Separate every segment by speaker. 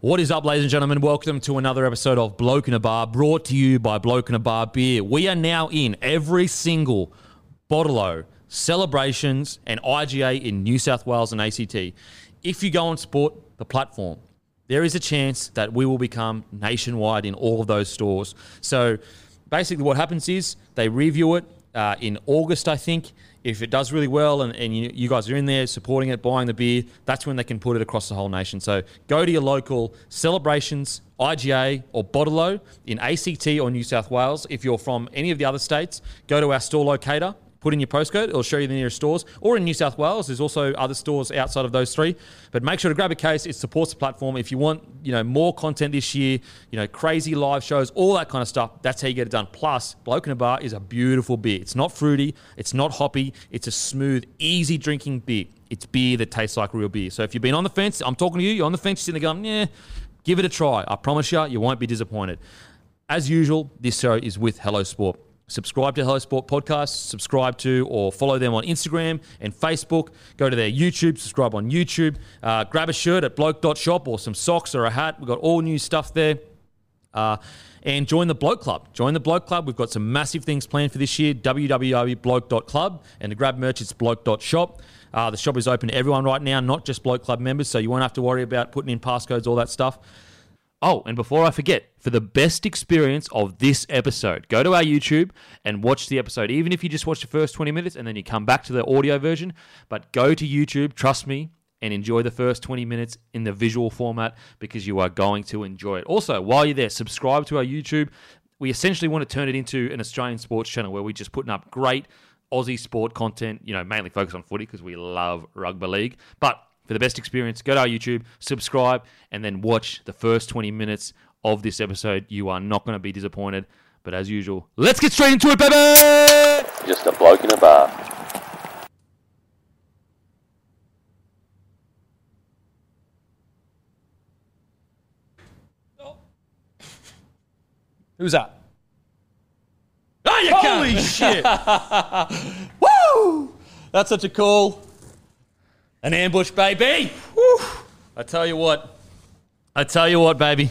Speaker 1: What is up, ladies and gentlemen? Welcome to another episode of Bloke in a Bar, brought to you by Bloke in a Bar Beer. We are now in every single Bottle celebrations, and IGA in New South Wales and ACT. If you go on Sport, the platform, there is a chance that we will become nationwide in all of those stores. So basically, what happens is they review it uh, in August, I think. If it does really well and, and you, you guys are in there supporting it, buying the beer, that's when they can put it across the whole nation. So go to your local celebrations, IGA or Bottle in ACT or New South Wales. If you're from any of the other states, go to our store locator, put in your postcode. It'll show you the nearest stores. Or in New South Wales, there's also other stores outside of those three. But make sure to grab a case. It supports the platform. If you want, you know, more content this year, you know, crazy live shows, all that kind of stuff. That's how you get it done. Plus, Bloke in a Bar is a beautiful beer. It's not fruity. It's not hoppy. It's a smooth, easy drinking beer. It's beer that tastes like real beer. So if you've been on the fence, I'm talking to you. You're on the fence. You're sitting there going, yeah, give it a try. I promise you, you won't be disappointed. As usual, this show is with Hello Sport subscribe to Hello Sport Podcast, subscribe to or follow them on Instagram and Facebook. Go to their YouTube, subscribe on YouTube. Uh, grab a shirt at bloke.shop or some socks or a hat. We've got all new stuff there. Uh, and join the Bloke Club. Join the Bloke Club. We've got some massive things planned for this year. www.bloke.club. And to grab merch, it's bloke.shop. Uh, the shop is open to everyone right now, not just Bloke Club members, so you won't have to worry about putting in passcodes, all that stuff. Oh, and before I forget, for the best experience of this episode, go to our YouTube and watch the episode. Even if you just watch the first 20 minutes and then you come back to the audio version, but go to YouTube, trust me, and enjoy the first 20 minutes in the visual format because you are going to enjoy it. Also, while you're there, subscribe to our YouTube. We essentially want to turn it into an Australian sports channel where we're just putting up great Aussie sport content, you know, mainly focused on footy because we love rugby league, but for the best experience, go to our YouTube, subscribe, and then watch the first 20 minutes of this episode. You are not going to be disappointed. But as usual, let's get straight into it, baby!
Speaker 2: Just a bloke in a bar.
Speaker 3: Who's that? Ah,
Speaker 1: Oh, you
Speaker 3: Holy shit! Woo! That's such a call. An ambush, baby. Woo! I tell you what,
Speaker 1: I tell you what, baby.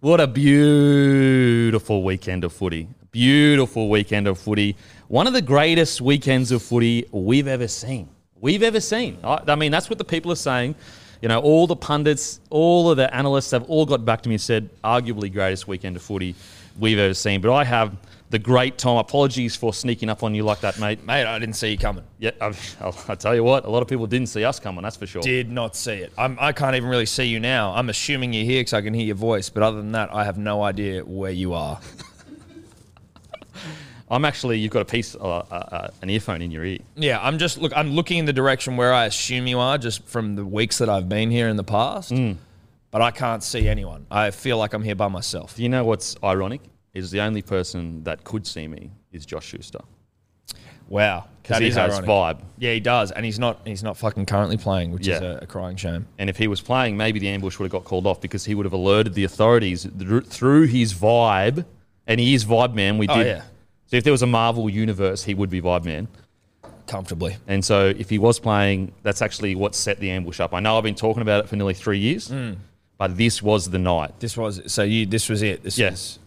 Speaker 1: What a beautiful weekend of footy. Beautiful weekend of footy. One of the greatest weekends of footy we've ever seen. We've ever seen. I, I mean, that's what the people are saying. You know, all the pundits, all of the analysts have all got back to me and said, arguably greatest weekend of footy we've ever seen. But I have the great time. Apologies for sneaking up on you like that, mate.
Speaker 3: mate. I didn't see you coming.
Speaker 1: Yeah, I, I'll, I tell you what, a lot of people didn't see us coming, that's for sure.
Speaker 3: Did not see it. I'm, I can't even really see you now. I'm assuming you're here because I can hear your voice. But other than that, I have no idea where you are.
Speaker 1: I'm actually, you've got a piece, uh, uh, uh, an earphone in your ear.
Speaker 3: Yeah, I'm just look. I'm looking in the direction where I assume you are, just from the weeks that I've been here in the past. But I can't see anyone. I feel like I'm here by myself.
Speaker 1: Do you know what's ironic? Is the only person that could see me is Josh Schuster.
Speaker 3: Wow,
Speaker 1: Because
Speaker 3: that
Speaker 1: he
Speaker 3: is
Speaker 1: has
Speaker 3: ironic.
Speaker 1: vibe.
Speaker 3: Yeah, he does, and he's not. He's not fucking currently playing, which is
Speaker 1: Yeah.
Speaker 3: a, a crying shame.
Speaker 1: And if he was playing, maybe the ambush would have got called off because he would have alerted the authorities thr- through his vibe. And he is Vibe Man. We did.
Speaker 3: Oh, yeah.
Speaker 1: So if there was a Marvel universe, he would be Vibe Man.
Speaker 3: Comfortably.
Speaker 1: And so if he was playing, that's actually what set the ambush up. I know I've been talking about it for nearly three years,
Speaker 3: Mm.
Speaker 1: but this was the night.
Speaker 3: This was so you. This was it. This
Speaker 1: Yes.
Speaker 3: was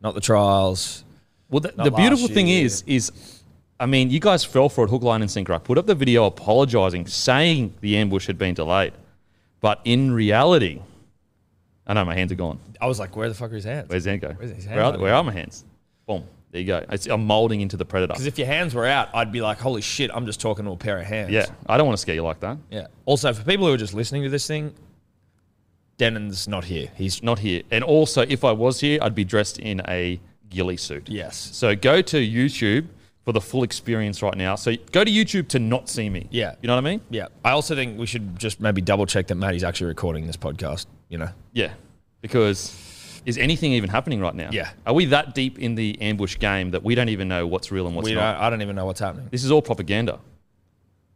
Speaker 3: not the trials.
Speaker 1: Well, the,
Speaker 3: Not
Speaker 1: the beautiful
Speaker 3: last
Speaker 1: thing
Speaker 3: year.
Speaker 1: is, is I mean, you guys fell for it, hook, line, and sinker. I put up the video apologising, saying the ambush had been delayed, but in reality, I know my hands are gone.
Speaker 3: I was like, where the fuck are his hands?
Speaker 1: Where's Zenko?
Speaker 3: Where's his
Speaker 1: Where,
Speaker 3: hand,
Speaker 1: are,
Speaker 3: buddy?
Speaker 1: where are my hands? Boom. There you go. It's, I'm moulding into the predator.
Speaker 3: Because if your hands were out, I'd be like, holy shit, I'm just talking to a pair of hands.
Speaker 1: yeah, I don't want to scare you like that.
Speaker 3: Yeah. Also, for people who are just listening to this thing, Denon's not here. He's
Speaker 1: Not here. And also, if I was here, I'd be dressed in a ghillie suit.
Speaker 3: yes.
Speaker 1: So go to YouTube for the full experience right now. So go to YouTube to not see me.
Speaker 3: Yeah.
Speaker 1: You know what I mean?
Speaker 3: Yeah. I also think we should just maybe double check that Matty's actually recording this podcast. You know.
Speaker 1: Yeah, because is anything even happening right now?
Speaker 3: Yeah.
Speaker 1: Are we that deep in the ambush game that we don't even know what's real and what's
Speaker 3: we
Speaker 1: not?
Speaker 3: don't, I don't even know what's happening.
Speaker 1: This is all propaganda.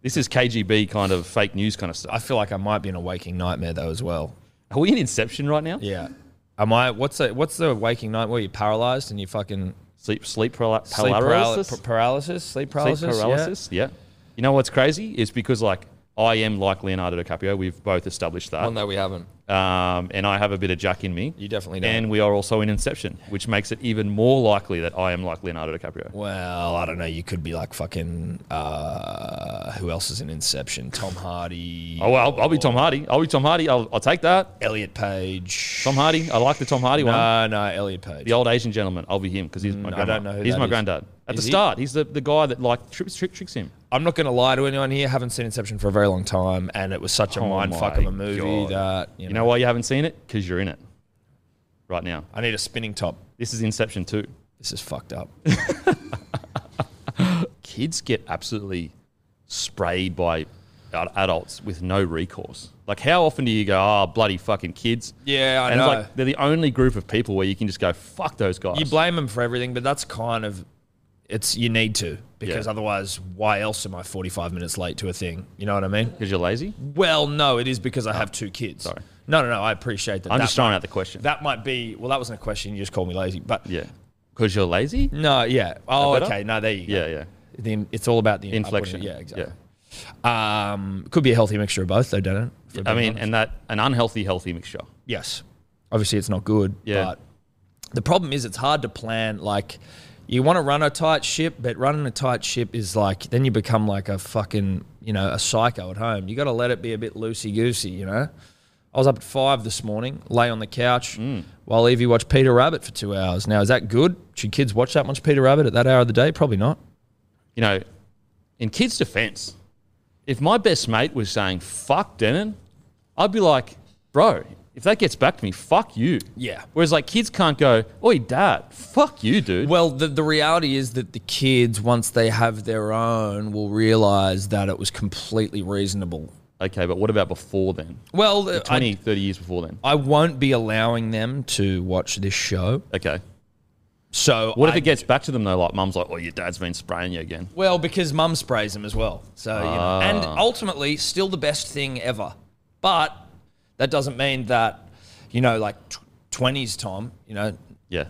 Speaker 1: This is KGB kind of fake news kind of
Speaker 3: I
Speaker 1: stuff.
Speaker 3: feel like I might be in a waking nightmare though as well.
Speaker 1: Are we in Inception right now?
Speaker 3: Yeah. Am I? What's the what's the waking night where you're paralyzed and you fucking
Speaker 1: Sleep, sleep parala-
Speaker 3: sleep paral-
Speaker 1: paralysis.
Speaker 3: pa- paralysis, sleep paralysis,
Speaker 1: Sleep
Speaker 3: Yeah.
Speaker 1: paralysis. Yeah. You know what's crazy is because like I am like Leonardo DiCaprio. We've both established that.
Speaker 3: no, we haven't.
Speaker 1: um, and I have a bit of Jack in me.
Speaker 3: You definitely don't.
Speaker 1: And we are also in Inception, which makes it even more likely that I am like Leonardo DiCaprio.
Speaker 3: Well, I don't know. You could be like fucking. Uh, who else is in Inception? Tom Hardy.
Speaker 1: Oh, well, I'll, I'll be Tom Hardy. I'll be Tom Hardy. I'll, I'll take that.
Speaker 3: Elliot Page.
Speaker 1: Tom Hardy. I like the Tom Hardy one.
Speaker 3: No, no, Elliot Page.
Speaker 1: The old Asian gentleman. I'll be him because he's my
Speaker 3: Mm, I
Speaker 1: grandma.
Speaker 3: don't know who
Speaker 1: he's
Speaker 3: that
Speaker 1: my
Speaker 3: is.
Speaker 1: granddad. At
Speaker 3: Is
Speaker 1: the
Speaker 3: he?
Speaker 1: start, he's the, the guy that like trips, trick, tricks him.
Speaker 3: I'm not going to lie to anyone here. Haven't seen Inception for a very long time, and it was such a
Speaker 1: Oh
Speaker 3: mind fuck
Speaker 1: my
Speaker 3: of a movie
Speaker 1: God.
Speaker 3: that you know,
Speaker 1: You know why you haven't seen it? Because you're in it right now.
Speaker 3: I need a spinning top.
Speaker 1: This is Inception 2.
Speaker 3: This is fucked up.
Speaker 1: Kids get absolutely sprayed by ad- adults with no recourse. Like, how often do you go, oh, bloody fucking kids?
Speaker 3: Yeah, I
Speaker 1: and
Speaker 3: know.
Speaker 1: it's like they're the only group of people where you can just go, fuck those guys.
Speaker 3: you blame them for everything, but that's kind of it's you need to because
Speaker 1: Yeah.
Speaker 3: otherwise, why else am I 45 minutes late to a thing? You know what I mean?
Speaker 1: Because you're lazy?
Speaker 3: Well, no, it is because I have two kids.
Speaker 1: sorry.
Speaker 3: No, no, no. I appreciate that.
Speaker 1: I'm
Speaker 3: that
Speaker 1: just throwing
Speaker 3: might-
Speaker 1: out the question.
Speaker 3: That might be well. That wasn't a question. You just called me lazy, but
Speaker 1: yeah. Because you're lazy?
Speaker 3: No, yeah. Oh,
Speaker 1: better?
Speaker 3: okay. No, there you go.
Speaker 1: Yeah, yeah.
Speaker 3: The, it's all about the
Speaker 1: Inflection.
Speaker 3: Yeah, exactly. Um, could be a healthy mixture of both, though, don't it?
Speaker 1: I mean, and that, an unhealthy, healthy mixture.
Speaker 3: yes. Obviously, it's not good.
Speaker 1: Yeah.
Speaker 3: But the problem is, it's hard to plan. Like, you want to run a tight ship, but running a tight ship is like, then you become like a fucking, you know, a psycho at home. You got to let it be a bit loosey goosey, you know? I was up at five this morning, lay on the couch while Evie watched Peter Rabbit for two hours. Now, is that good? Should kids watch that much Peter Rabbit at that hour of the day? Probably not.
Speaker 1: you know, in kids' defense, if my best mate was saying, fuck Denon, I'd be like, bro, if that gets back to me, fuck you.
Speaker 3: Yeah.
Speaker 1: Whereas, like, kids can't go, oi, dad, fuck you, dude.
Speaker 3: Well, the, the reality is that the kids, once they have their own, will realize that it was completely reasonable.
Speaker 1: okay, but what about before then?
Speaker 3: Well, I,
Speaker 1: 20, 30 years before then?
Speaker 3: I won't be allowing them to watch this show.
Speaker 1: Okay.
Speaker 3: So
Speaker 1: What if
Speaker 3: I-
Speaker 1: it gets back to them, though? Like, mum's like, oh, your dad's been spraying you again.
Speaker 3: Well, because mum sprays them as well. So you
Speaker 1: Ah.
Speaker 3: know, and ultimately, still the best thing ever. But that doesn't mean that you know, like twenties, Tom. You know,
Speaker 1: Yeah.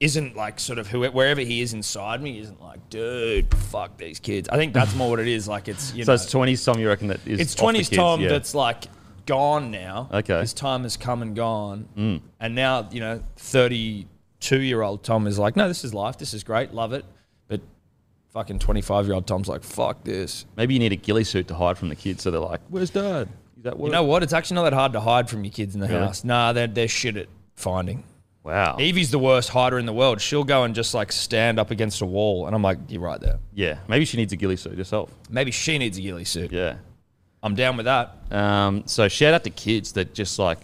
Speaker 3: isn't like sort of whoever wherever he is inside me isn't like, dude, fuck these kids. I think that's more what it is. Like it's you
Speaker 1: So
Speaker 3: know,
Speaker 1: it's 20s, Tom, you reckon that is.
Speaker 3: it's
Speaker 1: off the
Speaker 3: twenties
Speaker 1: kids,
Speaker 3: Tom
Speaker 1: yeah.
Speaker 3: that's like gone now.
Speaker 1: Okay. Mm.
Speaker 3: his time has come and gone, and now you know thirty-two year old Tom is like, no, this is life. This is great. Love it. But fucking twenty-five year old Tom's like, fuck this.
Speaker 1: Maybe you need a ghillie suit to hide from the kids so they're like, where's dad? Is that what?
Speaker 3: You know what? It's actually not that hard to hide from your kids in the
Speaker 1: Really?
Speaker 3: house. Nah, they're they're shit at finding.
Speaker 1: wow.
Speaker 3: Evie's the worst hider in the world. She'll go and just like stand up against a wall, and I'm like, you're right there.
Speaker 1: Yeah. Maybe she needs a ghillie suit herself.
Speaker 3: Maybe she needs a ghillie suit.
Speaker 1: Yeah.
Speaker 3: I'm down with that.
Speaker 1: Um, so shout out to kids that just like,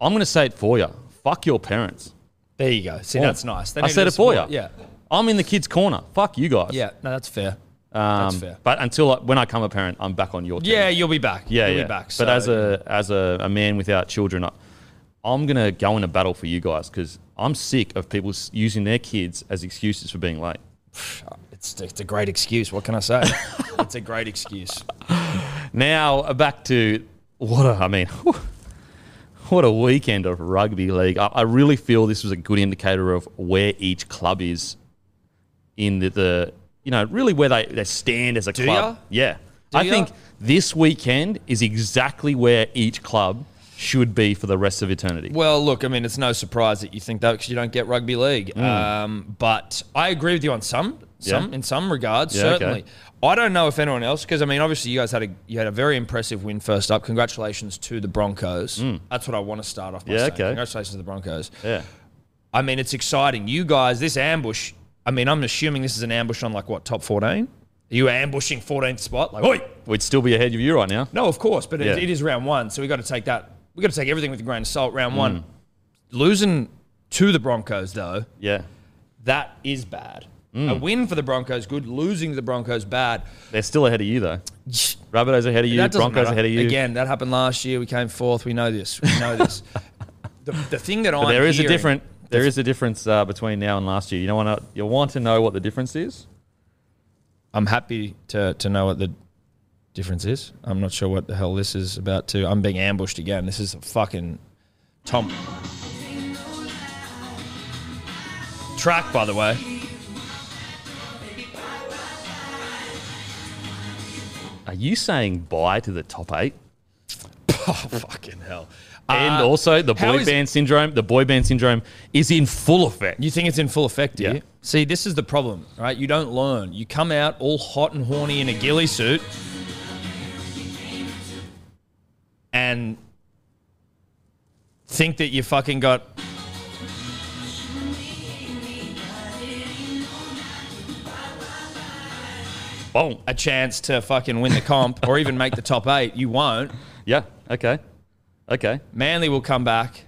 Speaker 1: I'm going to say it for you. Fuck your parents.
Speaker 3: There you go. See,
Speaker 1: Oh.
Speaker 3: that's nice. They
Speaker 1: I
Speaker 3: need
Speaker 1: said
Speaker 3: to
Speaker 1: it for you.
Speaker 3: support- Yeah,
Speaker 1: I'm in the kids' corner. Fuck you guys.
Speaker 3: yeah. No, that's fair.
Speaker 1: Um,
Speaker 3: that's fair.
Speaker 1: But until I, when I come a parent, I'm back on your team.
Speaker 3: Yeah, you'll be back.
Speaker 1: yeah,
Speaker 3: you'll
Speaker 1: yeah.
Speaker 3: be back.
Speaker 1: but as a as a, a man without children, I, I'm gonna go into battle for you guys because I'm sick of people s- using their kids as excuses for being late.
Speaker 3: it's, it's a great excuse. What can I say? it's a great excuse.
Speaker 1: Now uh, back to what a, I mean. What a weekend of rugby league. I, I really feel this was a good indicator of where each club is in the, the you know, really where they, they stand as a club. Yeah. I
Speaker 3: ya?
Speaker 1: think this weekend is exactly where each club should be for the rest of eternity.
Speaker 3: Well, look, I mean, it's no surprise that you think that because you don't get rugby league. Um, but I agree with you on some, some
Speaker 1: Mm. Yeah.
Speaker 3: in some regards,
Speaker 1: Yeah, okay.
Speaker 3: certainly. I don't know if anyone else, because I mean, obviously, you guys had a you had a very impressive win first up. Congratulations to the Broncos. That's what I want to start off. By
Speaker 1: Mm. Yeah,
Speaker 3: saying.
Speaker 1: okay.
Speaker 3: Congratulations to the Broncos.
Speaker 1: Yeah.
Speaker 3: I mean, it's exciting. You guys, this ambush. I mean, I'm assuming this is an ambush on like what top 14. Are you ambushing 14th spot? Like, oi,
Speaker 1: We'd still be ahead of you right now.
Speaker 3: No, of course, but
Speaker 1: Yeah.
Speaker 3: it, it is round one, so we got to take that. We got to take everything with a grain of salt.
Speaker 1: Mm.
Speaker 3: Round one, losing to the Broncos though,
Speaker 1: Yeah.
Speaker 3: that is bad.
Speaker 1: Mm.
Speaker 3: A win for the Broncos, good. Losing to the Broncos, bad.
Speaker 1: They're still ahead of you though. Rabbitohs ahead of you,
Speaker 3: That doesn't
Speaker 1: Broncos
Speaker 3: matter.
Speaker 1: ahead of you.
Speaker 3: Again, that happened last year. We came fourth. We know this. We know this. the, the thing that I'm
Speaker 1: There is a
Speaker 3: hearing-
Speaker 1: different. There is a difference uh, between now and last year. You know what? You want to know what the difference is?
Speaker 3: I'm happy to to know what the difference is. I'm not sure what the hell this is about. To I'm being ambushed again. This is a fucking Tom. Track, by the way.
Speaker 1: Are you saying bye to the top eight?
Speaker 3: Oh, fucking hell.
Speaker 1: and
Speaker 3: Uh,
Speaker 1: also the
Speaker 3: how
Speaker 1: boy
Speaker 3: is-
Speaker 1: band syndrome. The boy band syndrome is in full effect.
Speaker 3: You think it's in full effect, do
Speaker 1: Yeah.
Speaker 3: you? See, this is the problem, right? You don't learn. You come out all hot and horny in a ghillie suit, and think that you fucking got.
Speaker 1: Boom.
Speaker 3: a chance to fucking win the comp or even make the top eight. You won't.
Speaker 1: Yeah. Okay. Okay.
Speaker 3: Manly will come back.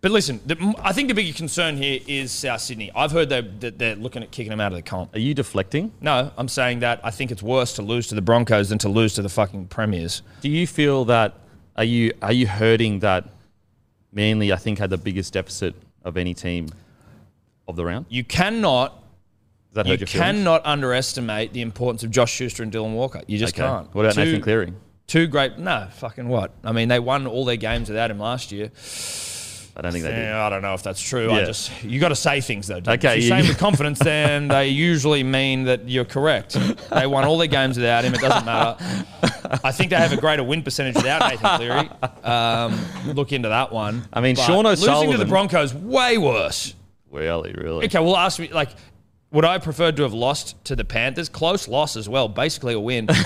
Speaker 3: But listen, the, I think the bigger concern here is South Sydney. I've heard they, that they're looking at kicking them out of the comp.
Speaker 1: Are you deflecting?
Speaker 3: No, I'm saying that I think it's worse to lose to the Broncos than to lose to the fucking Premiers.
Speaker 1: Do you feel that? Are you are you hurting that? Manly, I think, had the biggest deficit of any team of the round.
Speaker 3: You cannot,
Speaker 1: Does that
Speaker 3: you
Speaker 1: hurt your feelings?
Speaker 3: cannot underestimate the importance of Josh Schuster and Dylan Walker. You just
Speaker 1: Okay.
Speaker 3: can't.
Speaker 1: What about
Speaker 3: Two-
Speaker 1: Nathan Cleary?
Speaker 3: Two great. No, fucking what? I mean, they won all their games without him last year.
Speaker 1: I don't think they did.
Speaker 3: Yeah, I don't know if that's true. I
Speaker 1: Yeah.
Speaker 3: just you got to say things though. Dude.
Speaker 1: Okay,
Speaker 3: if you
Speaker 1: you-
Speaker 3: say them with confidence, then they usually mean that you're correct. They won all their games without him. It doesn't matter. I think they have a greater win percentage without Nathan Cleary. Um, look into that one.
Speaker 1: I mean,
Speaker 3: But
Speaker 1: Sean
Speaker 3: losing to the
Speaker 1: O'Sullivan-
Speaker 3: Broncos way worse.
Speaker 1: Really, really.
Speaker 3: Okay, well, ask me like. Would I prefer to have lost to the Panthers? Close loss as well, basically a win. would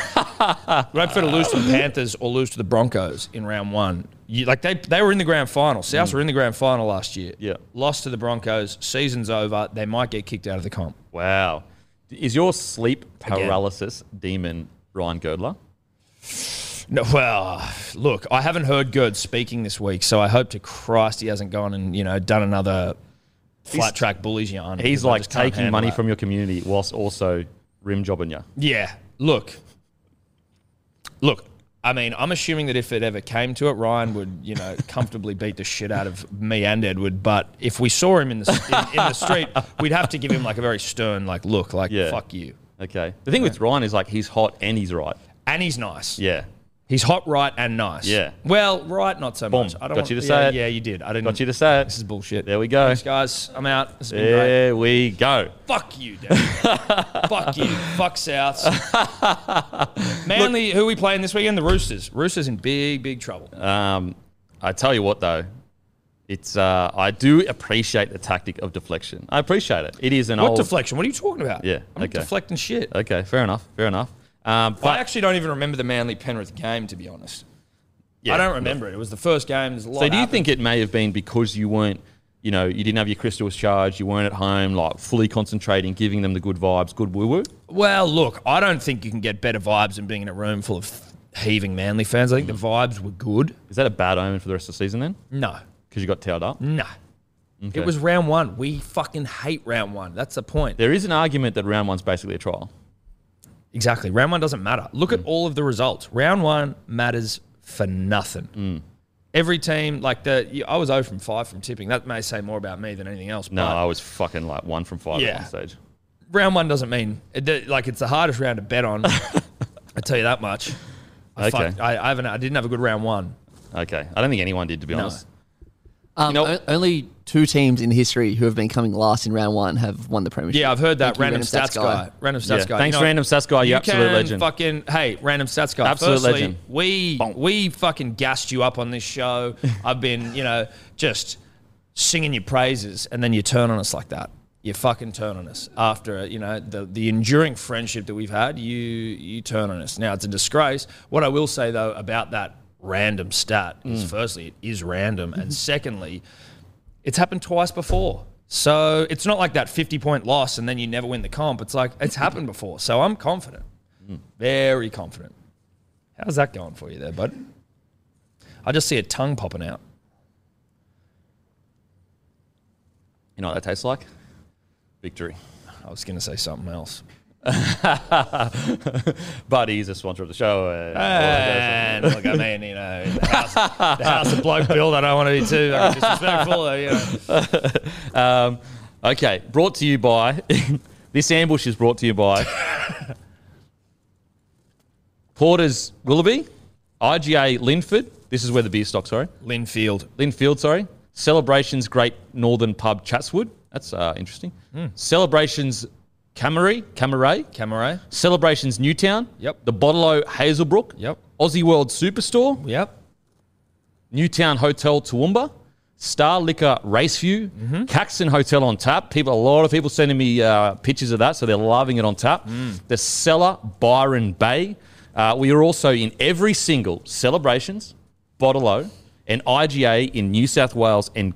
Speaker 3: I prefer to lose to the Panthers or lose to the Broncos in round one? You, like they, they were in the grand final. Souths were in the grand final last year.
Speaker 1: Mm. Yeah.
Speaker 3: lost to the Broncos. Season's over. They might get kicked out of the comp.
Speaker 1: Wow. Is your sleep paralysis demon Ryan Girdler?
Speaker 3: No, well, look, I haven't heard Gerd speaking this week, so I hope to Christ he hasn't gone and you know done another flat track bullies yarn.
Speaker 1: He's
Speaker 3: because I
Speaker 1: like
Speaker 3: just can't
Speaker 1: taking
Speaker 3: handle
Speaker 1: money
Speaker 3: that.
Speaker 1: from your community whilst also rim jobbing you.
Speaker 3: Yeah. Look. Look. I mean, I'm assuming that if it ever came to it, Ryan would, you know, comfortably beat the shit out of me and Edward. But if we saw him in the in, in the street, we'd have to give him like a very stern, like look, like
Speaker 1: Yeah.
Speaker 3: fuck you.
Speaker 1: Okay. The thing with Ryan is like he's hot and he's right.
Speaker 3: And he's nice.
Speaker 1: Yeah.
Speaker 3: He's hot, right, and nice.
Speaker 1: Yeah.
Speaker 3: Well, right, not so much.
Speaker 1: Got you to say
Speaker 3: yeah,
Speaker 1: it.
Speaker 3: Yeah, you did. I didn't.
Speaker 1: Got you to say
Speaker 3: This
Speaker 1: it.
Speaker 3: is bullshit.
Speaker 1: There we go.
Speaker 3: Thanks, guys. I'm out. This has been great.
Speaker 1: There we go.
Speaker 3: Fuck you, Dad. Fuck you. Fuck Souths. Manly, who are we playing this weekend? The Roosters. Roosters in big, big trouble.
Speaker 1: Um, I tell you what though, it's uh, I do appreciate the tactic of deflection. I appreciate it. It is an
Speaker 3: what
Speaker 1: old
Speaker 3: deflection? What are you talking about?
Speaker 1: Yeah,
Speaker 3: I'm not
Speaker 1: okay.
Speaker 3: deflecting shit.
Speaker 1: Okay, fair enough. Fair enough. Um, but
Speaker 3: I actually don't even remember the Manly Penrith game, to be honest.
Speaker 1: Yeah.
Speaker 3: I don't remember it. It was the first game. There's a lot
Speaker 1: So do you
Speaker 3: happened.
Speaker 1: think it may have been because you weren't, you know, you didn't have your crystals charged, you weren't at home, like fully concentrating, giving them the good vibes, good woo woo?
Speaker 3: Well, look, I don't think you can get better vibes than being in a room full of heaving Manly fans. I think the vibes were good.
Speaker 1: Is that a bad omen for the rest of the season then?
Speaker 3: No,
Speaker 1: Because you got towed up.
Speaker 3: no. It was round one. We fucking hate round one. That's the point.
Speaker 1: There is an argument that round one's basically a trial.
Speaker 3: Exactly. Round one doesn't matter. Look
Speaker 1: Mm.
Speaker 3: at all of the results. Round one matters for nothing.
Speaker 1: Mm.
Speaker 3: Every team, like the, you- I was 0 from 5 from tipping. That may say more about me than anything else.
Speaker 1: No,
Speaker 3: but
Speaker 1: I was fucking like one from five
Speaker 3: Yeah.
Speaker 1: at one stage.
Speaker 3: round one doesn't mean, it- the- like, it's the hardest round to bet on. I tell you that much. I,
Speaker 1: Okay.
Speaker 3: fucked- I, I, haven't, I didn't have a good round one.
Speaker 1: Okay. I don't think anyone did, to be
Speaker 3: No.
Speaker 1: honest.
Speaker 2: Um,
Speaker 1: know-
Speaker 2: o- only two teams in history who have been coming last in round one have won the premiership.
Speaker 3: Yeah, I've heard that.
Speaker 2: Thank you,
Speaker 3: Random, stats, guy. Random stats
Speaker 1: Yeah.
Speaker 3: guy.
Speaker 1: Thanks, Random Stats guy. You're
Speaker 3: you
Speaker 1: absolute
Speaker 3: can
Speaker 1: legend.
Speaker 3: Fucking hey, Random Stats guy.
Speaker 1: Absolute
Speaker 3: Firstly,
Speaker 1: legend.
Speaker 3: We
Speaker 1: Bonk.
Speaker 3: we fucking gassed you up on this show. I've been you know just singing your praises, and then you turn on us like that. You fucking turn on us after you know the the enduring friendship that we've had. You you turn on us now. It's a disgrace. What I will say though about that random stat
Speaker 1: Mm.
Speaker 3: is, firstly, it is random, and secondly, it's happened twice before. So it's not like that 50 point loss and then you never win the comp. It's like it's happened before. So I'm confident, very confident. How's that going for you there, bud? I just see a tongue popping out.
Speaker 1: You know what that tastes like? Victory.
Speaker 3: I was going to say something else.
Speaker 1: But he's a sponsor of the show. and all that
Speaker 3: And look, I mean, you know, the house, the house of bloke build, I don't want to be too like, disrespectful. uh, You know.
Speaker 1: goes. Okay. Brought to you by this ambush is brought to you by Porter's Willoughby, IGA Linford. This is where the beer stock, sorry.
Speaker 3: Linfield.
Speaker 1: Linfield, sorry. Celebrations Great Northern Pub Chatswood. That's uh, interesting. Celebrations Cameray, Cameray.
Speaker 3: Cameray.
Speaker 1: Celebrations Newtown.
Speaker 3: Yep.
Speaker 1: The Bottle O Hazelbrook.
Speaker 3: Yep.
Speaker 1: Aussie World Superstore.
Speaker 3: Yep.
Speaker 1: Newtown Hotel Toowoomba, Star Liquor Raceview, Caxton Hotel on tap. People, a lot of people sending me uh, pictures of that, so they're loving it on tap. The Cellar Byron Bay. Uh, we are also in every single celebrations, Bottle and IGA in New South Wales and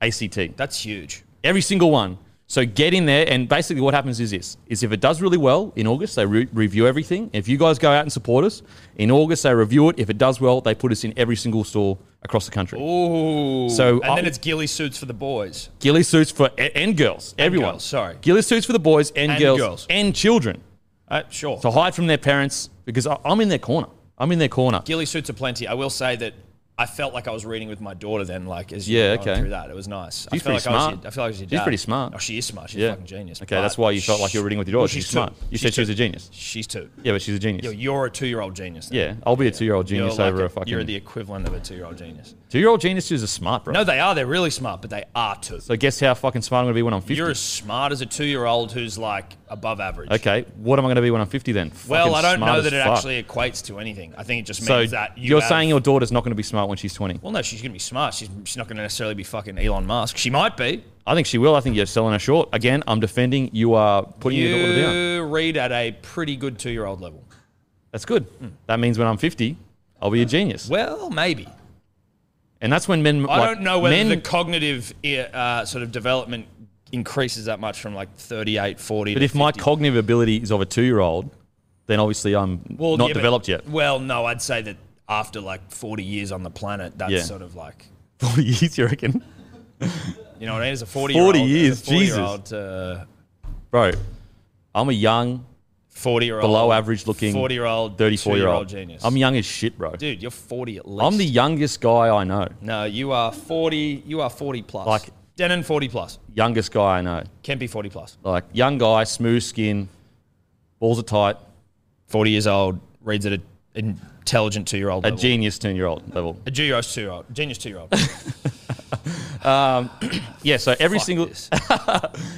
Speaker 1: ACT.
Speaker 3: That's huge.
Speaker 1: Every single one. So get in there, and basically what happens is this: is if it does really well in August, they re- review everything. If you guys go out and support us in August, they review it. If it does well, they put us in every single store across the country.
Speaker 3: Ooh.
Speaker 1: So,
Speaker 3: and
Speaker 1: uh,
Speaker 3: then it's ghillie suits for the boys.
Speaker 1: Ghillie suits for a- and girls, everyone.
Speaker 3: girls, sorry.
Speaker 1: ghillie suits for the boys and,
Speaker 3: And
Speaker 1: girls,
Speaker 3: girls.
Speaker 1: and children
Speaker 3: Uh, sure.
Speaker 1: to hide from their parents because I- I'm in their corner. I'm in their corner.
Speaker 3: Ghillie suits are plenty. I will say that I felt like I was reading with my daughter then, like as
Speaker 1: Yeah,
Speaker 3: you were going
Speaker 1: okay.
Speaker 3: through that. It was nice.
Speaker 1: She's
Speaker 3: I feel
Speaker 1: pretty
Speaker 3: like I was
Speaker 1: smart.
Speaker 3: your, I feel like I was your
Speaker 1: She's
Speaker 3: dad.
Speaker 1: pretty smart.
Speaker 3: Oh, she is smart. She's
Speaker 1: Yeah.
Speaker 3: a fucking genius.
Speaker 1: Okay,
Speaker 3: but
Speaker 1: that's why you felt like you were reading with your daughter.
Speaker 3: Well,
Speaker 1: she's, smart.
Speaker 3: two.
Speaker 1: You
Speaker 3: She's
Speaker 1: said she was
Speaker 3: two.
Speaker 1: a genius.
Speaker 3: She's two.
Speaker 1: Yeah, but she's a genius.
Speaker 3: You're, you're a two-year-old genius. Then.
Speaker 1: yeah, I'll be a two-year-old
Speaker 3: You're
Speaker 1: genius
Speaker 3: like
Speaker 1: over
Speaker 3: a-
Speaker 1: a, fucking.
Speaker 3: You're the equivalent of a two-year-old genius.
Speaker 1: two-year-old geniuses are smart, bro.
Speaker 3: No, they are. They're really smart, but they are two.
Speaker 1: So guess how fucking smart I'm gonna be when I'm 50.
Speaker 3: You're as smart as a two-year-old who's like above average.
Speaker 1: Okay, what am I going to be when I'm 50 then?
Speaker 3: Well,
Speaker 1: Fucking
Speaker 3: I don't
Speaker 1: smart
Speaker 3: know
Speaker 1: as
Speaker 3: that it
Speaker 1: fuck.
Speaker 3: actually equates to anything. I think it just
Speaker 1: So
Speaker 3: means that you
Speaker 1: you're
Speaker 3: have-
Speaker 1: saying your daughter's not going to be smart when she's 20?
Speaker 3: Well, no, she's going to be smart. She's, she's not going to necessarily be fucking Elon Musk. She might be.
Speaker 1: I think she will. I think you're selling her short. Again, I'm defending. You are putting your daughter down.
Speaker 3: You read at a pretty good two year old level.
Speaker 1: That's good.
Speaker 3: Hmm.
Speaker 1: That means when I'm 50, I'll be a genius.
Speaker 3: Well, maybe.
Speaker 1: And that's when men.
Speaker 3: I
Speaker 1: like,
Speaker 3: don't know whether
Speaker 1: men,
Speaker 3: the cognitive uh, sort of development increases that much from like 38, 40.
Speaker 1: But if my cognitive ability is of a two-year-old, then obviously I'm not developed yet.
Speaker 3: Well, no, I'd say that after like 40 years on the planet, that's
Speaker 1: Yeah.
Speaker 3: sort of like,
Speaker 1: 40 years, you reckon,
Speaker 3: you know what I mean? As a uh, 40 year old.
Speaker 1: 40 years, Jesus. bro? I'm a young,
Speaker 3: 40 year old.
Speaker 1: below average looking,
Speaker 3: 40 year old.
Speaker 1: 34 year old
Speaker 3: genius.
Speaker 1: I'm young as shit, bro.
Speaker 3: Dude, you're 40 at least.
Speaker 1: I'm the youngest guy I know.
Speaker 3: No, you are 40. You are 40 plus.
Speaker 1: Like-
Speaker 3: Denon 40 plus.
Speaker 1: Youngest guy I know.
Speaker 3: Can be 40 plus.
Speaker 1: Like young guy, smooth skin, balls are tight,
Speaker 3: 40 years old, reads at an intelligent two year old.
Speaker 1: a genius ten-year-old level.
Speaker 3: A genius two year old. Genius two year old.
Speaker 1: Yeah. So every single,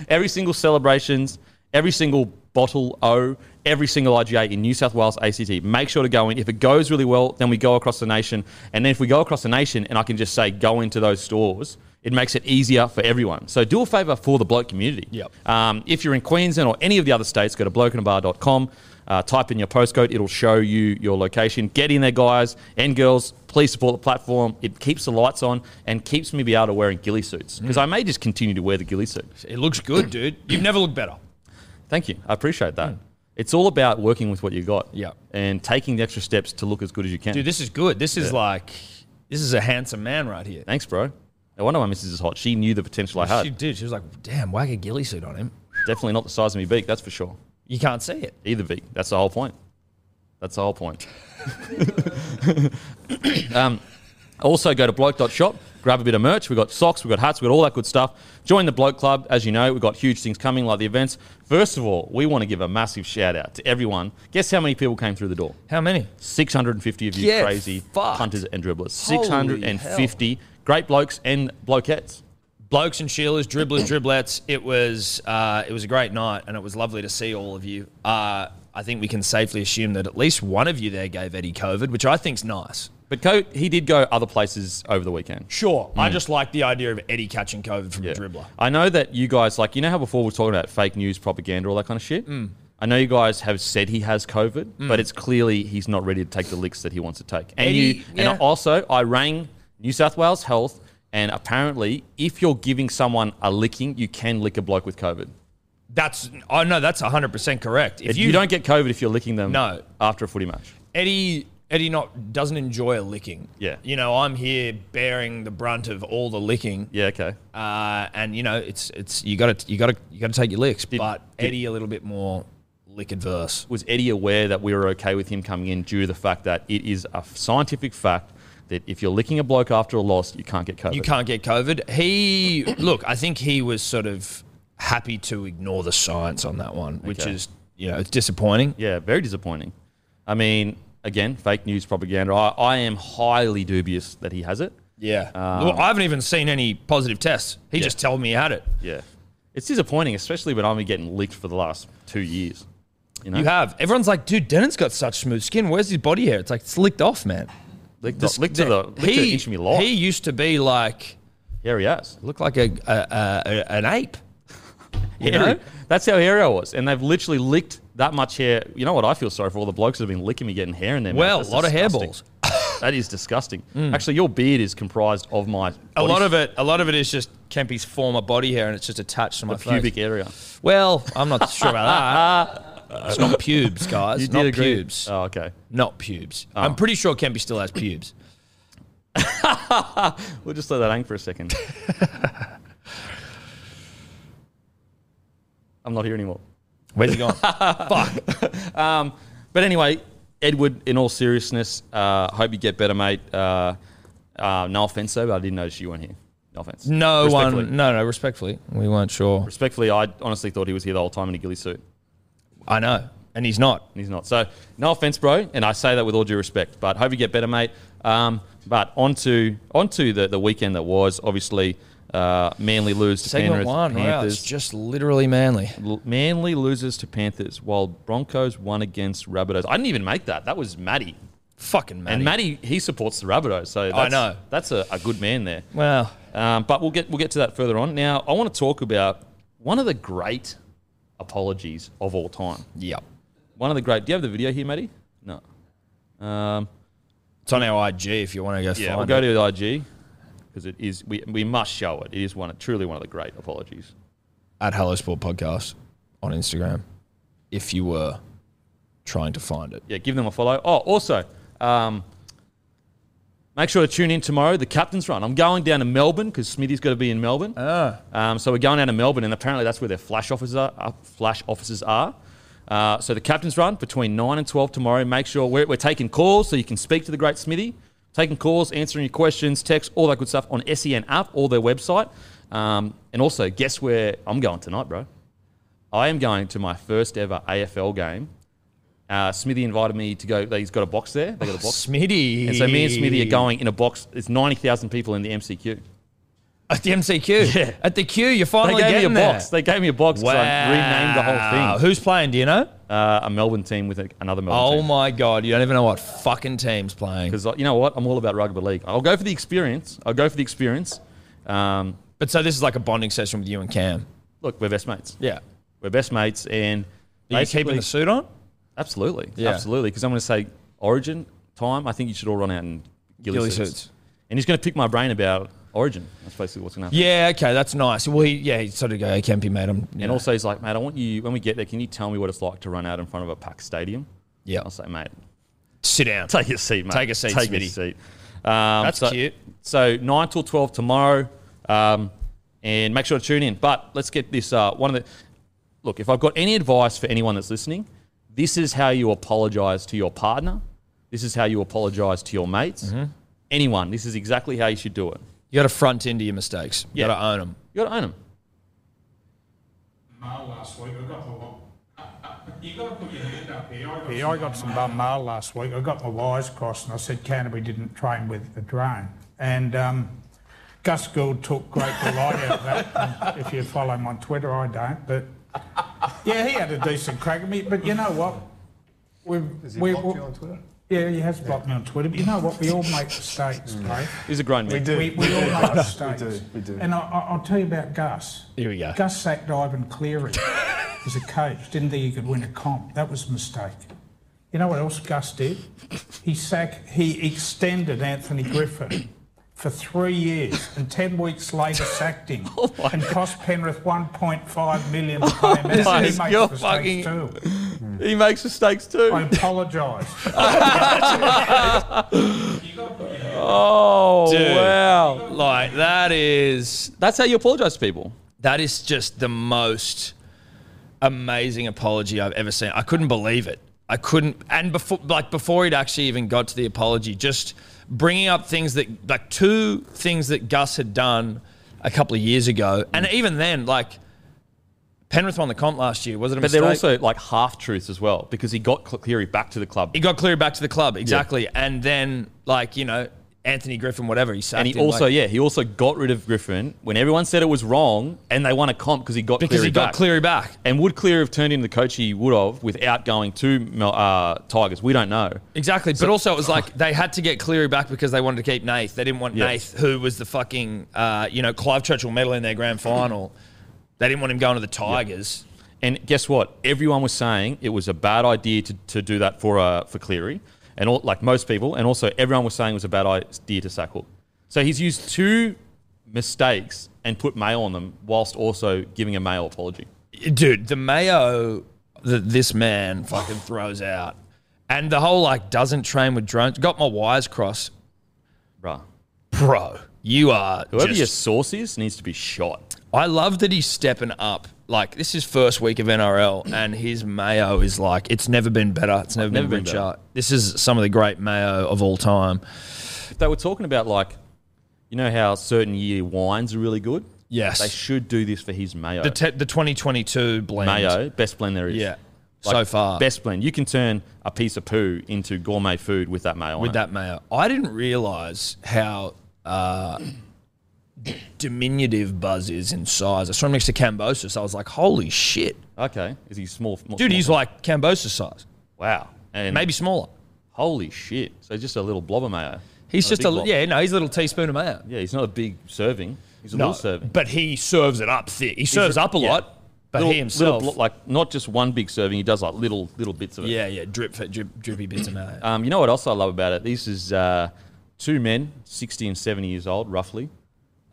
Speaker 1: every single celebrations, every single bottle O, every single IGA in New South Wales ACT. Make sure to go in. If it goes really well, then we go across the nation. And then if we go across the nation, and I can just say go into those stores. It makes it easier for everyone. So do a favor for the bloke community.
Speaker 3: Yep.
Speaker 1: Um, if you're in Queensland or any of the other states, go to blokeinabar.com. Uh, type in your postcode; it'll show you your location. Get in there, guys and girls. Please support the platform. It keeps the lights on and keeps me be able to wear ghillie suits because I may just continue to wear the ghillie suit.
Speaker 3: it looks good, dude. You've never looked better.
Speaker 1: Thank you. I appreciate that. It's all about working with what you got.
Speaker 3: Mm. Yeah.
Speaker 1: And taking the extra steps to look as good as you can.
Speaker 3: Dude, this is good. This is like, this is a handsome man right here.
Speaker 1: Thanks, bro. No wonder my missus is hot. She knew the potential I had.
Speaker 3: She, dude, she was like, damn, wag a ghillie suit on him.
Speaker 1: Definitely not the size of me beak, that's for sure.
Speaker 3: You can't see it.
Speaker 1: Either beak. That's the whole point. That's the whole point. um, also, go to bloke.shop, grab a bit of merch. We've got socks, we've got hats, we've got all that good stuff. Join the Bloke Club. As you know, we've got huge things coming like the events. First of all, we want to give a massive shout out to everyone. Guess how many people came through the door?
Speaker 3: How many?
Speaker 1: 650 of you
Speaker 3: Get
Speaker 1: crazy
Speaker 3: fucked.
Speaker 1: hunters and dribblers.
Speaker 3: Holy
Speaker 1: 650 great blokes and blokettes.
Speaker 3: blokes and sheilas, dribblers, driblets. It was uh, it was a great night, and it was lovely to see all of you. Uh, I think we can safely assume that at least one of you there gave Eddie COVID, which I think's nice.
Speaker 1: But Co- he did go other places over the weekend.
Speaker 3: Sure, I just like the idea of Eddie catching COVID from
Speaker 1: Yeah.
Speaker 3: a dribbler.
Speaker 1: I know that you guys, like, you know how before we were talking about fake news, propaganda, all that kind of shit? Mm. I know you guys have said he has COVID, but it's clearly he's not ready to take the licks that he wants to take. And,
Speaker 3: Mm. Eddie,
Speaker 1: you, and
Speaker 3: yeah.
Speaker 1: I- also, I rang New South Wales Health, and apparently, if you're giving someone a licking, you can lick a bloke with COVID.
Speaker 3: That's oh no, that's hundred percent correct. If
Speaker 1: You,
Speaker 3: you,
Speaker 1: don't get COVID if you're licking them
Speaker 3: No.
Speaker 1: after a footy match.
Speaker 3: Eddie Eddie not doesn't enjoy a licking.
Speaker 1: Yeah.
Speaker 3: you know I'm here bearing the brunt of all the licking.
Speaker 1: Yeah, okay.
Speaker 3: Uh, and you know it's it's you got to you got to you got to take your licks, but
Speaker 1: did-
Speaker 3: Eddie a little bit more lick adverse.
Speaker 1: was Eddie aware that we were okay with him coming in due to the fact that it is a scientific fact that if you're licking a bloke after a loss, you can't get COVID?
Speaker 3: You can't get COVID. He look, I think he was sort of happy to ignore the science on that one, which
Speaker 1: Okay.
Speaker 3: is you know it's disappointing.
Speaker 1: Yeah, very disappointing. I mean, again, fake news propaganda. I, I am highly dubious that he has it.
Speaker 3: Yeah, well, I haven't even seen any positive tests. He just told me he had it.
Speaker 1: Yeah. It's disappointing, especially when I've been getting licked for the last two years. You know?
Speaker 3: You have. Everyone's like, dude, Denon's got such smooth skin. Where's his body hair? It's like it's licked off, man.
Speaker 1: Licked,
Speaker 3: This-
Speaker 1: the, licked to the licked to the inch of me life.
Speaker 3: he used to be like
Speaker 1: hairy ass.
Speaker 3: looked like a, a, a, a an ape. You
Speaker 1: Hairy.
Speaker 3: know?
Speaker 1: That's how hairy I was. And they've literally licked that much hair. You know what I feel sorry for? All the blokes that have been licking me getting hair in their
Speaker 3: Well, a
Speaker 1: mouth. That's
Speaker 3: lot of
Speaker 1: disgusting.
Speaker 3: hairballs.
Speaker 1: that is disgusting. Actually, your beard is comprised of my
Speaker 3: A lot of it, a lot of it is just Kempy's former body hair, and it's just attached to my face.
Speaker 1: pubic area.
Speaker 3: Well, I'm not sure about that. It's not pubes, guys. not
Speaker 1: Uh, agree.
Speaker 3: pubes.
Speaker 1: Oh, okay.
Speaker 3: Not pubes. I'm pretty sure Kempy still has pubes.
Speaker 1: We'll just let that hang for a second. I'm not here anymore.
Speaker 3: Where's he gone?
Speaker 1: But anyway, Edward, in all seriousness, uh, hope you get better, mate. Uh, uh, no offense, though, but I didn't notice you weren't here. No offense.
Speaker 3: No
Speaker 1: Respectfully.
Speaker 3: one. No, no. Respectfully, we weren't sure.
Speaker 1: Respectfully, I honestly thought he was here the whole time in a ghillie suit,
Speaker 3: I know, and he's not.
Speaker 1: and he's not. So, no offense, bro, and I say that with all due respect. But hope you get better, mate. Um, but on to, on to the, the weekend that was. Obviously, uh, Manly lose to
Speaker 3: Segment
Speaker 1: Penrith
Speaker 3: one. Wow,
Speaker 1: Panthers.
Speaker 3: it's just literally manly.
Speaker 1: L- Manly loses to Panthers while Broncos won against Rabbitohs. I didn't even make that. That was Matty.
Speaker 3: Fucking man.
Speaker 1: And Matty, he supports the Rabbitohs, so that's,
Speaker 3: know.
Speaker 1: that's a, a good man there.
Speaker 3: Wow.
Speaker 1: Um, but we'll get we'll get to that further on. Now, I want to talk about one of the great apologies of all time.
Speaker 3: Yep.
Speaker 1: One of the great. Do you have the video here, Matty? No. Um,
Speaker 3: It's on our IG if you want to go
Speaker 1: yeah, we'll
Speaker 3: find
Speaker 1: go
Speaker 3: it.
Speaker 1: to the IG because it is we, we must show it. It is one truly one of the great apologies.
Speaker 3: at Hello Sport Podcast on Instagram if you were trying to find it.
Speaker 1: yeah, give them a follow. Oh, also, um, make sure to tune in tomorrow, the captain's run. I'm going down to Melbourne because Smithy's got to be in Melbourne. Um, so we're going down to Melbourne, and apparently that's where their flash officers are. Uh, flash officers are. Uh, so the captain's run between nine and twelve tomorrow. Make sure we're, we're taking calls so you can speak to the great Smithy, taking calls, answering your questions, text, all that good stuff on SEN app or their website. Um, and also, guess where I'm going tonight, bro? I am going to my first ever AFL game. Uh, Smithy invited me to go. He's got a box there. They got a box.
Speaker 3: Smitty.
Speaker 1: And so me and Smithy are going in a box. It's 90,000 people in the MCQ.
Speaker 3: At the MCQ.
Speaker 1: Yeah.
Speaker 3: At the queue. You're
Speaker 1: They
Speaker 3: finally
Speaker 1: gave me a
Speaker 3: getting there.
Speaker 1: box. They gave me a box because I renamed the whole thing.
Speaker 3: Who's playing? Do you know?
Speaker 1: Uh, a Melbourne team with a, another Melbourne
Speaker 3: Oh
Speaker 1: team.
Speaker 3: my God. You don't even know what fucking team's playing.
Speaker 1: Because you know what? I'm all about rugby league. I'll go for the experience. I'll go for the experience. Um,
Speaker 3: But so this is like a bonding session with you and Cam.
Speaker 1: look, we're best mates.
Speaker 3: Yeah.
Speaker 1: We're best mates. And
Speaker 3: Are you keeping
Speaker 1: basically-
Speaker 3: the suit on?
Speaker 1: Absolutely,
Speaker 3: Yeah.
Speaker 1: absolutely. Because I'm going to say Origin time. I think you should all run out in ghillie,
Speaker 3: Ghillie
Speaker 1: suits.
Speaker 3: suits.
Speaker 1: And he's going to pick my brain about Origin. That's basically what's going to happen.
Speaker 3: Yeah, okay, that's nice. Well, he, yeah, he sort of go, hey, Kempy, mate, I'm, you
Speaker 1: And
Speaker 3: know.
Speaker 1: also, he's like, mate, I want you when we get there. Can you tell me what it's like to run out in front of a packed stadium?
Speaker 3: Yeah.
Speaker 1: I'll say, mate,
Speaker 3: sit down.
Speaker 1: take your seat, mate.
Speaker 3: Take a seat,
Speaker 1: Take your
Speaker 3: Smitty.
Speaker 1: seat. Um,
Speaker 3: That's
Speaker 1: so,
Speaker 3: cute.
Speaker 1: So nine till twelve tomorrow, um, and make sure to tune in. But let's get this. Uh, one of the look. If I've got any advice for anyone that's listening, this is how you apologize to your partner. This is how you apologize to your mates.
Speaker 3: Mm-hmm.
Speaker 1: Anyone. This is exactly how you should do it.
Speaker 3: You got to front into your mistakes. You
Speaker 1: Yeah.
Speaker 3: got to own them.
Speaker 1: You got to own them.
Speaker 4: mail last week. I got my wa- You got to put your hand up here. I got, yeah, I got some bum mail last week. I got my wires crossed, and I said Canterbury didn't train with the drone. And um, Gus Gould took great delight out of that. And if you follow him on Twitter, I don't. But yeah, he had a decent crack at me. But you know what? We've, Has he blocked you on Twitter? Yeah, he has blocked me on Twitter. But you know what? We all make mistakes, mate.
Speaker 1: He's a grown man.
Speaker 4: We, Mm. we all make mistakes. We do. And I, I- I'll tell you about Gus.
Speaker 3: Here we go.
Speaker 4: Gus sacked Ivan Cleary as a coach. Didn't think he could win a comp. That was a mistake. You know what else Gus did? He sacked. He extended Anthony Griffin for three years, and ten weeks later sacked him
Speaker 1: Oh
Speaker 4: and cost Penrith 1.5 million. to pay him out.
Speaker 1: This
Speaker 4: He
Speaker 1: is
Speaker 4: makes
Speaker 1: your
Speaker 4: mistakes
Speaker 1: fucking-
Speaker 4: too.
Speaker 1: He makes mistakes too.
Speaker 4: I apologise.
Speaker 1: oh
Speaker 3: Dude.
Speaker 1: wow!
Speaker 3: Like, that is,
Speaker 1: That's how you apologize to people.
Speaker 3: that is just the most amazing apology I've ever seen. I couldn't believe it. I couldn't, and before, like, before he'd actually even got to the apology, just bringing up things that, like, two things that Gus had done a couple of years ago,
Speaker 1: Mm.
Speaker 3: and even then, like, Penrith won the comp last year. Was it a
Speaker 1: But
Speaker 3: mistake?
Speaker 1: they're also like half truths as well because he got Cleary back to the club.
Speaker 3: he got cleared back to the club exactly and then like you know Anthony Griffin, whatever he sacked
Speaker 1: And he
Speaker 3: him,
Speaker 1: also,
Speaker 3: like-
Speaker 1: yeah, he also got rid of Griffin when everyone said it was wrong, and they won a comp because he got
Speaker 3: because
Speaker 1: Cleary
Speaker 3: he got
Speaker 1: back.
Speaker 3: Cleary back.
Speaker 1: And would Cleary have turned into the coach he would have without going to Mel- uh, Tigers? We don't know.
Speaker 3: Exactly, but also it was like they had to get Cleary back because they wanted to keep Nath. They didn't want
Speaker 1: Yeah.
Speaker 3: Nath, who was the fucking uh, you know Clive Churchill medal in their grand final. They didn't want him going to the Tigers.
Speaker 1: And guess what? Everyone was saying it was a bad idea to, to do that for uh, for Cleary, and all, like most people, and also everyone was saying it was a bad idea to sack Hook. So he's used two mistakes and put mail on them whilst also giving a mail apology.
Speaker 3: dude, the mayo that this man fucking throws out, and the whole like doesn't train with drones. Got my wires crossed,
Speaker 1: Bruh.
Speaker 3: bro. You are
Speaker 1: Whoever your
Speaker 3: just
Speaker 1: source is needs to be shot.
Speaker 3: I love that he's stepping up. Like this is first week of NRL, and his mayo is like it's never been better. It's never,
Speaker 1: never been
Speaker 3: been richer.
Speaker 1: better.
Speaker 3: This is some of the great mayo of all time.
Speaker 1: If they were talking about like, you know how certain year wines are really good.
Speaker 3: Yes.
Speaker 1: They should do this for his mayo.
Speaker 3: The te- the 2022 blend.
Speaker 1: mayo, best blend there is.
Speaker 3: Yeah.
Speaker 1: Like,
Speaker 3: so far
Speaker 1: best blend. You can turn a piece of poo into gourmet food with that mayo. on
Speaker 3: with
Speaker 1: it.
Speaker 3: that mayo. I didn't realize how uh, diminutive Buzz is in size. I saw him next to Cambosis. I was like, holy shit,
Speaker 1: Okay. Is he small? small
Speaker 3: dude,
Speaker 1: small-
Speaker 3: he's like Cambosis size,
Speaker 1: wow. And
Speaker 3: maybe smaller.
Speaker 1: holy shit. So he's just a little blob of mayo.
Speaker 3: He's
Speaker 1: Not
Speaker 3: just
Speaker 1: Oh, big
Speaker 3: a,
Speaker 1: blob.
Speaker 3: yeah, no, he's a little teaspoon of mayo.
Speaker 1: Yeah. He's not a big serving. He's a
Speaker 3: No,
Speaker 1: little serving.
Speaker 3: but he serves it up thick. He serves up a
Speaker 1: yeah.
Speaker 3: lot, but
Speaker 1: Little-
Speaker 3: he
Speaker 1: little
Speaker 3: himself,
Speaker 1: blo- like not just one big serving. He does like little little bits of it.
Speaker 3: yeah, yeah, drip, drip, drippy bits of mayo.
Speaker 1: Um, you know what else I love about it? This is uh, two men, 60 and 70 years old, roughly,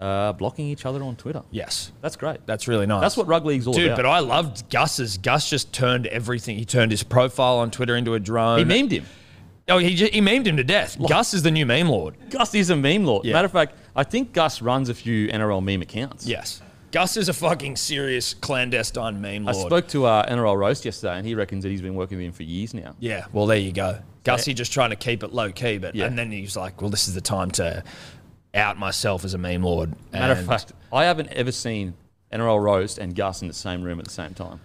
Speaker 1: uh, blocking each other on Twitter.
Speaker 3: yes,
Speaker 1: That's great.
Speaker 3: that's really nice.
Speaker 1: That's what rug league's all
Speaker 3: Dude,
Speaker 1: about.
Speaker 3: but I loved Gus's. Gus just turned everything. He turned his profile on Twitter into a drone.
Speaker 1: he memed him.
Speaker 3: Oh, he, ju- he memed him to death. Gus is the new meme lord.
Speaker 1: Gus is a meme lord.
Speaker 3: Yeah.
Speaker 1: Matter of fact, I think Gus runs a few NRL meme accounts.
Speaker 3: Yes. Gus is a fucking serious clandestine meme
Speaker 1: I
Speaker 3: lord.
Speaker 1: spoke to uh, NRL Roast yesterday, and he reckons that he's been working with him for years now.
Speaker 3: yeah, well, there you go. Gussie just trying to keep it low key, but
Speaker 1: Yeah.
Speaker 3: and then he's like, well, this is the time to out myself as a meme lord.
Speaker 1: Matter of
Speaker 3: And
Speaker 1: fact, I haven't ever seen NRL Roast and Gus in the same room at the same time.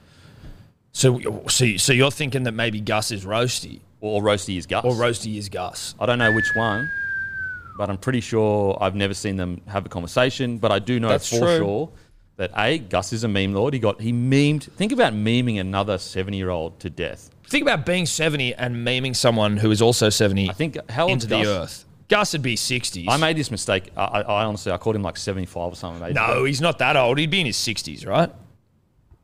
Speaker 3: So, so, so you're thinking that maybe Gus is Roasty
Speaker 1: Or, or Roasty is Gus.
Speaker 3: or Roasty is Gus.
Speaker 1: I don't know which one, but I'm pretty sure I've never seen them have a conversation. But I do know
Speaker 3: That's
Speaker 1: for
Speaker 3: true.
Speaker 1: sure that a Gus is a meme lord. He got he memed. Think about meming another seventy year old to death.
Speaker 3: Think about being 70 and memeing someone who is also 70
Speaker 1: I think how old's
Speaker 3: into the
Speaker 1: Gus?
Speaker 3: earth. Gus would be 60s.
Speaker 1: I made this mistake. I, I, I honestly I called him like seventy five or something. Maybe.
Speaker 3: no, he's not that old. He'd be in his 60s, right?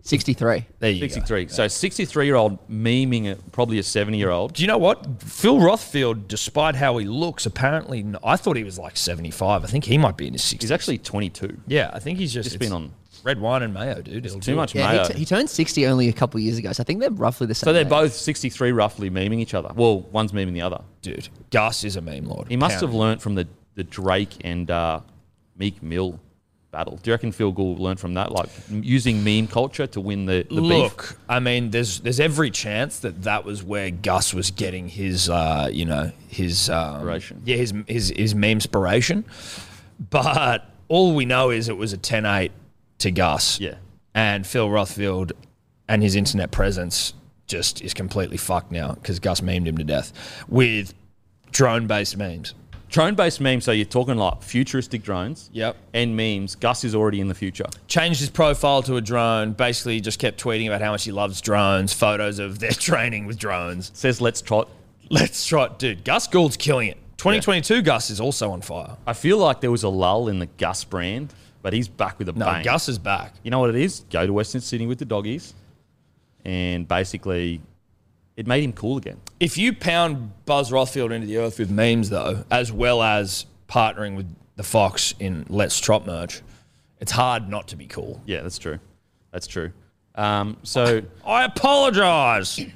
Speaker 2: 63.
Speaker 3: There you
Speaker 1: sixty
Speaker 3: go.
Speaker 1: three. So sixty three year old memeing a- probably a seventy year old.
Speaker 3: Do you know what? Phil Rothfield, despite how he looks, apparently n- I thought he was like 75. I think he might be in his 60s.
Speaker 1: He's actually twenty two.
Speaker 3: yeah, I think he's just,
Speaker 1: Just
Speaker 3: it's
Speaker 1: been on
Speaker 3: red wine and mayo, dude. It'll
Speaker 1: too
Speaker 3: do
Speaker 1: much
Speaker 3: it.
Speaker 2: Yeah,
Speaker 1: mayo.
Speaker 2: he, t- he turned 60 only a couple years ago, so I think they're roughly the same.
Speaker 1: so they're
Speaker 2: age.
Speaker 1: both sixty three roughly memeing each other. Well, one's memeing the other.
Speaker 3: dude. Gus is a meme lord.
Speaker 1: He must
Speaker 3: Pound.
Speaker 1: have learnt from the, the Drake and uh, Meek Mill battle. Do you reckon Phil Gould learned from that, like m- using meme culture to win the, the
Speaker 3: Look,
Speaker 1: beef?
Speaker 3: I mean, there's there's every chance that that was where Gus was getting his, uh, you know, his um,
Speaker 1: Inspiration.
Speaker 3: Yeah, his his his memespiration. But all we know is it was a 10-8 to Gus.
Speaker 1: Yeah.
Speaker 3: and Phil Rothfield and his internet presence just is completely fucked now because Gus memed him to death with drone-based memes.
Speaker 1: Drone-based memes. So you're talking like futuristic drones.
Speaker 3: Yep.
Speaker 1: And memes. Gus is already in the future.
Speaker 3: Changed his profile to a drone. Basically, just kept tweeting about how much he loves drones. Photos of their training with drones.
Speaker 1: Says let's trot.
Speaker 3: Let's try it, dude. Gus Gould's killing it. 2022 Gus is also on fire.
Speaker 1: I feel like there was a lull in the Gus brand, but he's back with a
Speaker 3: No,
Speaker 1: bang.
Speaker 3: Gus is back.
Speaker 1: You know what it is? Go to Western Sydney with the doggies, and basically, it made him cool again.
Speaker 3: If you pound Buzz Rothfield into the earth with memes, though, as well as partnering with the Fox in Let's Trot merch, it's hard not to be cool.
Speaker 1: Yeah, that's true. That's true. Um, so,
Speaker 3: I apologize.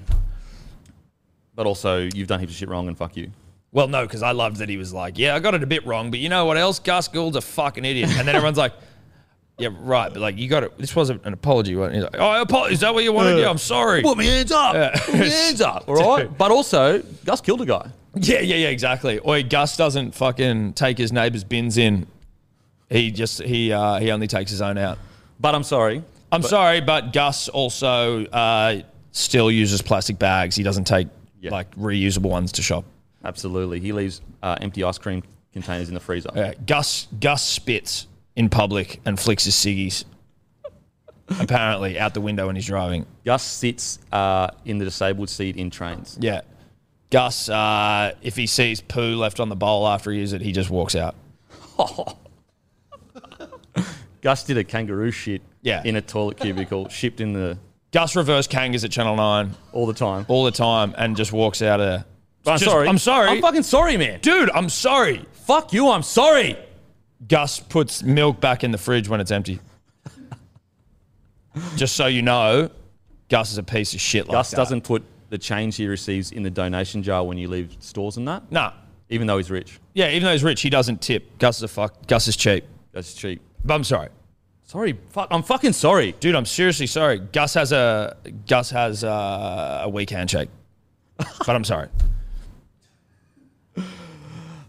Speaker 1: but also you've done heaps of shit wrong, and fuck you.
Speaker 3: Well, no, because I loved that he was like, yeah, I got it a bit wrong, but you know what else? Gus Gould's a fucking idiot. And then everyone's like, yeah, right, but like, you got it. This wasn't an apology. wasn't it?" He's like, oh, I apo- is that what you wanted? Yeah, I'm sorry.
Speaker 1: Put my hands up. Put my hands up. Uh, All right. But also, Gus killed a guy.
Speaker 3: Yeah, yeah, yeah, exactly. Oi, Gus doesn't fucking take his neighbor's bins in. He just he uh, he only takes his own out.
Speaker 1: But I'm sorry.
Speaker 3: I'm sorry, but Gus also uh, still uses plastic bags. He doesn't take
Speaker 1: Yeah.
Speaker 3: like reusable ones to shop.
Speaker 1: Absolutely. He leaves uh, empty ice cream containers in the freezer.
Speaker 3: Uh, Gus Gus spits in public and flicks his ciggies. Apparently, out the window when he's driving.
Speaker 1: Gus sits uh, in the disabled seat in trains.
Speaker 3: Yeah. Gus, uh, if he sees poo left on the bowl after he uses it, he just walks out.
Speaker 1: Gus did a kangaroo shit
Speaker 3: Yeah.
Speaker 1: in a toilet cubicle, shipped in the
Speaker 3: Gus reverse kangas at Channel 9
Speaker 1: all the time.
Speaker 3: all the time and just walks out of there.
Speaker 1: Oh, I'm
Speaker 3: Just-
Speaker 1: sorry.
Speaker 3: I'm sorry.
Speaker 1: I'm fucking sorry, man.
Speaker 3: Dude, I'm sorry.
Speaker 1: Fuck you. I'm sorry.
Speaker 3: Gus puts milk back in the fridge when it's empty. Just so you know, Gus is a piece of shit like
Speaker 1: Gus
Speaker 3: that.
Speaker 1: doesn't put the change he receives in the donation jar when you leave stores and that,
Speaker 3: Nah.
Speaker 1: even though he's rich.
Speaker 3: Yeah, even though he's rich, he doesn't tip. Gus is a fuck. Gus is cheap.
Speaker 1: That's cheap.
Speaker 3: But I'm sorry.
Speaker 1: Sorry. Fuck. I'm fucking sorry.
Speaker 3: Dude, I'm seriously sorry. Gus has a Gus has uh, a weak handshake. But I'm sorry.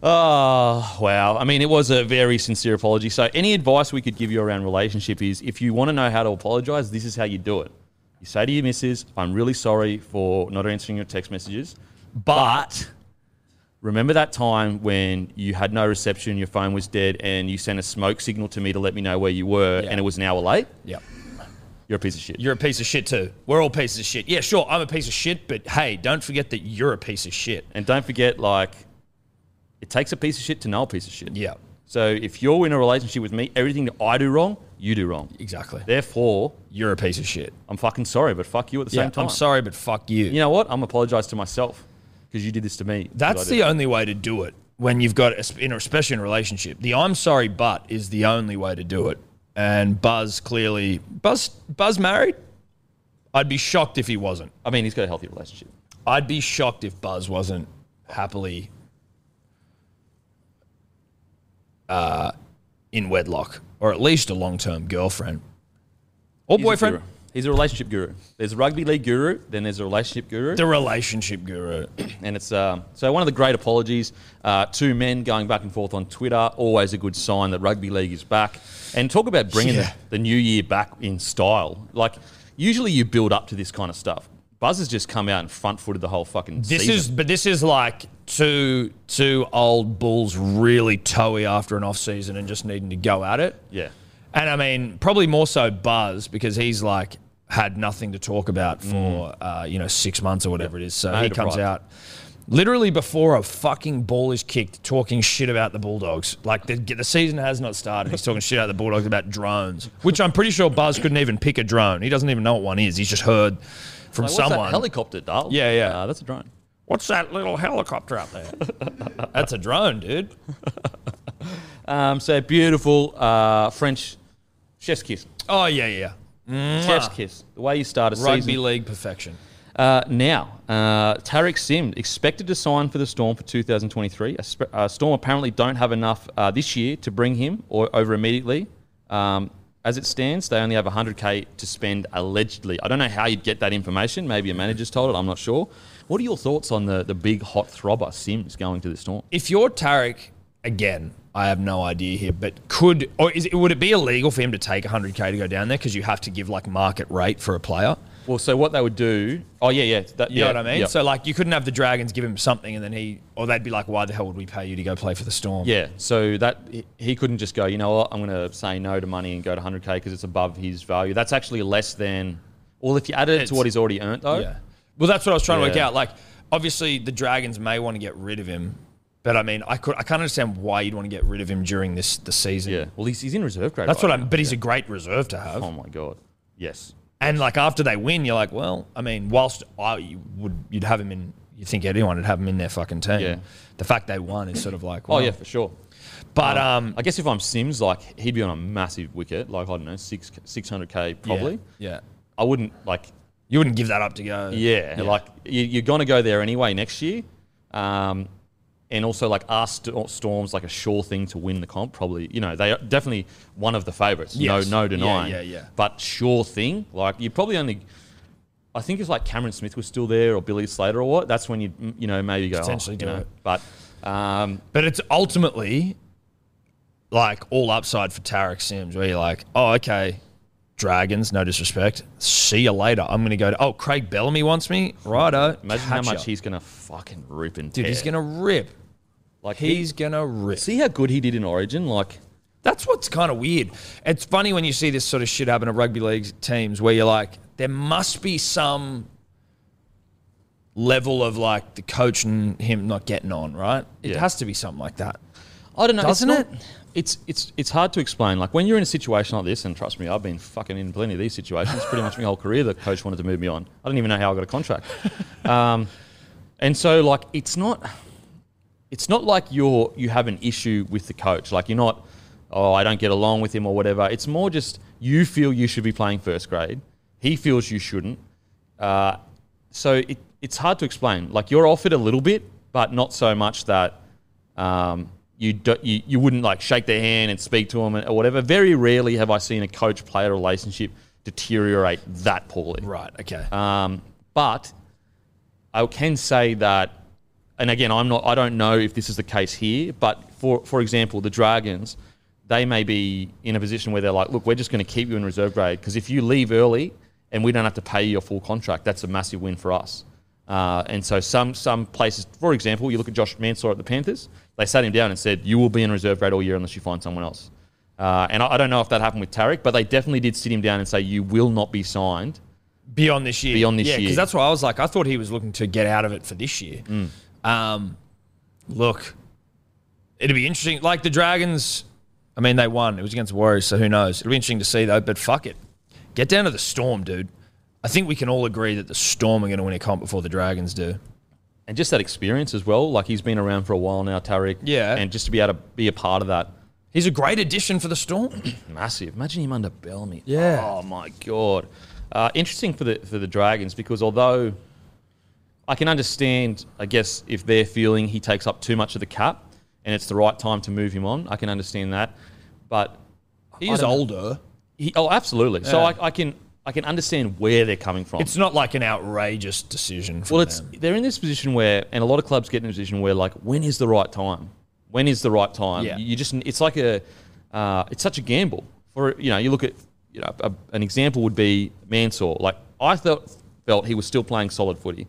Speaker 1: Oh, wow. I mean, it was a very sincere apology. So, any advice we could give you around relationship is if you want to know how to apologize, this is how you do it. You say to your missus, I'm really sorry for not answering your text messages, but remember that time when you had no reception, your phone was dead, and you sent a smoke signal to me to let me know where you were,
Speaker 3: Yeah.
Speaker 1: and it was an hour late?
Speaker 3: Yep.
Speaker 1: You're a piece of shit.
Speaker 3: You're a piece of shit too. We're all pieces of shit. Yeah, sure, I'm a piece of shit, but hey, don't forget that you're a piece of shit.
Speaker 1: and don't forget, like, it takes a piece of shit to know a piece of shit.
Speaker 3: Yeah.
Speaker 1: So, if you're in a relationship with me, everything that I do wrong, you do wrong.
Speaker 3: Exactly.
Speaker 1: Therefore,
Speaker 3: You're a piece of shit.
Speaker 1: I'm fucking sorry, but fuck you at the
Speaker 3: Yeah,
Speaker 1: same time.
Speaker 3: I'm sorry, but fuck you.
Speaker 1: You know what? I'm apologize to myself because you did this to me.
Speaker 3: That's the
Speaker 1: Did I do-
Speaker 3: only way to do it when you've got, in- especially in a relationship. The I'm sorry, but is the only way to do it. And Buzz clearly, Buzz, Buzz married. I'd be shocked if he wasn't.
Speaker 1: I mean, he's got a healthy relationship.
Speaker 3: I'd be shocked if Buzz wasn't happily uh, in wedlock, or at least a long-term girlfriend or
Speaker 1: He's a
Speaker 3: boyfriend.
Speaker 1: guru. He's a relationship guru. There's a rugby league guru, then there's a relationship guru,
Speaker 3: The relationship guru.
Speaker 1: and it's um, so one of the great apologies. Uh, two men going back and forth on Twitter, always a good sign that rugby league is back. And talk about bringing
Speaker 3: Yeah.
Speaker 1: the, the new year back in style. Like usually you build up to this kind of stuff. Buzz has just come out and front footed the whole fucking.
Speaker 3: This
Speaker 1: season.
Speaker 3: is, but this is like two two old bulls really toey after an off season and just needing to go at it.
Speaker 1: yeah.
Speaker 3: And I mean, probably more so Buzz because he's like had nothing to talk about
Speaker 1: Mm.
Speaker 3: for uh, you know six months or whatever it is. So
Speaker 1: No
Speaker 3: he comes
Speaker 1: deprived.
Speaker 3: out literally before a fucking ball is kicked, talking shit about the Bulldogs. Like the, the season has not started. He's talking shit about the Bulldogs about drones, which I'm pretty sure Buzz couldn't even pick a drone. He doesn't even know what one is. He's just heard from
Speaker 1: Like, what's
Speaker 3: someone.
Speaker 1: that helicopter, Darl?
Speaker 3: Yeah, yeah.
Speaker 1: Uh, that's a drone.
Speaker 3: What's that little helicopter out there? That's a drone, dude.
Speaker 1: Um, so beautiful uh, French chef's kiss.
Speaker 3: Oh yeah, yeah.
Speaker 1: Chef's kiss. The way you start a
Speaker 3: Rugby
Speaker 1: season.
Speaker 3: league perfection.
Speaker 1: Uh, now, uh, Tarek Sim expected to sign for the Storm for 2023. A sp- uh, Storm apparently don't have enough uh, this year to bring him or over immediately. Um, as it stands, they only have 100k to spend allegedly. I don't know how you'd get that information. Maybe a manager's told it. I'm not sure. What are your thoughts on the, the big hot throbber Sims going to the Storm?
Speaker 3: If you're Tarek, again, I have no idea here, but could or is it, would it be illegal for him to take 100k to go down there because you have to give like market rate for a player?
Speaker 1: Well, so what they would do? Oh yeah, yeah. That,
Speaker 3: You
Speaker 1: yeah,
Speaker 3: know what I mean?
Speaker 1: yeah.
Speaker 3: So like, you couldn't have the Dragons give him something and then he, or they'd be like, why the hell would we pay you to go play for the Storm?
Speaker 1: Yeah, so that he- he couldn't just go. You know what? I'm going to say no to money and go to 100k because it's above his value. That's actually less than. Well, if you added it to what he's already earned, though,
Speaker 3: Yeah. Well, that's what I was trying to work
Speaker 1: Yeah.
Speaker 3: out. Like, obviously, the Dragons may want to get rid of him, but I mean, I could I can't understand why you'd want to get rid of him during this the season.
Speaker 1: yeah. Well, he's, he's in reserve grade.
Speaker 3: That's
Speaker 1: right
Speaker 3: what I'm.
Speaker 1: now.
Speaker 3: But he's a great reserve to have.
Speaker 1: Oh my god. Yes.
Speaker 3: And like after they win, you're like, well, I mean, whilst I you would you'd have him in. You think anyone would have him in their fucking team.
Speaker 1: Yeah.
Speaker 3: The fact they won is sort of like,
Speaker 1: Oh
Speaker 3: well,
Speaker 1: yeah, Oh, for sure.
Speaker 3: But um,
Speaker 1: I guess if I'm Sims, like he'd be on a massive wicket, like I don't know, six 600k probably.
Speaker 3: yeah, yeah.
Speaker 1: I wouldn't like.
Speaker 3: you wouldn't give that up to go.
Speaker 1: Yeah, like you, you're going to go there anyway next year. Um, and also, like, are St- Storms like a sure thing to win the comp? Probably, you know, they are definitely one of the favourites.
Speaker 3: Yes.
Speaker 1: No, no
Speaker 3: Yeah,
Speaker 1: denying.
Speaker 3: yeah, yeah.
Speaker 1: But sure thing, like, you probably only. I think if like Cameron Smith was still there or Billy Slater or what, that's when you you know maybe go
Speaker 3: Potentially
Speaker 1: oh,
Speaker 3: do
Speaker 1: you know,
Speaker 3: it.
Speaker 1: But um,
Speaker 3: But it's ultimately like all upside for Tarek Sims, where you're like, oh, okay, Dragons, no disrespect. See you later. I'm going to go to, oh, Craig Bellamy wants me. Righto.
Speaker 1: imagine how
Speaker 3: Catch
Speaker 1: much
Speaker 3: ya.
Speaker 1: he's gonna fucking rip and
Speaker 3: Dude,
Speaker 1: tear.
Speaker 3: he's going to rip.
Speaker 1: Like he's
Speaker 3: He's gonna rip.
Speaker 1: see how good he did in Origin. Like
Speaker 3: That's what's kind of weird. It's funny when you see this sort of shit happen at rugby league teams where you're like, there must be some level of like the coach and him not getting on, right? It
Speaker 1: Yeah.
Speaker 3: has to be something like that.
Speaker 1: I don't know,
Speaker 3: Doesn't
Speaker 1: it's
Speaker 3: it?
Speaker 1: It's it's it's hard to explain. Like when you're in a situation like this, and trust me, I've been fucking in plenty of these situations. Pretty much my whole career, the coach wanted to move me on. I didn't even know how I got a contract. Um, and so like it's not it's not like you're you have an issue with the coach. Like you're not, oh, I don't get along with him or whatever. It's more just you feel you should be playing first grade. He feels you shouldn't. Uh, so it, it's hard to explain. Like you're offered a little bit, but not so much that um, you, do, you you wouldn't like shake their hand and speak to them or whatever. Very rarely have I seen a coach player relationship deteriorate that poorly.
Speaker 3: Right, okay.
Speaker 1: Um, but I can say that, and again, I'm not. I don't know if this is the case here. But for for example, the Dragons, they may be in a position where they're like, look, we're just going to keep you in reserve grade because if you leave early and we don't have to pay you your full contract, that's a massive win for us. Uh, and so some some places, for example, you look at Josh Mansour at the Panthers. They sat him down and said, "You will be in reserve grade all year unless you find someone else." Uh, and I, I don't know if that happened with Tarek, but they definitely did sit him down and say, "You will not be signed
Speaker 3: beyond this year.
Speaker 1: Beyond this
Speaker 3: yeah,
Speaker 1: year. Mm.
Speaker 3: because that's why I was like, I thought he was looking to get out of it for this year. Um, look, it'd be interesting. Like the Dragons, I mean, they won. It was against the Warriors, so who knows? It'll be interesting to see though. But fuck it, get down to the Storm, dude. I think we can all agree that the Storm are going to win a comp before the Dragons do.
Speaker 1: and just that experience as well. Like he's been around for a while now, Tariq.
Speaker 3: Yeah.
Speaker 1: and just to be able to be a part of that,
Speaker 3: He's a great addition for the Storm.
Speaker 1: massive. Imagine him under Bellamy.
Speaker 3: Yeah.
Speaker 1: Oh my god. Uh, interesting for the for the Dragons because although I can understand, I guess if they're feeling he takes up too much of the cap and it's the right time to move him on, I can understand that. But
Speaker 3: He
Speaker 1: I
Speaker 3: is
Speaker 1: don't know.
Speaker 3: older.
Speaker 1: he, oh, absolutely. So
Speaker 3: Yeah.
Speaker 1: I, I can I can understand where they're coming from.
Speaker 3: It's not like an outrageous decision. From
Speaker 1: Well, it's
Speaker 3: them.
Speaker 1: they're in this position where, and a lot of clubs get in a position where, like, when is the right time? When is the right time?
Speaker 3: Yeah.
Speaker 1: You just, it's like a, uh, it's such a gamble. For you know, you look at, you know, a, an example would be Mansour. Like, I felt felt he was still playing solid footy,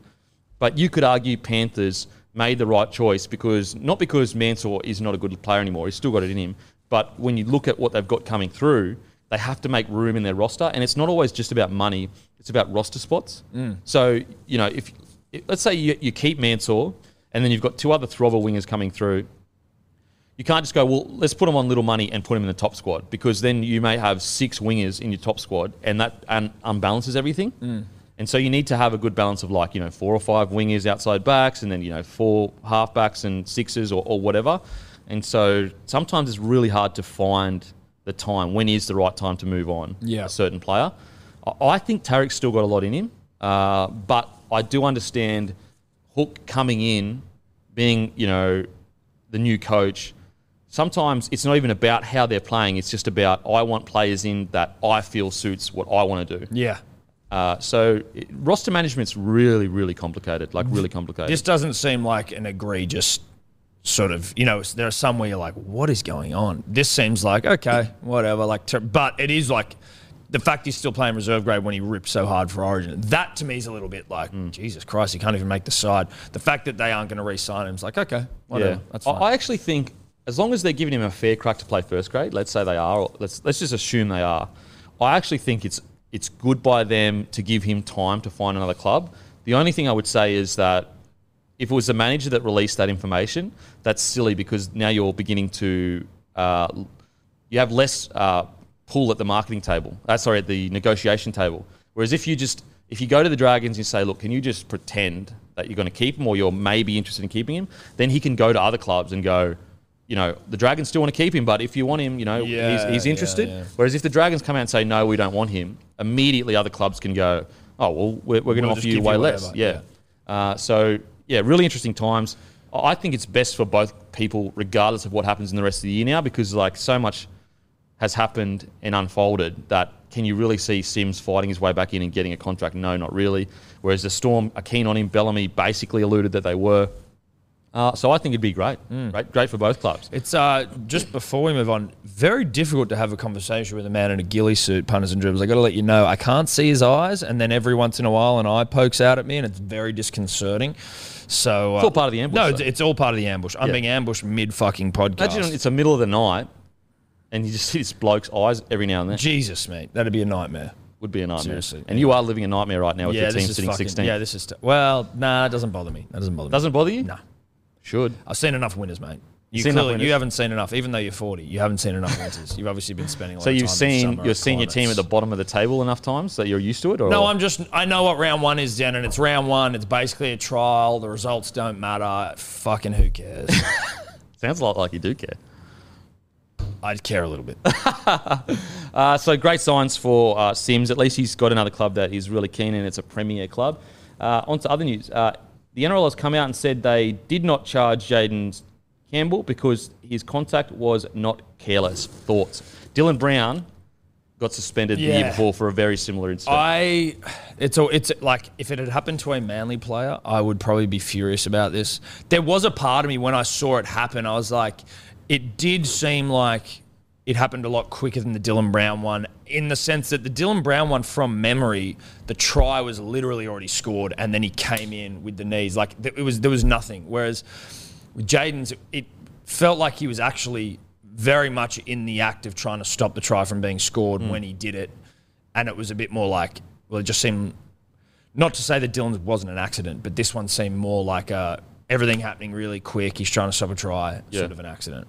Speaker 1: but you could argue Panthers made the right choice because not because Mansour is not a good player anymore. He's still got it in him, but when you look at what they've got coming through. They have to make room in their roster, and it's not always just about money. It's about roster spots. So you know, if it- let's say you, you keep Mansour, and then you've got two other Throver wingers coming through. You can't just go, well, let's put him on little money and put him in the top squad because then you may have six wingers in your top squad and that un- unbalances everything. And so you need to have a good balance of like, you know, four or five wingers outside backs and then, you know, four halfbacks and sixes or, or whatever. And so sometimes it's really hard to find the time. When is the right time to move on
Speaker 3: Yeah.
Speaker 1: a certain player? I- I think Tarek's still got a lot in him, uh, but I do understand Hook coming in, being, you know, the new coach. Sometimes it's not even about how they're playing. It's just about I want players in that I feel suits what I want to do.
Speaker 3: yeah.
Speaker 1: Uh, so it, roster management's really, really complicated. Like really complicated.
Speaker 3: This doesn't seem like an egregious sort of, you know, there are some where you're like, what is going on? This seems like, okay, whatever. Like, ter- but it is like the fact he's still playing reserve grade when he ripped so hard for Origin. That to me is a little bit like, Jesus Christ, he can't even make the side. The fact that they aren't going to re sign him is like, okay, whatever. That's
Speaker 1: I,
Speaker 3: fine.
Speaker 1: I actually think as long as they're giving him a fair crack to play first grade, let's say they are, or let's let's just assume they are. I actually think it's it's good by them to give him time to find another club. The only thing I would say is that if it was the manager that released that information, that's silly because now you're beginning to uh, you have less uh, pull at the marketing table. Uh, sorry, at the negotiation table. Whereas if you just if you go to the Dragons and say, look, can you just pretend that you're going to keep him or you're maybe interested in keeping him, then he can go to other clubs and go, you know, the Dragons still want to keep him, but if you want him, you know,
Speaker 3: Yeah,
Speaker 1: he's, he's
Speaker 3: yeah,
Speaker 1: interested.
Speaker 3: yeah.
Speaker 1: Whereas if the Dragons come out and say, no, we don't want him, immediately other clubs can go, oh, well, we're, we're going to
Speaker 3: We'll
Speaker 1: offer
Speaker 3: just
Speaker 1: you
Speaker 3: give
Speaker 1: way
Speaker 3: you
Speaker 1: less.
Speaker 3: whatever,
Speaker 1: Yeah.
Speaker 3: yeah.
Speaker 1: Uh, so yeah, really interesting times. I I think it's best for both people, regardless of what happens in the rest of the year now, because like so much has happened and unfolded that can you really see Sims fighting his way back in and getting a contract? No, not really. Whereas the Storm are keen on him. Bellamy basically alluded that they were. Uh, so I think it'd be great. Great, great for both clubs.
Speaker 3: It's uh, just before we move on, very difficult to have a conversation with a man in a ghillie suit, punters and dribblers. I got to let you know, I can't see his eyes, and then every once in a while, an eye pokes out at me, and it's very disconcerting. So uh,
Speaker 1: all part of the ambush,
Speaker 3: No,
Speaker 1: though.
Speaker 3: it's, it's all part of the ambush. I'm
Speaker 1: Yeah.
Speaker 3: being ambushed mid fucking podcast.
Speaker 1: Imagine it's the middle of the night and you just see this bloke's eyes every now and then.
Speaker 3: Jesus, mate, that'd be a nightmare.
Speaker 1: would be a nightmare.
Speaker 3: Seriously.
Speaker 1: And you are living a nightmare right now with your team
Speaker 3: is
Speaker 1: sitting
Speaker 3: fucking-
Speaker 1: 16.
Speaker 3: Yeah, this is t- well, nah, it doesn't bother me. That doesn't bother me.
Speaker 1: Doesn't bother you?
Speaker 3: Nah.
Speaker 1: Should.
Speaker 3: I've seen enough winners, mate. You
Speaker 1: Seen enough
Speaker 3: clearly
Speaker 1: winners.
Speaker 3: you haven't seen enough, even though you're 40. You haven't seen enough winters. You've obviously been spending. A lot
Speaker 1: So
Speaker 3: of
Speaker 1: you've
Speaker 3: time this
Speaker 1: seen
Speaker 3: summer
Speaker 1: you're seeing your team at
Speaker 3: climates.
Speaker 1: the bottom of the table enough times that you're used to it, or
Speaker 3: No, I'm just. I know what round one is, Dan, and it's round one. It's basically a trial. The results don't matter. Fucking who cares?
Speaker 1: sounds like like you do care.
Speaker 3: I'd care a little bit.
Speaker 1: Uh, so great signs for uh, Sims. At least he's got another club that he's really keen, and it's a premier club. Uh, on to other news. Uh, the NRL has come out and said they did not charge Jaden Campbell because his contact was not careless. Thoughts? Dylan Brown got suspended the year
Speaker 3: Yeah.
Speaker 1: before for a very similar incident.
Speaker 3: I, it's all, it's like if it had happened to a manly player, I would probably be furious about this. There was a part of me when I saw it happen, I was like, it did seem like it happened a lot quicker than the Dylan Brown one, in the sense that the Dylan Brown one, from memory, the try was literally already scored, and then he came in with the knees, like th- it was there was nothing. Whereas with Jaden's, it felt like he was actually very much in the act of trying to stop the try from being scored
Speaker 1: Mm.
Speaker 3: when he did it and it was a bit more like well it just seemed not to say that Dylan's wasn't an accident but this one seemed more like a everything happening really quick he's trying to stop a try
Speaker 1: Yeah.
Speaker 3: sort of an accident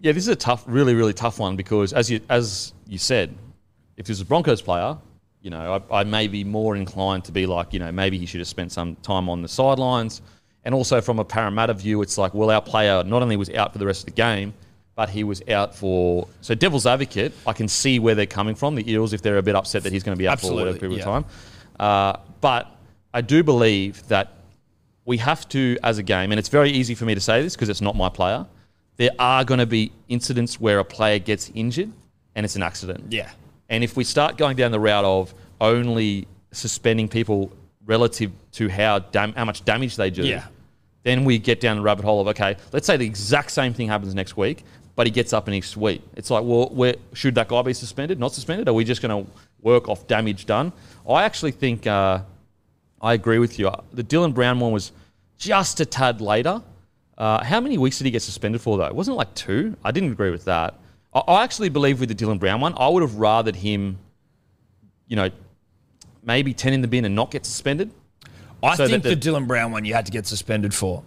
Speaker 1: Yeah, this is a tough, really, really tough one because, as you as you said, if he was a Broncos player, you know, I, I may be more inclined to be like, you know, maybe he should have spent some time on the sidelines. And also from a Parramatta view, it's like, well, our player not only was out for the rest of the game, but he was out for. So, devil's advocate, I can see where they're coming from. The Eels, if they're a bit upset that he's going to be out for whatever period
Speaker 3: Absolutely,
Speaker 1: of
Speaker 3: yeah.
Speaker 1: time. Uh, but I do believe that we have to, as a game, and it's very easy for me to say this because it's not my player. There are going to be incidents where a player gets injured and it's an accident.
Speaker 3: Yeah.
Speaker 1: And if we start going down the route of only suspending people relative to how dam- how much damage they do,
Speaker 3: Yeah.
Speaker 1: then we get down the rabbit hole of okay, let's say the exact same thing happens next week, but he gets up and he's sweet. It's like, well, where, should that guy be suspended? Not suspended? Are we just going to work off damage done? I actually think uh, I agree with you. Uh, The Dylan Brown one was just a tad later. Uh, how many weeks did he get suspended for though? Wasn't it like two? I didn't agree with that. I, I actually believe with the Dylan Brown one, I would have rathered him, you know, maybe ten in the bin and not get suspended.
Speaker 3: I
Speaker 1: So
Speaker 3: think
Speaker 1: that
Speaker 3: the,
Speaker 1: the-
Speaker 3: Dylan Brown one you had to get suspended for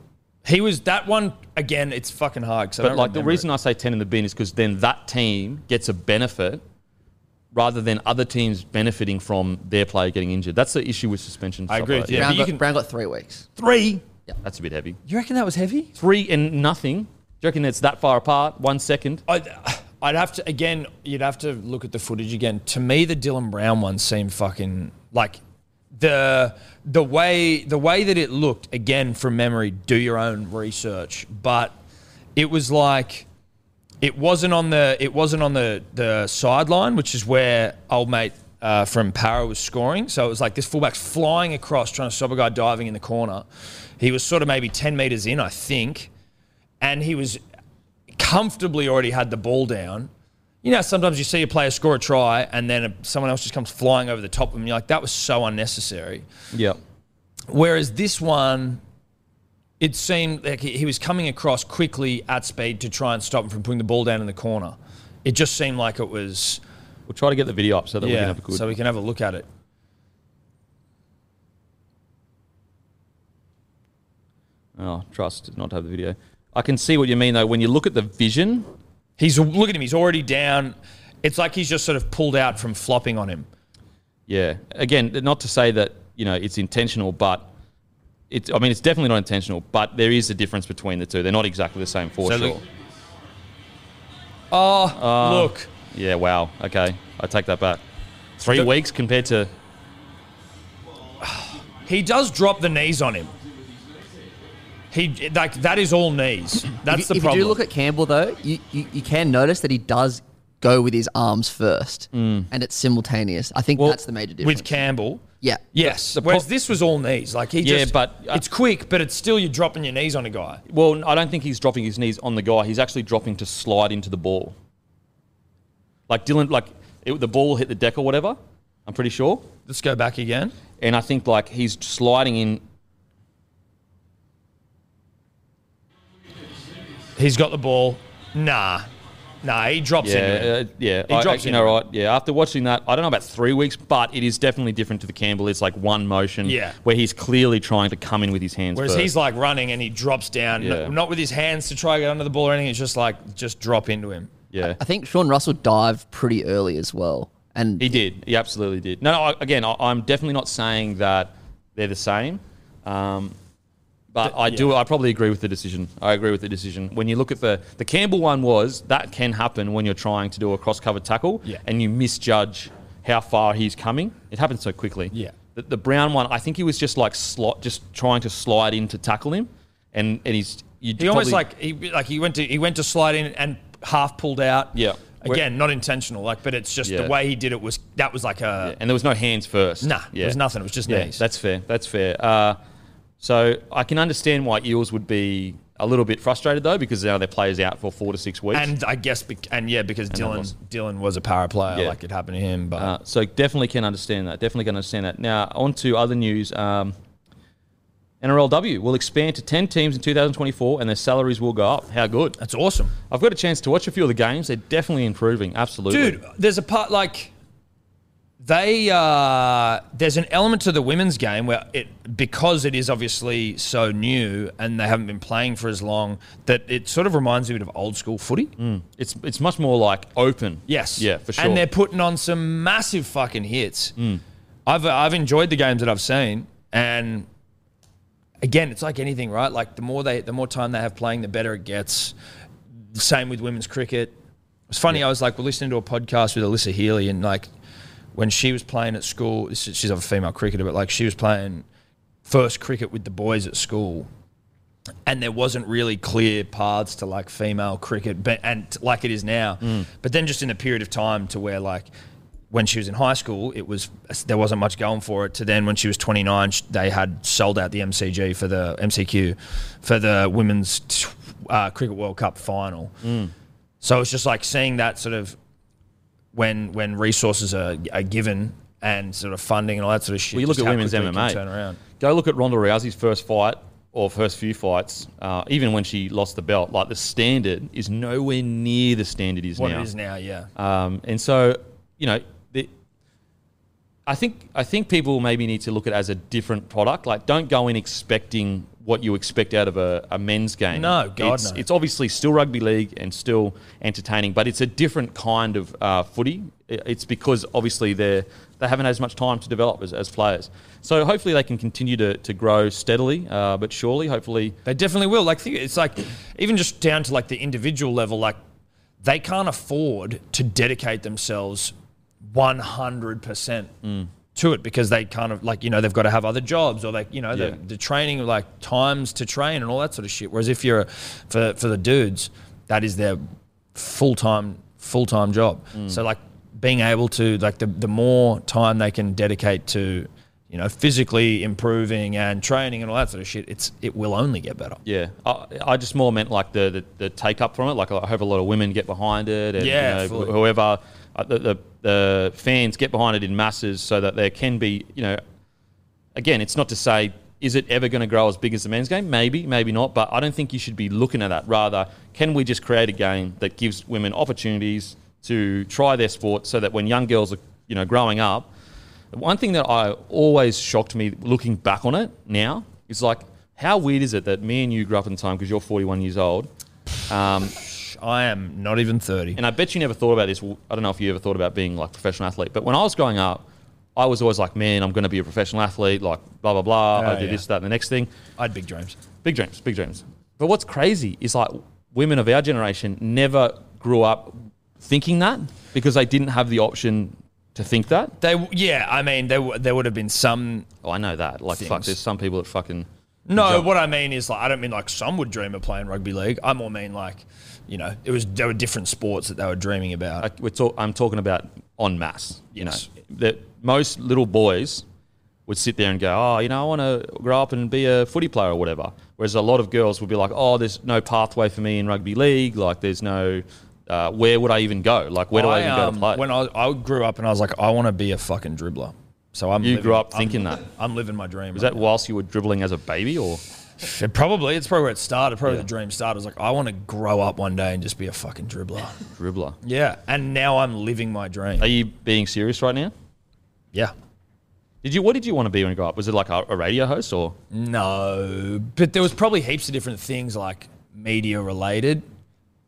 Speaker 3: he was that one again it's fucking hard 'cause I
Speaker 1: But
Speaker 3: don't
Speaker 1: like the
Speaker 3: remember
Speaker 1: reason
Speaker 3: it.
Speaker 1: I say ten in the bin is because then that team gets a benefit rather than other teams benefiting from their player getting injured. That's the issue with suspension.
Speaker 3: I
Speaker 1: stuff
Speaker 3: agree
Speaker 1: like
Speaker 3: with
Speaker 1: that.
Speaker 3: you. Yeah,
Speaker 2: Brown,
Speaker 3: but
Speaker 2: got,
Speaker 3: can-
Speaker 2: Brown got three weeks.
Speaker 3: three
Speaker 1: That's a bit heavy.
Speaker 3: you reckon that was heavy
Speaker 1: Three and nothing. Do you reckon it's that far apart? One second.
Speaker 3: I'd, I'd have to again. You'd have to look at the footage again. To me, the Dylan Brown one seemed fucking like the the way the way that it looked again from memory. Do your own research, but it was like it wasn't on the it wasn't on the the sideline, which is where old mate uh, from Para was scoring. So it was like this fullback's flying across, trying to stop a guy diving in the corner. He was sort of maybe ten meters in, I think, and he was comfortably already had the ball down. You know, sometimes you see a player score a try and then someone else just comes flying over the top of them. You're like, that was so unnecessary.
Speaker 1: Yeah.
Speaker 3: Whereas this one, it seemed like he he was coming across quickly at speed to try and stop him from putting the ball down in the corner. It just seemed like it was,
Speaker 1: We'll try to get the video up so that we can
Speaker 3: yeah.
Speaker 1: have a good.
Speaker 3: so we can have a look at it.
Speaker 1: oh, trust did not have the video. I can see what you mean though. When you look at the vision,
Speaker 3: He's look at him. He's already down. It's like he's just sort of pulled out from flopping on him.
Speaker 1: yeah. Again, not to say that you know it's intentional, but it's. I mean, it's definitely not intentional, but there is a difference between the two. They're not exactly the same for
Speaker 3: So
Speaker 1: sure. Uh,
Speaker 3: look- Oh, look.
Speaker 1: yeah. Wow. Okay. I take that back. Three
Speaker 3: The-
Speaker 1: weeks compared to
Speaker 3: He does drop the knees on him. He like that is all knees. That's
Speaker 2: if,
Speaker 3: the
Speaker 2: if
Speaker 3: problem.
Speaker 2: you do look at Campbell though, you, you, you can notice that he does
Speaker 3: Hmm.
Speaker 2: go with his arms first, and it's simultaneous. I think that's the major difference.
Speaker 3: with Campbell.
Speaker 2: Yeah.
Speaker 3: Yes.
Speaker 1: The
Speaker 3: Whereas
Speaker 1: pro-
Speaker 3: this was all knees. Like he
Speaker 1: Yeah,
Speaker 3: just,
Speaker 1: but, uh,
Speaker 3: it's quick, but it's still you're dropping your knees on a guy.
Speaker 1: Well, I don't think he's dropping his knees on the guy. He's actually dropping to slide into the ball. Like Dylan, like it, the ball hit the deck or whatever. I'm pretty sure.
Speaker 3: Let's go back again.
Speaker 1: And I think like he's sliding in.
Speaker 3: He's got the ball. Nah, nah. He drops into it.
Speaker 1: Yeah, uh, yeah.
Speaker 3: He
Speaker 1: I,
Speaker 3: drops
Speaker 1: you
Speaker 3: into
Speaker 1: know,
Speaker 3: it.
Speaker 1: right? Yeah. After watching that, I don't know about three weeks, but it is definitely different to the Campbell. It's like one motion.
Speaker 3: Yeah.
Speaker 1: Where he's clearly trying to come in with his hands.
Speaker 3: Whereas
Speaker 1: first.
Speaker 3: he's like running and he drops down, n-
Speaker 1: Yeah.
Speaker 3: not with his hands to try and get under the ball or anything. It's just like just drop into him.
Speaker 1: yeah.
Speaker 2: I think Sean Russell dived pretty early as well. And
Speaker 1: He did. He absolutely did. No, no I, again, I, I'm definitely not saying that they're the same, um, but I do. I probably agree with the decision. I agree with the decision. When you look at the the Campbell one, was that can happen when you're trying to do a cross cover tackle
Speaker 3: Yeah.
Speaker 1: and you misjudge how far he's coming. It happens so quickly.
Speaker 3: Yeah.
Speaker 1: The, the Brown one, I think he was just like slot, just trying to slide in to tackle him, and and he's you
Speaker 3: He almost like he like he went to he went to slide in and half pulled out.
Speaker 1: Yeah.
Speaker 3: Again, not intentional. Like, but it's just
Speaker 1: Yeah.
Speaker 3: the way he did it was that was like a
Speaker 1: and there was no hands first.
Speaker 3: nah. It was nothing. It was just
Speaker 1: Yeah,
Speaker 3: knees.
Speaker 1: that's fair. That's fair. Uh, so I can understand why Eels would be a little bit frustrated though, because now their players out for four to six weeks.
Speaker 3: and I guess bec- and yeah because Dylan
Speaker 1: was-
Speaker 3: Dylan was a power player.
Speaker 1: Yeah.
Speaker 3: Like it happened to him, but
Speaker 1: uh, so definitely can understand that. Definitely can understand that. Now on to other news. Um, NRLW will expand to ten teams in 2024, and their salaries will go up. How good!
Speaker 3: that's awesome.
Speaker 1: I've got a chance to watch a few of the games. They're definitely improving. Absolutely,
Speaker 3: dude there's a part like they uh there's an element to the women's game where it because it is obviously so new and they haven't been playing for as long that it sort of reminds me a bit of old school footy
Speaker 1: It's it's much more like open.
Speaker 3: yes
Speaker 1: yeah, for sure.
Speaker 3: and they're putting on some massive fucking hits i've uh, i've enjoyed the games that i've seen and again it's like anything right like the more they the more time they have playing the better it gets same with women's cricket. It's funny. I was like listening to a podcast with Alyssa Healy, and like when she was playing at school, this is- she's a female cricketer, but like she was playing first cricket with the boys at school, and there wasn't really clear paths to like female cricket, but and like it is now.
Speaker 1: Mm.
Speaker 3: But then just in a period of time to where like. When she was in high school, it was there wasn't much going for it. To then, when she was 29, sh- they had sold out the MCG for the MCQ for the women's t- uh, cricket World Cup final.
Speaker 1: Mm.
Speaker 3: So it's just like seeing that sort of when when resources are, are given and sort of funding and all that sort of shit.
Speaker 1: Well, you look
Speaker 3: just
Speaker 1: at
Speaker 3: how
Speaker 1: women's
Speaker 3: quickly it can
Speaker 1: MMA.
Speaker 3: turn around.
Speaker 1: Go look at Ronda Rousey's first fight or first few fights, uh, even when she lost the belt. Like the standard is nowhere near the standard is
Speaker 3: What
Speaker 1: now.
Speaker 3: it is now, yeah.
Speaker 1: Um, and so, you know, the, I think I think people maybe need to look at it as a different product. Like, don't go in expecting what you expect out of a, a men's game.
Speaker 3: No, God,
Speaker 1: it's,
Speaker 3: no.
Speaker 1: It's obviously still rugby league and still entertaining, but it's a different kind of uh, footy. I- It's because obviously they they haven't had as much time to develop as, as players. So hopefully they can continue to, to grow steadily, uh, but surely. Hopefully,
Speaker 3: They definitely will. Like think- it's like even just down to like the individual level, like they can't afford to dedicate themselves one hundred percent
Speaker 1: Mm.
Speaker 3: to it because they kind of like you know they've got to have other jobs or they you know
Speaker 1: Yeah.
Speaker 3: the, the training like times to train and all that sort of shit. Whereas if you're a, for for the dudes, that is their full time full time job.
Speaker 1: Mm.
Speaker 3: So like being able to like the the more time they can dedicate to you know physically improving and training and all that sort of shit, it's it will only get better.
Speaker 1: Yeah, I, I just more meant like the, the, the take up from it. Like I hope a lot of women get behind it, and
Speaker 3: Yeah,
Speaker 1: you know,
Speaker 3: fully.
Speaker 1: wh- whoever uh, the, the the fans get behind it in masses, so that there can be you know, again, it's not to say is it ever going to grow as big as the men's game? Maybe, maybe not. But I don't think you should be looking at that. Rather, can we just create a game that gives women opportunities to try their sport, so that when young girls are you know growing up, one thing that I always shocked me looking back on it now is like, how weird is it that me and you grew up in time because you're 41 years old? Um,
Speaker 3: I am not even thirty.
Speaker 1: and I bet you never thought about this. Well, I don't know if you ever thought about being like a professional athlete, but when I was growing up, I was always like, man, I'm going to be a professional athlete, like blah, blah, blah.
Speaker 3: Oh,
Speaker 1: I do
Speaker 3: yeah.
Speaker 1: this, that, and the next thing.
Speaker 3: I had big dreams.
Speaker 1: Big dreams, big dreams. But what's crazy is like women of our generation never grew up thinking that because they didn't have the option to think that.
Speaker 3: They yeah, I mean there w- there would have been some.
Speaker 1: Oh, I know that. Like, fuck,
Speaker 3: Things.
Speaker 1: there's some people that fucking.
Speaker 3: No,
Speaker 1: job.
Speaker 3: what I mean is like I don't mean like some would dream of playing rugby league. I more mean like you know it was there were different sports that they were dreaming about.
Speaker 1: I, we're talk, I'm talking about en masse. You
Speaker 3: Yes.
Speaker 1: know that most little boys would sit there and go, oh, you know, I want to grow up and be a footy player or whatever. Whereas a lot of girls would be like, oh, there's no pathway for me in rugby league. Like, there's no, uh, where would I even go? Like, where do I, even go to
Speaker 3: um,
Speaker 1: play?
Speaker 3: When I, I grew up and I was like, I want to be a fucking dribbler. So I'm.
Speaker 1: You
Speaker 3: living-
Speaker 1: grew up
Speaker 3: I'm-
Speaker 1: thinking that.
Speaker 3: I'm living my dream.
Speaker 1: was
Speaker 3: right
Speaker 1: that whilst you were dribbling as a baby or?
Speaker 3: It probably it's probably where it started. Probably the dream started. I was like, I want to grow up one day and just be a fucking dribbler.
Speaker 1: dribbler.
Speaker 3: yeah, and now I'm living my dream.
Speaker 1: Are you being serious right now?
Speaker 3: Yeah.
Speaker 1: Did you? What did you want to be when you grew up? Was it like a, a radio host or?
Speaker 3: No, but there was probably heaps of different things like media related.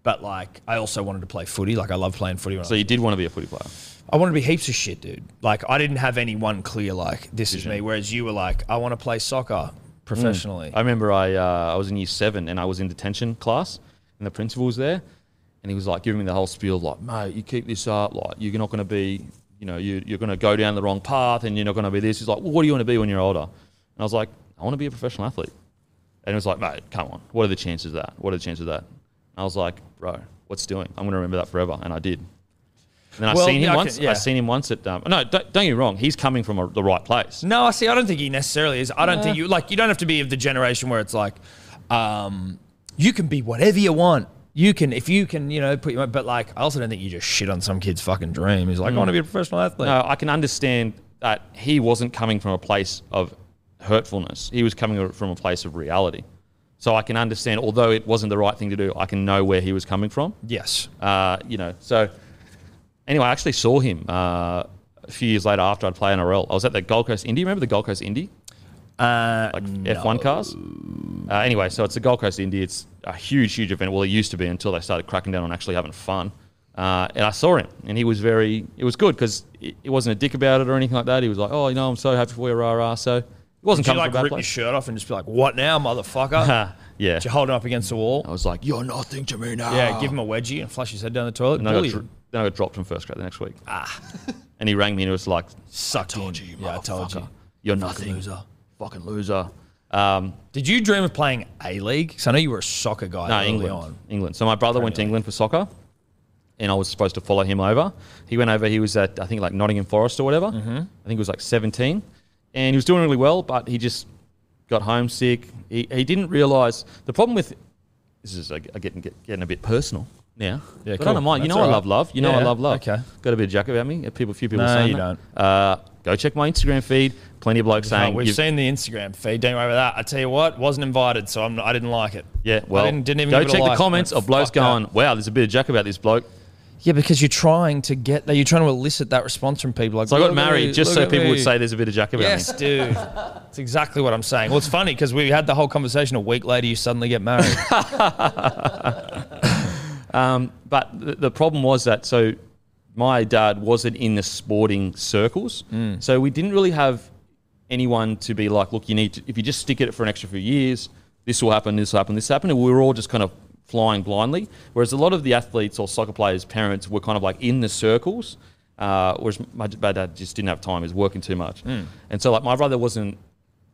Speaker 3: But like, I also wanted to play footy. Like, I love playing footy. When I,
Speaker 1: So you did want to be a footy player.
Speaker 3: I wanted to be heaps of shit, dude. Like, I didn't have any one clear like this is me. Whereas you were like, I want to play
Speaker 1: Hmm.
Speaker 3: soccer professionally.
Speaker 1: I remember I uh, I was in year seven and I was in detention class and the principal was there and he was like giving me the whole spiel of like, mate, you keep this up, like you're not going to be, you know, you, you're going to go down the wrong path and you're not going to be this. He's like, well, what do you want to be when you're older? And I was like, I want to be a professional athlete. And he was like, mate, come on, what are the chances of that? What are the chances of that? And I was like, bro, what's doing? I'm going to remember that forever, and I did. And then I
Speaker 3: Well,
Speaker 1: seen him
Speaker 3: yeah, I
Speaker 1: once.
Speaker 3: can- yeah.
Speaker 1: I seen him once at um, no, don't, don't get me wrong. He's coming from a, the right place.
Speaker 3: No, I see. I don't think he necessarily is. I don't think you like. You don't have to be of the generation where it's like, um, you can be whatever you want. You can if you can, you know, put your. But like, I also don't think you just shit on some kid's fucking dream. He's like, I want to be a professional athlete.
Speaker 1: Hmm. No, I can understand that he wasn't coming from a place of hurtfulness. He was coming from a place of reality. So I can understand, although it wasn't the right thing to do, I can know where he was coming from.
Speaker 3: Yes.
Speaker 1: Uh, you know, so anyway, I actually saw him uh, a few years later after I'd played NRL. I was at the Gold Coast Indy. Remember the Gold Coast Indy?
Speaker 3: Uh,
Speaker 1: like F1 cars. Uh, anyway, so it's the Gold Coast Indy. It's a huge, huge event. Well, it used to be until they started cracking down on actually having fun. Uh, and I saw him, and he was very. It was good because it, it wasn't a dick about it or anything like that. He was like, "Oh, you know, I'm so happy for you, rah rah." So it wasn't
Speaker 3: did you
Speaker 1: coming from
Speaker 3: like
Speaker 1: a bad
Speaker 3: rip your
Speaker 1: place.
Speaker 3: shirt off and just be like, "What now, motherfucker?"
Speaker 1: Uh, yeah,
Speaker 3: Did you hold it up against the wall?
Speaker 1: I was like, "You're nothing to me now."
Speaker 3: Yeah, give him a wedgie and flush his head down the toilet.
Speaker 1: And I got
Speaker 3: Bully
Speaker 1: dr-
Speaker 3: him.
Speaker 1: then I got dropped from first grade the next week. Ah. and he rang me and it was like,
Speaker 3: Sucked in. yeah, I told you.
Speaker 1: "You're nothing,
Speaker 3: loser.
Speaker 1: fucking loser." Um,
Speaker 3: Did you dream of playing A League? Because I know you were a soccer guy.
Speaker 1: No,
Speaker 3: early
Speaker 1: England.
Speaker 3: On.
Speaker 1: England. So my brother went to England for soccer, and I was supposed to follow him over. He went over. He was at I think like Nottingham Forest or whatever.
Speaker 3: Mm-hmm.
Speaker 1: I think it was like 17, and he was doing really well, but he just got homesick. He, he didn't realise the problem with this is I get- getting get, getting a bit personal now.
Speaker 3: Yeah,
Speaker 1: but
Speaker 3: cool.
Speaker 1: I don't mind. You
Speaker 3: That's
Speaker 1: know I
Speaker 3: all right.
Speaker 1: love love. You know I
Speaker 3: Yeah,
Speaker 1: love love.
Speaker 3: okay.
Speaker 1: Got a bit of jack about me. People, a few people
Speaker 3: No,
Speaker 1: saying
Speaker 3: you
Speaker 1: that. Uh, go check my Instagram feed. Plenty of blokes
Speaker 3: Oh,
Speaker 1: saying
Speaker 3: we've
Speaker 1: you've-
Speaker 3: seen the Instagram feed. Don't worry about that. I tell you what, wasn't invited, so I'm not, I didn't like it.
Speaker 1: Yeah, well,
Speaker 3: I didn't, didn't even
Speaker 1: go
Speaker 3: give it a
Speaker 1: check the
Speaker 3: like.
Speaker 1: comments
Speaker 3: Went,
Speaker 1: of blokes
Speaker 3: "Fuck that."
Speaker 1: going, "Wow, there's a bit of jack about this bloke."
Speaker 3: Yeah, because you're trying to get that. You're trying to elicit that response from people. Like,
Speaker 1: So I got
Speaker 3: "Look at
Speaker 1: married
Speaker 3: me,
Speaker 1: just
Speaker 3: look
Speaker 1: so
Speaker 3: at
Speaker 1: people would
Speaker 3: me."
Speaker 1: say there's a bit of jack about
Speaker 3: Yes,
Speaker 1: me.
Speaker 3: dude. That's exactly what I'm saying. Well, it's funny because we had the whole conversation a week later. You suddenly get married.
Speaker 1: But the, the problem was that so my dad wasn't in the sporting circles, so we didn't really have anyone to be like, look, you need to if you just stick at it for an extra few years, this will happen, this will happen, this will happen, and we were all just kind of flying blindly. Whereas a lot of the athletes or soccer players' parents were kind of like in the circles. Uh, whereas my, my dad just didn't have time; he was working too much, and so like my brother wasn't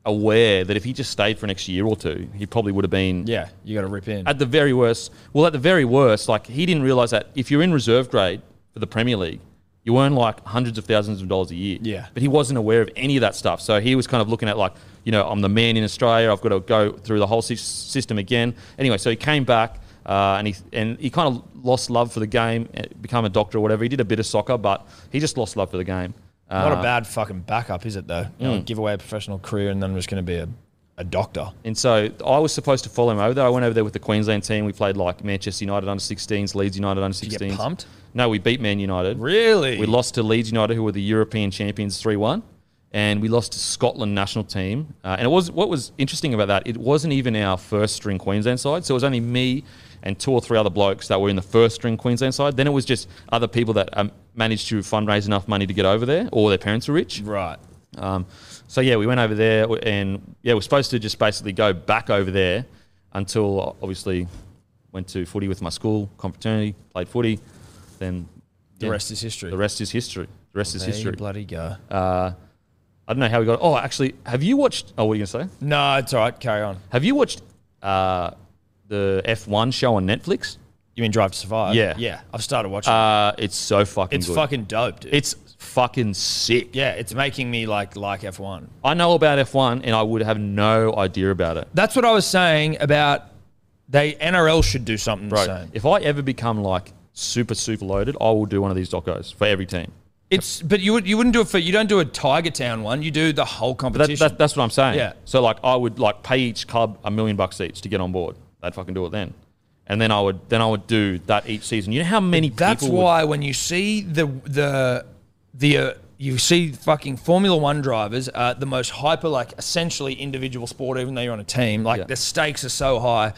Speaker 1: aware that if he just stayed for an extra year or two, he probably would have been
Speaker 3: yeah, you got to rip in.
Speaker 1: at the very worst, well, at the very worst, like he didn't realize that if you're in reserve grade for the Premier League, you earn like hundreds of thousands of dollars a year.
Speaker 3: Yeah.
Speaker 1: But he wasn't aware of any of that stuff. So he was kind of looking at like, you know, I'm the man in Australia. I've got to go through the whole sy- system again. Anyway, so he came back uh, and he and he kind of lost love for the game, eh, become a doctor or whatever. He did a bit of soccer, but he just lost love for the game. Uh,
Speaker 3: Not a bad fucking backup, is it though? You
Speaker 1: Hmm.
Speaker 3: know, give away a professional career and then I'm just going to be a, a doctor.
Speaker 1: And so I was supposed to follow him over there. I went over there with the Queensland team. We played like Manchester United under 16s, Leeds United under 16s.
Speaker 3: you get pumped?
Speaker 1: No, we beat Man United.
Speaker 3: Really?
Speaker 1: We lost to Leeds United, who were the European champions, 3 1. And we lost to Scotland national team. Uh, and it was what was interesting about that, it wasn't even our first string Queensland side. So it was only me and two or three other blokes that were in the first string Queensland side. Then it was just other people that um, managed to fundraise enough money to get over there, or their parents were rich.
Speaker 3: Right.
Speaker 1: Um, so yeah, we went over there, and yeah, we're supposed to just basically go back over there until obviously went to footy with my school confraternity, played footy, then
Speaker 3: The
Speaker 1: yeah,
Speaker 3: rest is history.
Speaker 1: the rest is history. The rest is
Speaker 3: There you
Speaker 1: history. Uh,
Speaker 3: bloody go.
Speaker 1: I don't know how we got. Oh, actually, have you watched? Oh, what are you gonna say?
Speaker 3: no, it's all right. Carry on.
Speaker 1: Have you watched uh, the F1 show on Netflix?
Speaker 3: You mean Drive to Survive?
Speaker 1: Yeah.
Speaker 3: yeah. I've started watching. it.
Speaker 1: Uh, it's so fucking
Speaker 3: It's
Speaker 1: good.
Speaker 3: fucking dope, dude.
Speaker 1: it's fucking sick.
Speaker 3: yeah, it's making me like like F one.
Speaker 1: I know about F1 and I would have no idea about it.
Speaker 3: That's what I was saying about they NRL should do something
Speaker 1: Bro,
Speaker 3: the same.
Speaker 1: if I ever become like super, super loaded, I will do one of these docos for every team.
Speaker 3: It's but you would you wouldn't do it for you don't do a Tiger Town one. You do the whole
Speaker 1: But that,
Speaker 3: competition.
Speaker 1: that, that's what I'm saying.
Speaker 3: Yeah.
Speaker 1: So like I would like pay each club a million bucks each to get on board. They'd fucking do it then. And then I would then I would do that each season. You know how many
Speaker 3: That's
Speaker 1: people would-
Speaker 3: why when you see the the the uh, you see fucking Formula One drivers are the most hyper like essentially individual sport, even though you're on a team. Like
Speaker 1: Yeah.
Speaker 3: the stakes are so high.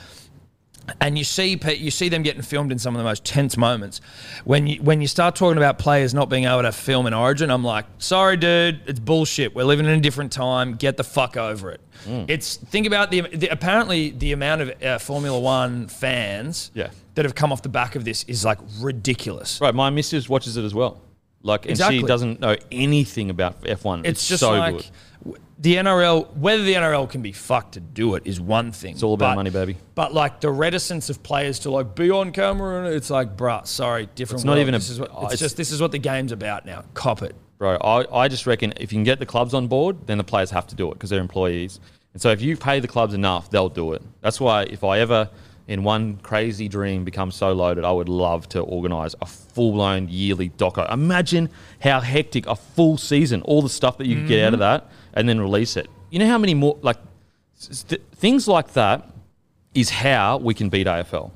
Speaker 3: And you see pe- you see them getting filmed in some of the most tense moments. When you when you start talking about players not being able to film in Origin, I'm like, sorry, dude, it's bullshit. We're living in a different time. Get the fuck over it.
Speaker 1: Mm.
Speaker 3: It's think about the, the apparently the amount of uh, Formula One fans
Speaker 1: Yeah.
Speaker 3: that have come off the back of this is like ridiculous.
Speaker 1: Right, my missus watches it as well. Like and
Speaker 3: Exactly.
Speaker 1: she doesn't know anything about F1. It's,
Speaker 3: It's, just
Speaker 1: so
Speaker 3: like
Speaker 1: good.
Speaker 3: w- the NRL. Whether the NRL can be fucked to do it is one thing. It's
Speaker 1: all about money, baby.
Speaker 3: But like the reticence of players to like be on camera, and it's like, bruh, sorry, different.
Speaker 1: It's not
Speaker 3: world.
Speaker 1: even a-
Speaker 3: This is what,
Speaker 1: oh,
Speaker 3: it's,
Speaker 1: it's-
Speaker 3: just this is what the game's about now. Cop it.
Speaker 1: Bro, I, I just reckon if you can get the clubs on board, then the players have to do it because they're employees. And so if you pay the clubs enough, they'll do it. That's why if I ever in one crazy dream become so loaded, I would love to organize a full blown yearly doco. Imagine how hectic a full season, all the stuff that you could get out of that, and then release it. You know how many more like s- th- things like that is how we can beat AFL.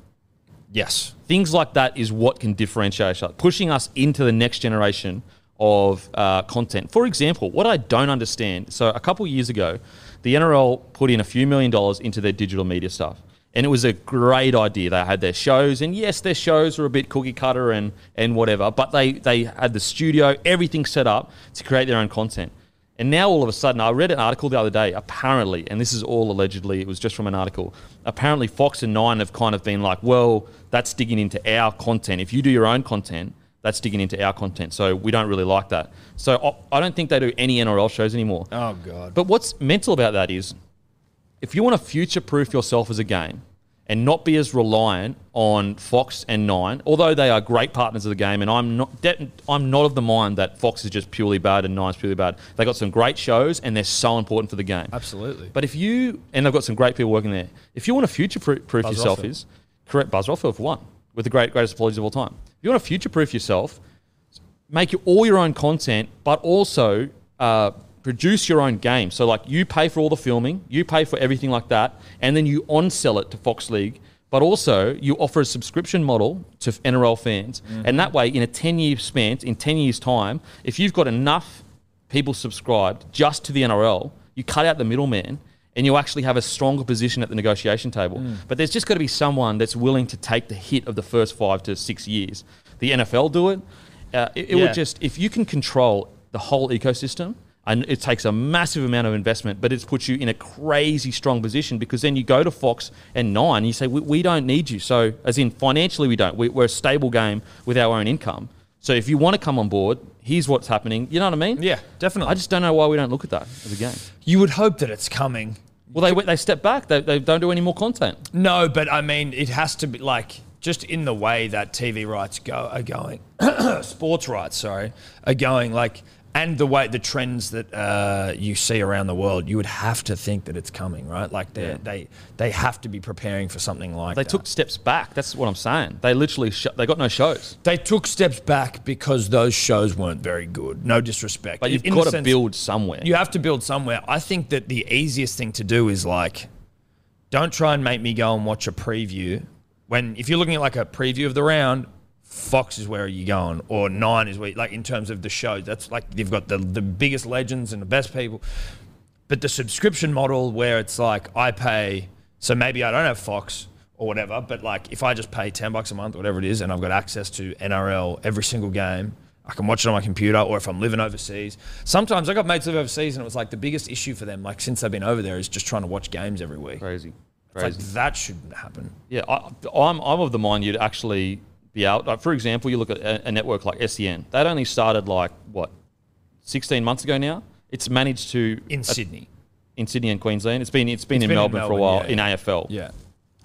Speaker 3: Yes.
Speaker 1: Things like that is what can differentiate us, pushing us into the next generation of uh, content. For example, what I don't understand so, a couple years ago, the NRL put in a few million dollars into their digital media stuff. And it was a great idea. They had their shows, and yes, their shows were a bit cookie cutter and, and whatever, but they, they had the studio, everything set up to create their own content. And now all of a sudden, I read an article the other day, apparently, and this is all allegedly, it was just from an article. Apparently, Fox and Nine have kind of been like, well, that's digging into our content. If you do your own content, that's digging into our content. So we don't really like that. So I- I don't think they do any NRL shows anymore.
Speaker 3: Oh god.
Speaker 1: But what's mental about that is if you want to future proof yourself as a game and not be as reliant on Fox and Nine, although they are great partners of the game, and I'm not de- I'm not of the mind that Fox is just purely bad and Nine's purely bad. They got some great shows and they're so important for the game.
Speaker 3: Absolutely.
Speaker 1: But if you and they've got some great people working there, if you want to future proof yourself,
Speaker 3: Rothfield.
Speaker 1: is correct Buzz Rothfield for one, with the great greatest apologies of all time. If you want to future proof yourself, make your, all your own content, but also uh, produce your own game. So like you pay for all the filming, you pay for everything like that, and then you on sell it to Fox League. But also, you offer a subscription model to NRL fans, and that way, in a ten-year span, in ten years' time, if you've got enough people subscribed just to the NRL, you cut out the middleman and you actually have a stronger position at the negotiation table. But there's just got to be someone that's willing to take the hit of the first five to six years. The NFL do it. Uh, it it
Speaker 3: Yeah.
Speaker 1: would just, if you can control the whole ecosystem, and it takes a massive amount of investment, but it's put you in a crazy strong position because then you go to Fox and Nine, and you say, we, we don't need you. So, as in financially, we don't. We, we're a stable game with our own income. So, if you want to come on board, here's what's happening. You know what I mean?
Speaker 3: Yeah, definitely.
Speaker 1: I just don't know why we don't look at that as a game.
Speaker 3: you would hope that it's coming.
Speaker 1: Well, they they step back. They, they don't do any more content.
Speaker 3: No, but I mean, it has to be like just in the way that TV rights go are going, sports rights, sorry, are going like, and the way the trends that uh, you see around the world, you would have to think that it's coming, right? Like they
Speaker 1: Yeah.
Speaker 3: they they have to be preparing for something like
Speaker 1: They
Speaker 3: that.
Speaker 1: took steps back. That's what I'm saying. They literally sh- they got no shows.
Speaker 3: they took steps back because those shows weren't very good. No disrespect,
Speaker 1: But you've
Speaker 3: In the
Speaker 1: got to
Speaker 3: sense-
Speaker 1: build somewhere.
Speaker 3: You have to build somewhere. I think that the easiest thing to do is like, don't try and make me go and watch a preview. When if you're looking at like a preview of the round, Fox is where you're going, or Nine is where like in terms of the show. That's like you've got the the biggest legends and the best people. But the subscription model where it's like I pay, so maybe I don't have Fox or whatever, but like if I just pay ten bucks a month, whatever it is, and I've got access to NRL every single game, I can watch it on my computer. Or if I'm living overseas, sometimes I got mates live overseas, and it was like the biggest issue for them, like since they've been over there, is just trying to watch games every week.
Speaker 1: crazy,
Speaker 3: It's
Speaker 1: crazy.
Speaker 3: like that shouldn't happen.
Speaker 1: yeah, I, I'm I'm of the mind you'd actually be out. Like for example, you look at a, a network like SEN. That only started like what, 16 months ago now. It's managed to
Speaker 3: in
Speaker 1: uh,
Speaker 3: Sydney.
Speaker 1: in Sydney and Queensland. It's been it's been, in,
Speaker 3: been in
Speaker 1: Melbourne for a
Speaker 3: Melbourne,
Speaker 1: while
Speaker 3: yeah,
Speaker 1: in
Speaker 3: yeah.
Speaker 1: AFL.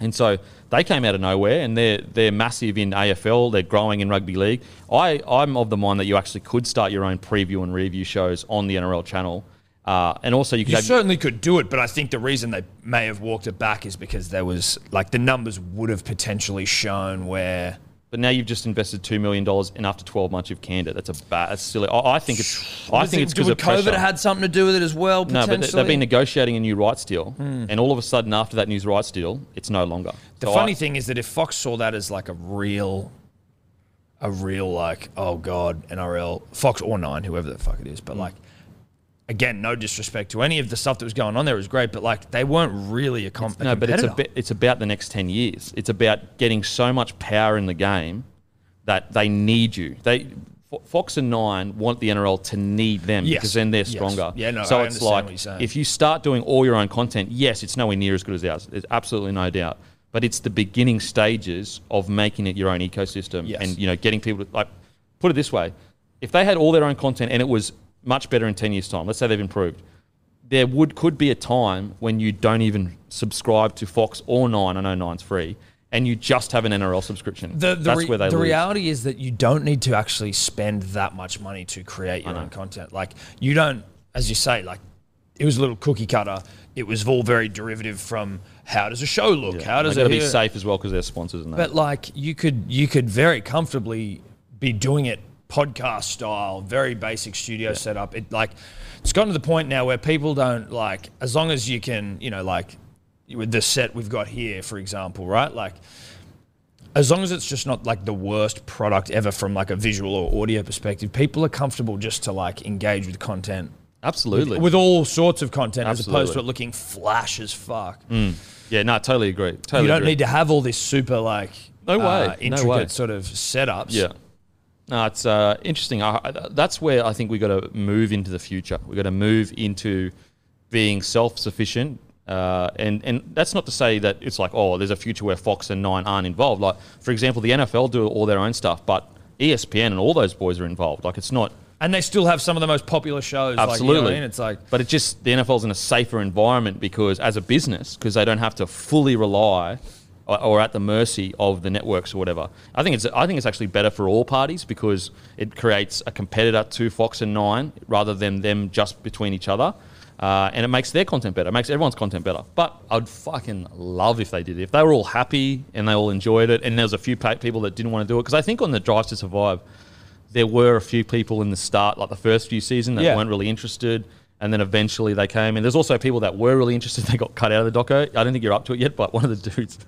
Speaker 1: And so they came out of nowhere and they're, they're massive in AFL, they're growing in rugby league. I, I'm of the mind that you actually could start your own preview and review shows on the NRL channel. Uh, and also, you could
Speaker 3: You
Speaker 1: have-
Speaker 3: certainly could do it, but I think the reason they may have walked it back is because there was like the numbers would have potentially shown where
Speaker 1: But now you've just invested two million dollars, and after twelve months you've canned it. That's a bad. That's silly. I, I think it's. I
Speaker 3: Was
Speaker 1: think
Speaker 3: it-
Speaker 1: it's because of
Speaker 3: would COVID
Speaker 1: pressure.
Speaker 3: had something to do with it as well.
Speaker 1: no,
Speaker 3: Potentially. Hmm.
Speaker 1: but they- they've been negotiating a new rights deal, and all of a sudden after that new rights deal, it's no longer.
Speaker 3: the
Speaker 1: So
Speaker 3: funny
Speaker 1: I-
Speaker 3: thing is that if Fox saw that as like a real, a real like oh god NRL Fox or Nine whoever the fuck it is,
Speaker 1: Mm.
Speaker 3: but like again no disrespect to any of the stuff that was going on there it was great, but like they weren't really a, com- a
Speaker 1: No, but it's a
Speaker 3: competitor.
Speaker 1: bit, it's about the next ten years. It's about getting so much power in the game that they need you. They Fo- Fox and Nine want the NRL to need them
Speaker 3: Yes.
Speaker 1: because then they're
Speaker 3: Yes.
Speaker 1: stronger.
Speaker 3: Yeah, no,
Speaker 1: so
Speaker 3: I
Speaker 1: it's
Speaker 3: understand
Speaker 1: like
Speaker 3: what you're saying.
Speaker 1: if you start doing all your own content, yes, it's nowhere near as good as ours. There's absolutely no doubt. But it's the beginning stages of making it your own ecosystem
Speaker 3: Yes.
Speaker 1: and you know getting people to like put it this way. If they had all their own content and it was much better in ten years' time, let's say they've improved, there would could be a time when you don't even subscribe to Fox or Nine. I know Nine's free, and you just have an NRL subscription.
Speaker 3: The, the,
Speaker 1: That's
Speaker 3: re-
Speaker 1: where they
Speaker 3: the
Speaker 1: lose.
Speaker 3: reality is that you don't need to actually spend that much money to create your own content. Like you don't, as you say, like it was a little cookie cutter. It was all very derivative from how does a show look? How does
Speaker 1: they
Speaker 3: it
Speaker 1: gotta be safe as well because they're sponsors and that.
Speaker 3: But like you could, you could very comfortably be doing it podcast style, very basic studio setup. It like it's gotten to the point now where people don't like as long as you can, you know, like with the set we've got here, for example, right? Like as long as it's just not like the worst product ever from like a visual or audio perspective, people are comfortable just to like engage with content
Speaker 1: Absolutely.
Speaker 3: with all sorts of content as opposed to
Speaker 1: Absolutely.
Speaker 3: it looking flash as fuck.
Speaker 1: yeah, no, totally agree. Totally
Speaker 3: You don't
Speaker 1: agree.
Speaker 3: need to have all this super like uh,
Speaker 1: No way. No
Speaker 3: intricate
Speaker 1: way.
Speaker 3: sort of setups.
Speaker 1: Yeah. No, it's uh, interesting. I, I- that's where I think we got to move into the future. We got to move into being self-sufficient, uh, and and that's not to say that it's like oh, there's a future where Fox and Nine aren't involved. Like for example, the NFL do all their own stuff, but E ESPN and all those boys are involved. Like it's not
Speaker 3: and they still have some of the most popular shows.
Speaker 1: absolutely.
Speaker 3: like, you know what I mean? it's like
Speaker 1: but it just the NFL's in a safer environment because as a business, because they don't have to fully rely or, or at the mercy of the networks or whatever. I think it's I think it's actually better for all parties because it creates a competitor to Fox and Nine rather than them just between each other. Uh, and it makes their content better. It makes everyone's content better. But I'd fucking love if they did it. If they were all happy and they all enjoyed it, and there was a few pa- people that didn't want to do it, because I think on the Drive to Survive, there were a few people in the start, like the first few season, that
Speaker 3: Yeah.
Speaker 1: weren't really interested, and then eventually they came. And there's also people that were really interested. They got cut out of the doco. I don't think you're up to it yet, but one of the dudes,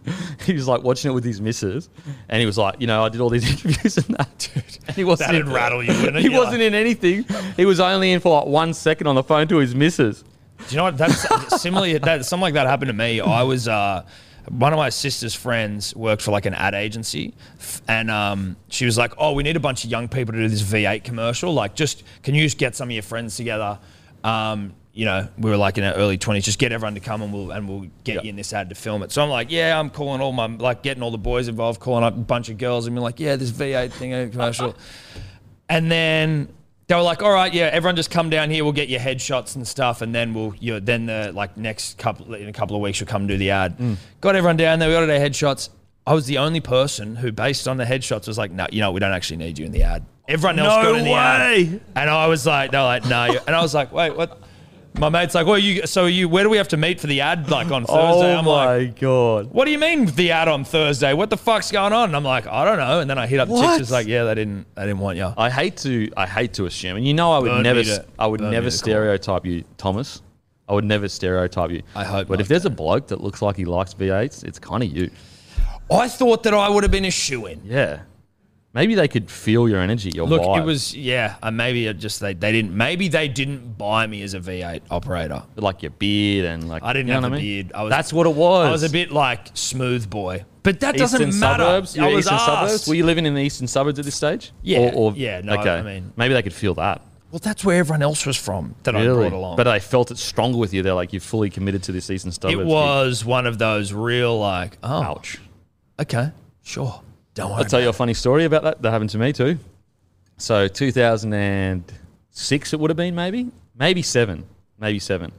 Speaker 1: he was like watching it with his missus, and he was like, you know, I did all these interviews and that, dude. And he wasn't
Speaker 3: That'd
Speaker 1: in-
Speaker 3: rattle you, wouldn't it?
Speaker 1: He
Speaker 3: You're
Speaker 1: wasn't
Speaker 3: like-
Speaker 1: in anything. He was only in for like one second on the phone to his missus.
Speaker 3: Do you know what? That's similarly that something like that happened to me. I was uh, one of my sister's friends worked for like an ad agency, f- and um, she was like, "Oh, we need a bunch of young people to do this V8 commercial. Like, just can you just get some of your friends together?" Um, you know, we were like in our early twenties. Just get everyone to come, and we'll and we'll get
Speaker 1: Yeah.
Speaker 3: you in this ad to film it. So I'm like, yeah, I'm calling all my like getting all the boys involved, calling up a bunch of girls, and being like, yeah, this V8 thing uh, commercial. And then they were like, "All right, yeah, everyone just come down here. We'll get your headshots and stuff, and then we'll you know, then the like next couple in a couple of weeks, you'll come do the ad."
Speaker 1: Mm.
Speaker 3: Got everyone down there. We got our headshots. I was the only person who, based on the headshots, was like, "No, you know, we don't actually need you in the ad." Everyone else
Speaker 1: No
Speaker 3: got in the ad,
Speaker 1: way.
Speaker 3: and I was like, "They're like, no," you-" and I was like, "Wait, what?" My mate's like, "Well, you so you where do we have to meet for the ad like
Speaker 1: Oh
Speaker 3: on Thursday?" I'm like,
Speaker 1: god!
Speaker 3: what do you mean the ad on Thursday? What the fuck's going on? And I'm like, I don't know. And then I hit up the
Speaker 1: What?
Speaker 3: chicks. It's like, yeah, they didn't, they didn't want you.
Speaker 1: I hate to I hate to assume, and you know I would
Speaker 3: Burn
Speaker 1: never
Speaker 3: me to-
Speaker 1: s- I would
Speaker 3: burn me
Speaker 1: never
Speaker 3: to the core.
Speaker 1: stereotype you, Thomas. I would never stereotype you.
Speaker 3: I hope
Speaker 1: But
Speaker 3: not,
Speaker 1: if there's a bloke that looks like he likes V8s, it's kind of you.
Speaker 3: I thought that I would have been a shoe in.
Speaker 1: Yeah. Maybe they could feel your energy, your
Speaker 3: Look,
Speaker 1: vibe.
Speaker 3: it was yeah. Uh, maybe it just they, they didn't. Maybe they didn't buy me as a V8 operator.
Speaker 1: like your beard and like
Speaker 3: I didn't
Speaker 1: you know
Speaker 3: have a
Speaker 1: what I mean?
Speaker 3: beard. I was,
Speaker 1: That's what it was.
Speaker 3: I was a bit like smooth boy, but that
Speaker 1: Eastern
Speaker 3: doesn't matter.
Speaker 1: suburbs. You
Speaker 3: I
Speaker 1: were
Speaker 3: was
Speaker 1: eastern
Speaker 3: asked.
Speaker 1: suburbs. Were you living in the eastern suburbs at this stage?
Speaker 3: Yeah,
Speaker 1: Or, or-
Speaker 3: yeah, no, I-
Speaker 1: okay.
Speaker 3: I mean-
Speaker 1: maybe they could feel that.
Speaker 3: Well, that's where everyone else was from that I
Speaker 1: Really,
Speaker 3: brought along.
Speaker 1: but they felt it stronger with you. They're like, you're fully committed to this eastern suburbs.
Speaker 3: it
Speaker 1: gig."
Speaker 3: was one of those real like, oh,
Speaker 1: Ouch.
Speaker 3: okay, sure. Don't worry.
Speaker 1: I'll tell
Speaker 3: about
Speaker 1: you a funny story about that. That happened to me too. So 2006, it would have been maybe, maybe seven, maybe seven.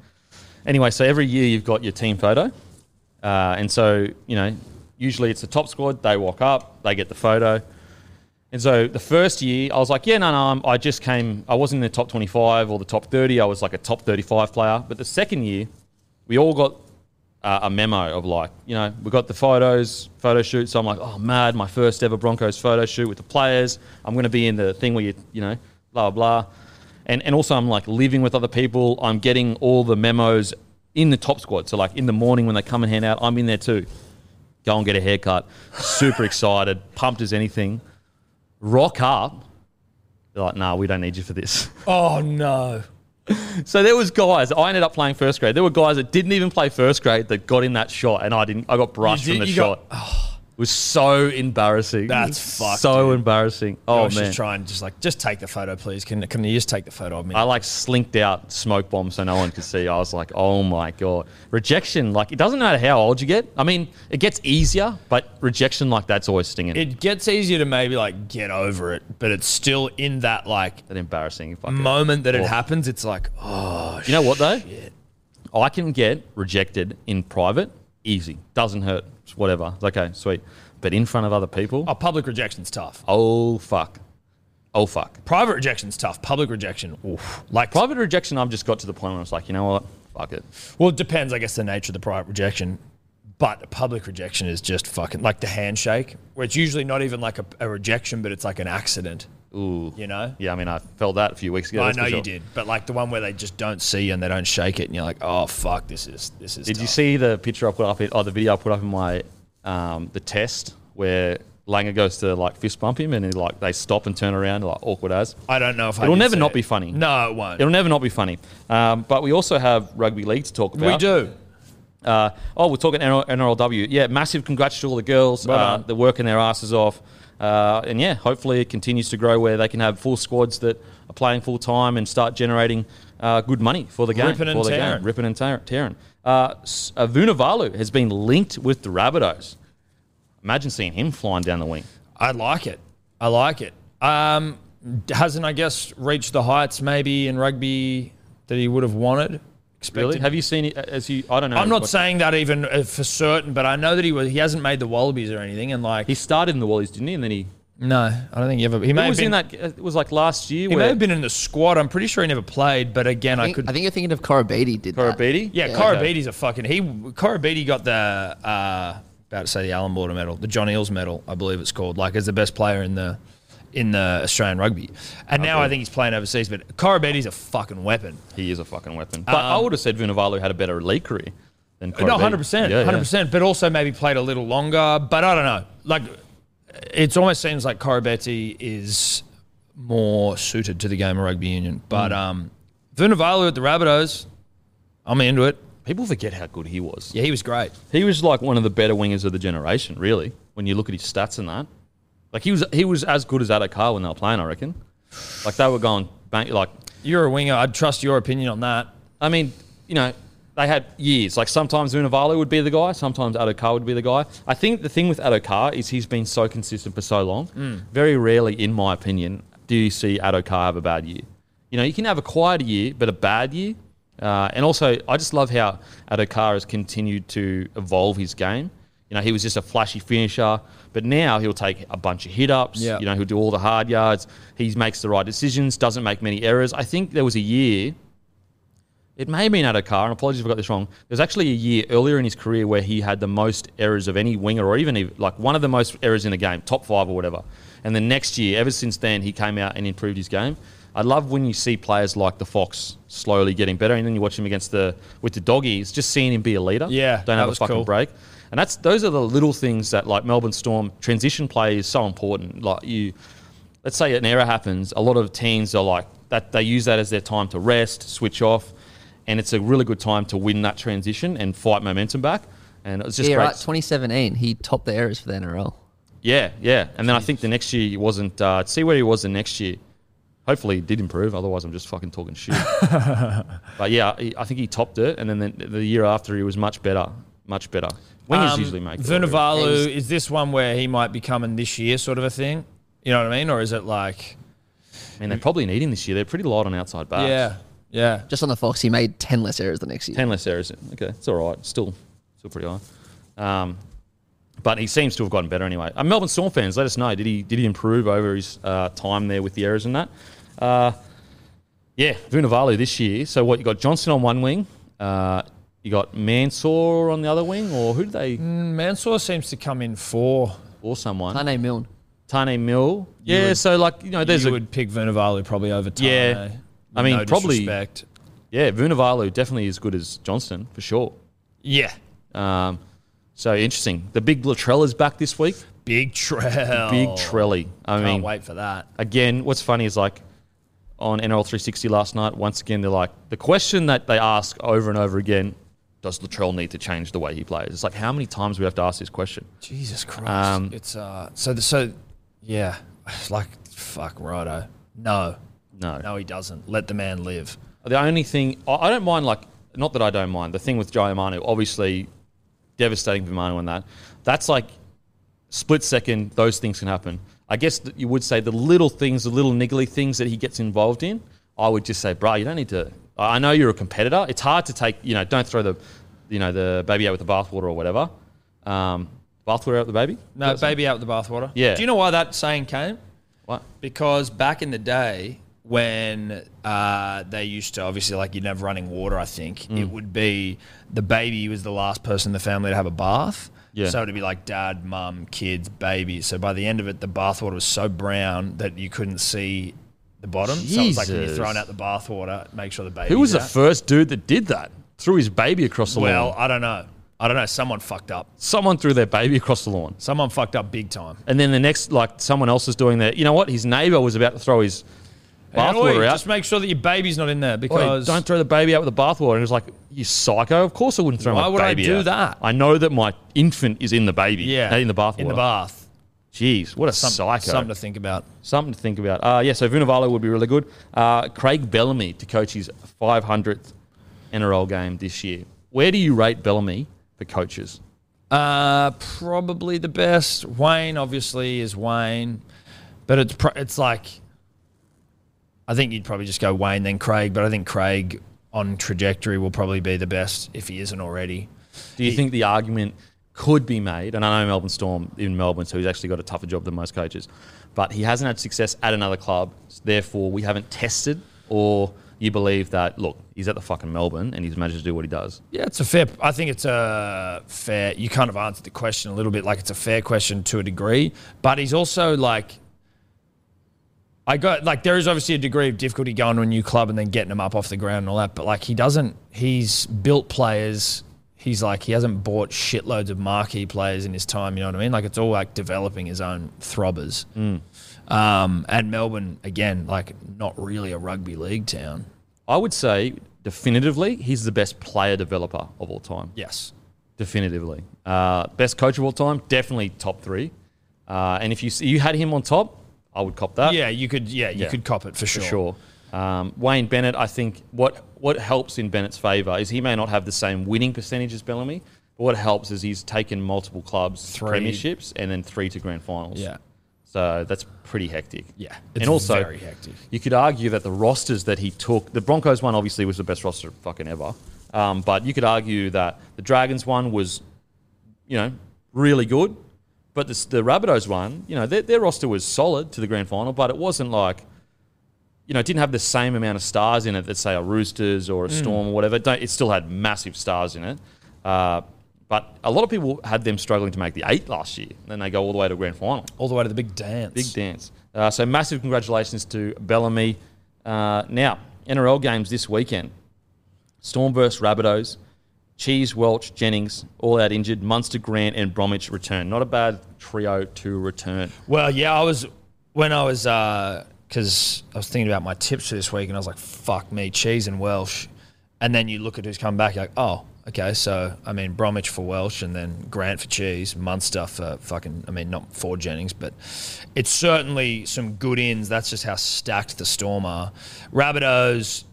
Speaker 1: Anyway, so every year you've got your team photo, Uh, and so, you know, usually it's the top squad. They walk up, they get the photo. And so the first year, I was like, yeah, no, no, I'm, I just came, I wasn't in the top 25 or the top 30. I was like a top 35 player. But the second year, we all got uh, a memo of like, you know, we got the photos, photo shoot. So I'm like, oh, mad, my first ever Broncos photo shoot with the players. I'm going to be in the thing where you, you know, blah, blah, blah. And, and also, I'm like living with other people. I'm getting all the memos in the top squad. So, like, in the morning when they come and hand out, I'm in there too. Go and get a haircut. Super excited, pumped as anything. Rock up. They're like, nah, we don't need you for this.
Speaker 3: Oh no.
Speaker 1: So there was guys. I ended up playing first grade. There were guys that didn't even play first grade that got in that shot, and I didn't. I got brushed
Speaker 3: You did-
Speaker 1: from the
Speaker 3: you got-
Speaker 1: shot. it was so embarrassing.
Speaker 3: That's fucked,
Speaker 1: So
Speaker 3: dude.
Speaker 1: embarrassing.
Speaker 3: I
Speaker 1: Oh
Speaker 3: was
Speaker 1: man.
Speaker 3: just trying, just like, just take the photo, please. Can can you just take the photo of me?
Speaker 1: I like slinked out smoke bomb so no one could see. I was like, oh my god, rejection. Like it doesn't matter how old you get. I mean, it gets easier, but rejection like that's always stinging.
Speaker 3: it gets easier to maybe like get over it, but it's still in that like
Speaker 1: that embarrassing. If I could-
Speaker 3: moment that it
Speaker 1: Oh.
Speaker 3: happens. It's like, oh,
Speaker 1: You know what though? I can get rejected in private, easy. Doesn't hurt. It's whatever. It's okay, sweet. But in front of other people,
Speaker 3: oh, public rejection's tough.
Speaker 1: oh fuck, oh fuck.
Speaker 3: Private rejection's tough. Public rejection, oof. like
Speaker 1: Private rejection. I've just got to the point where I was like, you know what? Fuck it.
Speaker 3: Well, it depends, I guess, the nature of the private rejection. But a public rejection is just fucking like the handshake, where it's usually not even like a, a rejection, but it's like an accident.
Speaker 1: Ooh.
Speaker 3: You know?
Speaker 1: Yeah, I mean, I felt that a few weeks ago.
Speaker 3: I
Speaker 1: that's for
Speaker 3: know
Speaker 1: sure.
Speaker 3: you did, but like the one where they just don't see you and they don't shake it, and you're like, oh fuck, this is this is.
Speaker 1: Did you
Speaker 3: tough."
Speaker 1: see the picture I put up? In, oh, the video I put up in my um, the test where Langer goes to like fist bump him, and he, like they stop and turn around, like awkward as.
Speaker 3: I don't know if I
Speaker 1: It'll
Speaker 3: did
Speaker 1: never
Speaker 3: see
Speaker 1: not
Speaker 3: it.
Speaker 1: be funny.
Speaker 3: No, it won't.
Speaker 1: It'll never not be funny. Um, but we also have rugby league to talk about.
Speaker 3: we do.
Speaker 1: Uh, oh, we're talking NRL, NRLW. Yeah, massive congrats to all the girls.
Speaker 3: Well
Speaker 1: uh,
Speaker 3: done.
Speaker 1: they're working their asses off. Uh, and yeah, hopefully it continues to grow where they can have full squads that are playing full time and start generating uh, good money for the game.
Speaker 3: Ripping and
Speaker 1: for the game.
Speaker 3: tearing.
Speaker 1: Ripping and tear- tearing. Uh, S- uh, Vunivalu has been linked with the Rabbitohs. Imagine seeing him flying down the wing.
Speaker 3: I like it. I like it. Um, hasn't I guess reached the heights maybe in rugby that he would have wanted. Expected.
Speaker 1: Really? Have you seen it uh, as you? I don't know.
Speaker 3: I'm not
Speaker 1: what-
Speaker 3: saying that even uh, for certain, but I know that he was. He hasn't made the Wallabies or anything, and like
Speaker 1: He started in the Wallies, didn't he? And then he,
Speaker 3: no, I don't think he ever. He
Speaker 1: he
Speaker 3: may have
Speaker 1: was
Speaker 3: been.
Speaker 1: in that. uh, It was like last year.
Speaker 3: he may
Speaker 1: where
Speaker 3: have been in the squad. I'm pretty sure he never played, but again, I,
Speaker 2: I think,
Speaker 3: could.
Speaker 2: I think you're thinking of Korobidi did that.
Speaker 1: Korobidi?
Speaker 3: yeah, Korobedi's a fucking. He Korobedi got the uh, about to say the Allen Border Medal, the John Eels Medal, I believe it's called. Like as the best player in the in the Australian rugby, and now I think he's playing overseas. But Korobedi's a fucking weapon.
Speaker 1: He is a fucking weapon. But I would have said Vunivalu had a better league career than Corey
Speaker 3: Um, No,
Speaker 1: Beattie.
Speaker 3: hundred percent,
Speaker 1: Yeah, yeah.
Speaker 3: hundred percent. But also maybe played a little longer. But I don't know. Like, it almost seems like Corabetti is more suited to the game of rugby union.
Speaker 1: Mm.
Speaker 3: But um, Vunivalu at the Rabbitohs, I'm into it.
Speaker 1: People forget how good he was.
Speaker 3: Yeah, he was great.
Speaker 1: He was like one of the better wingers of the generation, really, when you look at his stats and that. Like he was he was as good as Adakar when they were playing, I reckon. Like they were going bang, like
Speaker 3: You're a winger. I'd trust your opinion on that.
Speaker 1: I mean, you know, they had years. Like sometimes Vunivalu would be the guy, sometimes Adokar would be the guy. I think the thing with Adokar is he's been so consistent for so long. Very rarely, in my opinion, do you see Adokar have a bad year. You know, you can have a quiet year, but a bad year. Uh, and also, I just love how Adokar has continued to evolve his game. You know, he was just a flashy finisher, but now he'll take a bunch of hit ups.
Speaker 3: Yeah.
Speaker 1: You know, he'll do all the hard yards. He makes the right decisions, doesn't make many errors. I think there was a year it may have been at a car, and apologies if I got this wrong. There's actually a year earlier in his career where he had the most errors of any winger, or even if- like one of the most errors in the game, top five or whatever. And the next year, ever since then, he came out and improved his game. I love when you see players like the Fox slowly getting better, and then you watch him against the with the doggies, just seeing him be a leader.
Speaker 3: Yeah,
Speaker 1: don't
Speaker 3: that
Speaker 1: have a
Speaker 3: was
Speaker 1: fucking
Speaker 3: cool.
Speaker 1: break break. And that's those are the little things that like Melbourne Storm transition play is so important. Like you, let's say an error happens, a lot of teams are like that. They use that as their time to rest, switch off, and it's a really good time to win that transition and fight momentum back. And it's just
Speaker 2: Yeah,
Speaker 1: great.
Speaker 2: right. 2017, he topped the errors for the NRL.
Speaker 1: Yeah, yeah. And then I think the next year he wasn't. Uh, see where he was the next year. Hopefully he did improve. Otherwise, I'm just fucking talking shit. but yeah, he, I think he topped it, and then the, the year after he was much better, much better. Wingers
Speaker 3: Um,
Speaker 1: usually make it.
Speaker 3: Vunivalu, is this one where he might be coming this year, sort of a thing? You know what I mean? Or is it like,
Speaker 1: I mean, they probably need him this year. They're pretty light on outside backs.
Speaker 3: yeah, yeah.
Speaker 2: Just on the Fox, he made 10 less errors the next year.
Speaker 1: Ten less errors. Okay, it's all right. Still, still pretty high. Um, but he seems to have gotten better anyway. Uh, Melbourne Storm fans, let us know. Did he did he improve over his uh, time there with the errors and that? Uh, yeah, Vunivalu this year. So what you got? Johnson on one wing. Uh, you got Mansour on the other wing, or who did they
Speaker 3: Mansour seems to come in four.
Speaker 1: or someone?
Speaker 2: Hane Milne.
Speaker 1: Tane Mill. Yeah. so like you know, there's
Speaker 3: you
Speaker 1: a
Speaker 3: would pick Vernavalu probably over Tane.
Speaker 1: Yeah. I mean,
Speaker 3: No
Speaker 1: probably-
Speaker 3: disrespect.
Speaker 1: yeah. Vunivalu definitely as good as Johnston for sure.
Speaker 3: Yeah.
Speaker 1: Um, so interesting. The big Latrella's back this week.
Speaker 3: Big trail.
Speaker 1: Big Trelly. I
Speaker 3: Can't
Speaker 1: mean,
Speaker 3: wait for that.
Speaker 1: again, what's funny is like on NRL 360 last night, once again, they're like, the question that they ask over and over again, does Latrell need to change the way he plays? It's like, how many times do we have to ask this question?
Speaker 3: Jesus Christ.
Speaker 1: Um,
Speaker 3: it's uh so the, so yeah. Like fuck righto. No.
Speaker 1: No.
Speaker 3: No he doesn't. Let the man live.
Speaker 1: The only thing, I, I don't mind, like, not that I don't mind, the thing with Jai Amanu, obviously devastating for Manu on that. That's like split second, those things can happen. I guess that you would say the little things, the little niggly things that he gets involved in, I would just say, bro, you don't need to. I I know you're a competitor. It's hard to take, you know, don't throw the, you know, the baby out with the bathwater or whatever. Um, bathwater out with the baby?
Speaker 3: No, baby out with the bathwater.
Speaker 1: Yeah.
Speaker 3: Do you know why that saying came?
Speaker 1: What?
Speaker 3: Because back in the day when uh, they used to obviously like you'd have running water, I think
Speaker 1: Mm.
Speaker 3: it would be the baby was the last person in the family to have a bath.
Speaker 1: Yeah.
Speaker 3: So it'd be like dad, mum, kids, baby. So by the end of it, the bathwater was so brown that you couldn't see the bottom. So it was like when you're
Speaker 1: Jesus.
Speaker 3: throwing out the bathwater, make sure the baby.
Speaker 1: Who was the
Speaker 3: out.
Speaker 1: first dude that did that? Threw his baby across the
Speaker 3: well,
Speaker 1: lawn.
Speaker 3: I don't know. I don't know. Someone fucked up.
Speaker 1: Someone threw their baby across the lawn.
Speaker 3: Someone fucked up big time.
Speaker 1: And then the next, like someone else is doing that. You know what? His neighbor was about to throw his
Speaker 3: And, oi,
Speaker 1: bathwater out.
Speaker 3: Just make sure that your baby's not in there
Speaker 1: Oi,
Speaker 3: because
Speaker 1: don't throw the baby out with the bathwater. And he was like, "You psycho! Of course I wouldn't throw
Speaker 3: Why
Speaker 1: my
Speaker 3: would I
Speaker 1: baby
Speaker 3: do
Speaker 1: out.
Speaker 3: that?
Speaker 1: I know that my infant is in the baby.
Speaker 3: yeah,
Speaker 1: uh, in the bathwater.
Speaker 3: In the bath.
Speaker 1: Jeez, what a
Speaker 3: Some-
Speaker 1: psycho!
Speaker 3: Something to think about.
Speaker 1: Something to think about. Uh, yeah, so Vunivalu would be really good. Uh, Craig Bellamy to coach his 500th NRL game this year. Where do you rate Bellamy for coaches?
Speaker 3: Uh, probably the best. Wayne obviously is Wayne, but it's pro- it's like I think you'd probably just go Wayne then Craig, but I think Craig on trajectory will probably be the best if he isn't already.
Speaker 1: Do you think the argument could be made? And I know Melbourne Storm in Melbourne, so he's actually got a tougher job than most coaches. But he hasn't had success at another club. so therefore, we haven't tested, or you believe that, look, he's at the fucking Melbourne and he's managed to do what he does.
Speaker 3: Yeah, it's a fair. I think it's a fair. You kind of answered the question a little bit, like it's a fair question to a degree. But he's also like, I got like there is obviously a degree of difficulty going to a new club and then getting them up off the ground and all that. But like he doesn't. He's built players. He's like he hasn't bought shitloads of marquee players in his time. You know what I mean? Like it's all like developing his own throbbers. Um, and Melbourne again, like not really a rugby league town.
Speaker 1: I would say definitively he's the best player developer of all time.
Speaker 3: Yes.
Speaker 1: Definitively. Uh, best coach of all time, definitely top three. Uh, and if you see, you had him on top, I would cop that.
Speaker 3: Yeah, you could. Yeah, you
Speaker 1: Yeah.
Speaker 3: could cop it for sure.
Speaker 1: for sure. Um, Wayne Bennett, I think what what helps in Bennett's favour is he may not have the same winning percentage as Bellamy, but what helps is he's taken multiple clubs to
Speaker 3: Three.
Speaker 1: premierships and then three to grand finals.
Speaker 3: Yeah.
Speaker 1: So that's pretty hectic.
Speaker 3: Yeah, it's
Speaker 1: and also
Speaker 3: very hectic.
Speaker 1: You could argue that the rosters that he took, the Broncos one obviously was the best roster fucking ever, um, but you could argue that the Dragons one was, you know, really good, but this, the Rabbitohs one, you know, their, their roster was solid to the grand final, but it wasn't like you know, it didn't have the same amount of stars in it that say a Roosters
Speaker 3: Mm.
Speaker 1: or a Storm or whatever. It Don't, it still had massive stars in it. Uh, but a lot of people had them struggling to make the eight last year. and Then they go all the way to grand final.
Speaker 3: all the way to the big dance.
Speaker 1: Big dance. Uh, so massive congratulations to Bellamy. Uh, now, NRL games this weekend. Storm versus Rabbitohs. Cheese, Welch, Jennings, all out injured. Munster, Grant, and Bromwich return. Not a bad trio to return.
Speaker 3: Well, yeah, I was when I was because I was thinking about my tips for this week, and I was like, "Fuck me, cheese and Welsh." And then you look at who's come back, you're like, "Oh, okay." So I mean, Bromwich for Welsh, and then Grant for cheese, Munster for fucking. I mean, not for Jennings, but it's certainly some good ins. That's just how stacked the Storm are. Rabbitohs.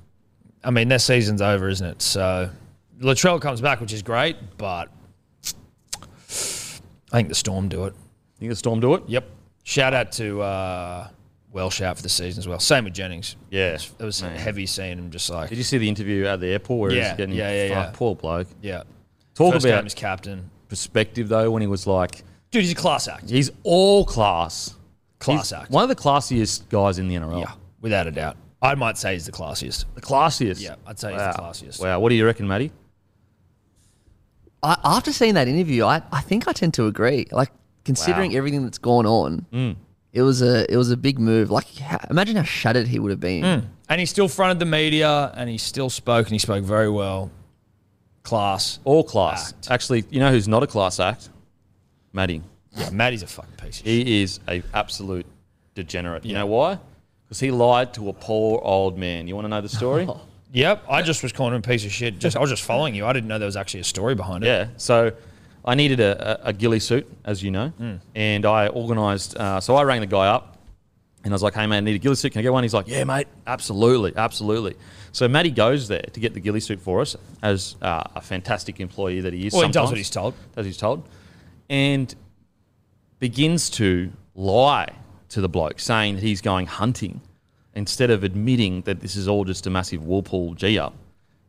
Speaker 3: I mean, their season's over, isn't it? So Latrell comes back, which is great, but I think the Storm do it.
Speaker 1: Think the Storm do it?
Speaker 3: Yep. Shout out to uh, Welsh out for the season as well. Same with Jennings.
Speaker 1: Yeah.
Speaker 3: It was heavy seeing him just like
Speaker 1: Did you see the interview at the airport where
Speaker 3: Yeah,
Speaker 1: he's getting
Speaker 3: yeah, yeah,
Speaker 1: fuck,
Speaker 3: yeah.
Speaker 1: poor bloke?
Speaker 3: yeah.
Speaker 1: Talk
Speaker 3: First
Speaker 1: about
Speaker 3: game as captain.
Speaker 1: perspective though when he was like,
Speaker 3: Dude, he's a class act.
Speaker 1: he's all class,
Speaker 3: Class
Speaker 1: He's
Speaker 3: act.
Speaker 1: one of the classiest guys in the NRL.
Speaker 3: Yeah, without a doubt. I might say he's the classiest.
Speaker 1: The classiest.
Speaker 3: Yeah, I'd say he's
Speaker 1: wow.
Speaker 3: the classiest.
Speaker 1: Wow, what do you reckon, Matty?
Speaker 2: I, after seeing that interview, I, I think I tend to agree. Like considering
Speaker 1: Wow. Mm.
Speaker 2: everything that's gone on, it was a it was a big move. Like ha- imagine how shattered he would have been.
Speaker 1: Mm.
Speaker 3: And he still fronted the media and he still spoke and he spoke very well. Class.
Speaker 1: All class.
Speaker 3: Act.
Speaker 1: Actually, you know who's not a class act? Matty.
Speaker 3: Yeah, Matty's a fucking piece of shit.
Speaker 1: He is a absolute degenerate. You know why? Because he lied to a poor old man. You want to know the story?
Speaker 3: Oh, Yep, I just was calling him a piece of shit. Just I was just following you. I didn't know there was actually a story behind it.
Speaker 1: Yeah. So I needed a, a, a ghillie suit, as you know,
Speaker 3: Mm.
Speaker 1: and I organised. Uh, so I rang the guy up, and I was like, "Hey man, I need a ghillie suit. Can I get one?" He's like, "Yeah, mate, absolutely, absolutely." So Matty goes there to get the ghillie suit for us, as uh, a fantastic employee that he is.
Speaker 3: Well, he does what
Speaker 1: sometimes.
Speaker 3: he's told.
Speaker 1: Does what he's told, and begins to lie to the bloke, saying that he's going hunting instead of admitting that this is all just a massive Woolpool G up.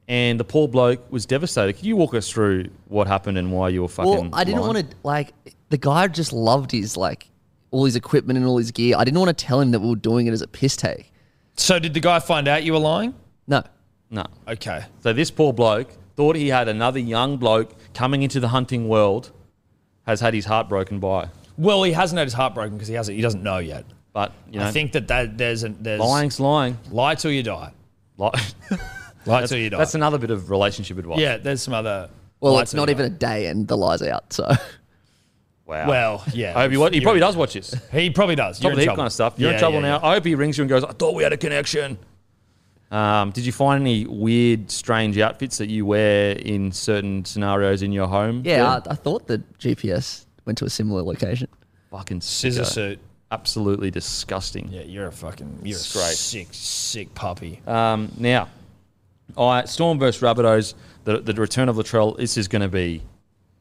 Speaker 1: And the poor bloke was devastated. Can you walk us through what happened and why you were fucking?
Speaker 2: Well, I didn't
Speaker 1: lying?
Speaker 2: want to like the guy just loved his like all his equipment and all his gear. I didn't want to tell him that we were doing it as a piss take.
Speaker 3: So did the guy find out you were lying?
Speaker 2: No.
Speaker 1: No.
Speaker 3: Okay.
Speaker 1: So this poor bloke thought he had another young bloke coming into the hunting world, has had his heart broken by.
Speaker 3: Well, he hasn't had his heart broken because he hasn't. He doesn't know yet.
Speaker 1: But you know,
Speaker 3: I think that, that there's a, there's
Speaker 1: lying's lying.
Speaker 3: Lie till you die.
Speaker 1: Li-
Speaker 3: Lie
Speaker 1: that's,
Speaker 3: till you die.
Speaker 1: that's another bit of relationship advice.
Speaker 3: yeah, there's some other.
Speaker 2: Well,
Speaker 3: lie
Speaker 2: it's
Speaker 3: till
Speaker 2: not
Speaker 3: you
Speaker 2: even a
Speaker 3: die.
Speaker 2: day and the lie's out. So
Speaker 1: Wow.
Speaker 3: Well, yeah.
Speaker 1: I hope he, wa- he probably does watch this.
Speaker 3: He probably does.
Speaker 1: Top
Speaker 3: You're
Speaker 1: of
Speaker 3: in
Speaker 1: the heap
Speaker 3: trouble.
Speaker 1: kind of stuff. You're in
Speaker 3: Yeah,
Speaker 1: trouble
Speaker 3: yeah,
Speaker 1: now.
Speaker 3: yeah.
Speaker 1: I hope he rings you and goes, I thought we had a connection. Um, did you find any weird, strange outfits that you wear in certain scenarios in your home?
Speaker 2: yeah,
Speaker 1: Phil?
Speaker 2: I, I thought the GPS went to a similar location.
Speaker 1: Fucking
Speaker 3: Scissor
Speaker 1: sicko.
Speaker 3: suit.
Speaker 1: Absolutely disgusting.
Speaker 3: Yeah, you're a fucking you're a
Speaker 1: Straight.
Speaker 3: sick sick puppy.
Speaker 1: Um, now, I Storm versus Rabbitohs, the, the return of Latrell, this is going to be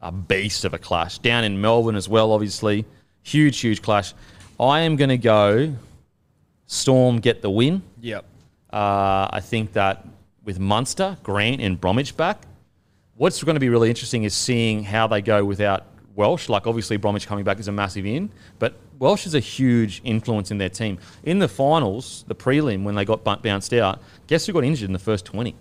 Speaker 1: a beast of a clash. Down in Melbourne as well, obviously. Huge, huge clash. I am going to go Storm get the win.
Speaker 3: yep.
Speaker 1: Uh, I think that with Munster, Grant, and Bromwich back, what's going to be really interesting is seeing how they go without Welsh. Like, obviously, Bromwich coming back is a massive in, but Welsh is a huge influence in their team. In the finals, the prelim, when they got bu- bounced out, guess who got injured in the first 20?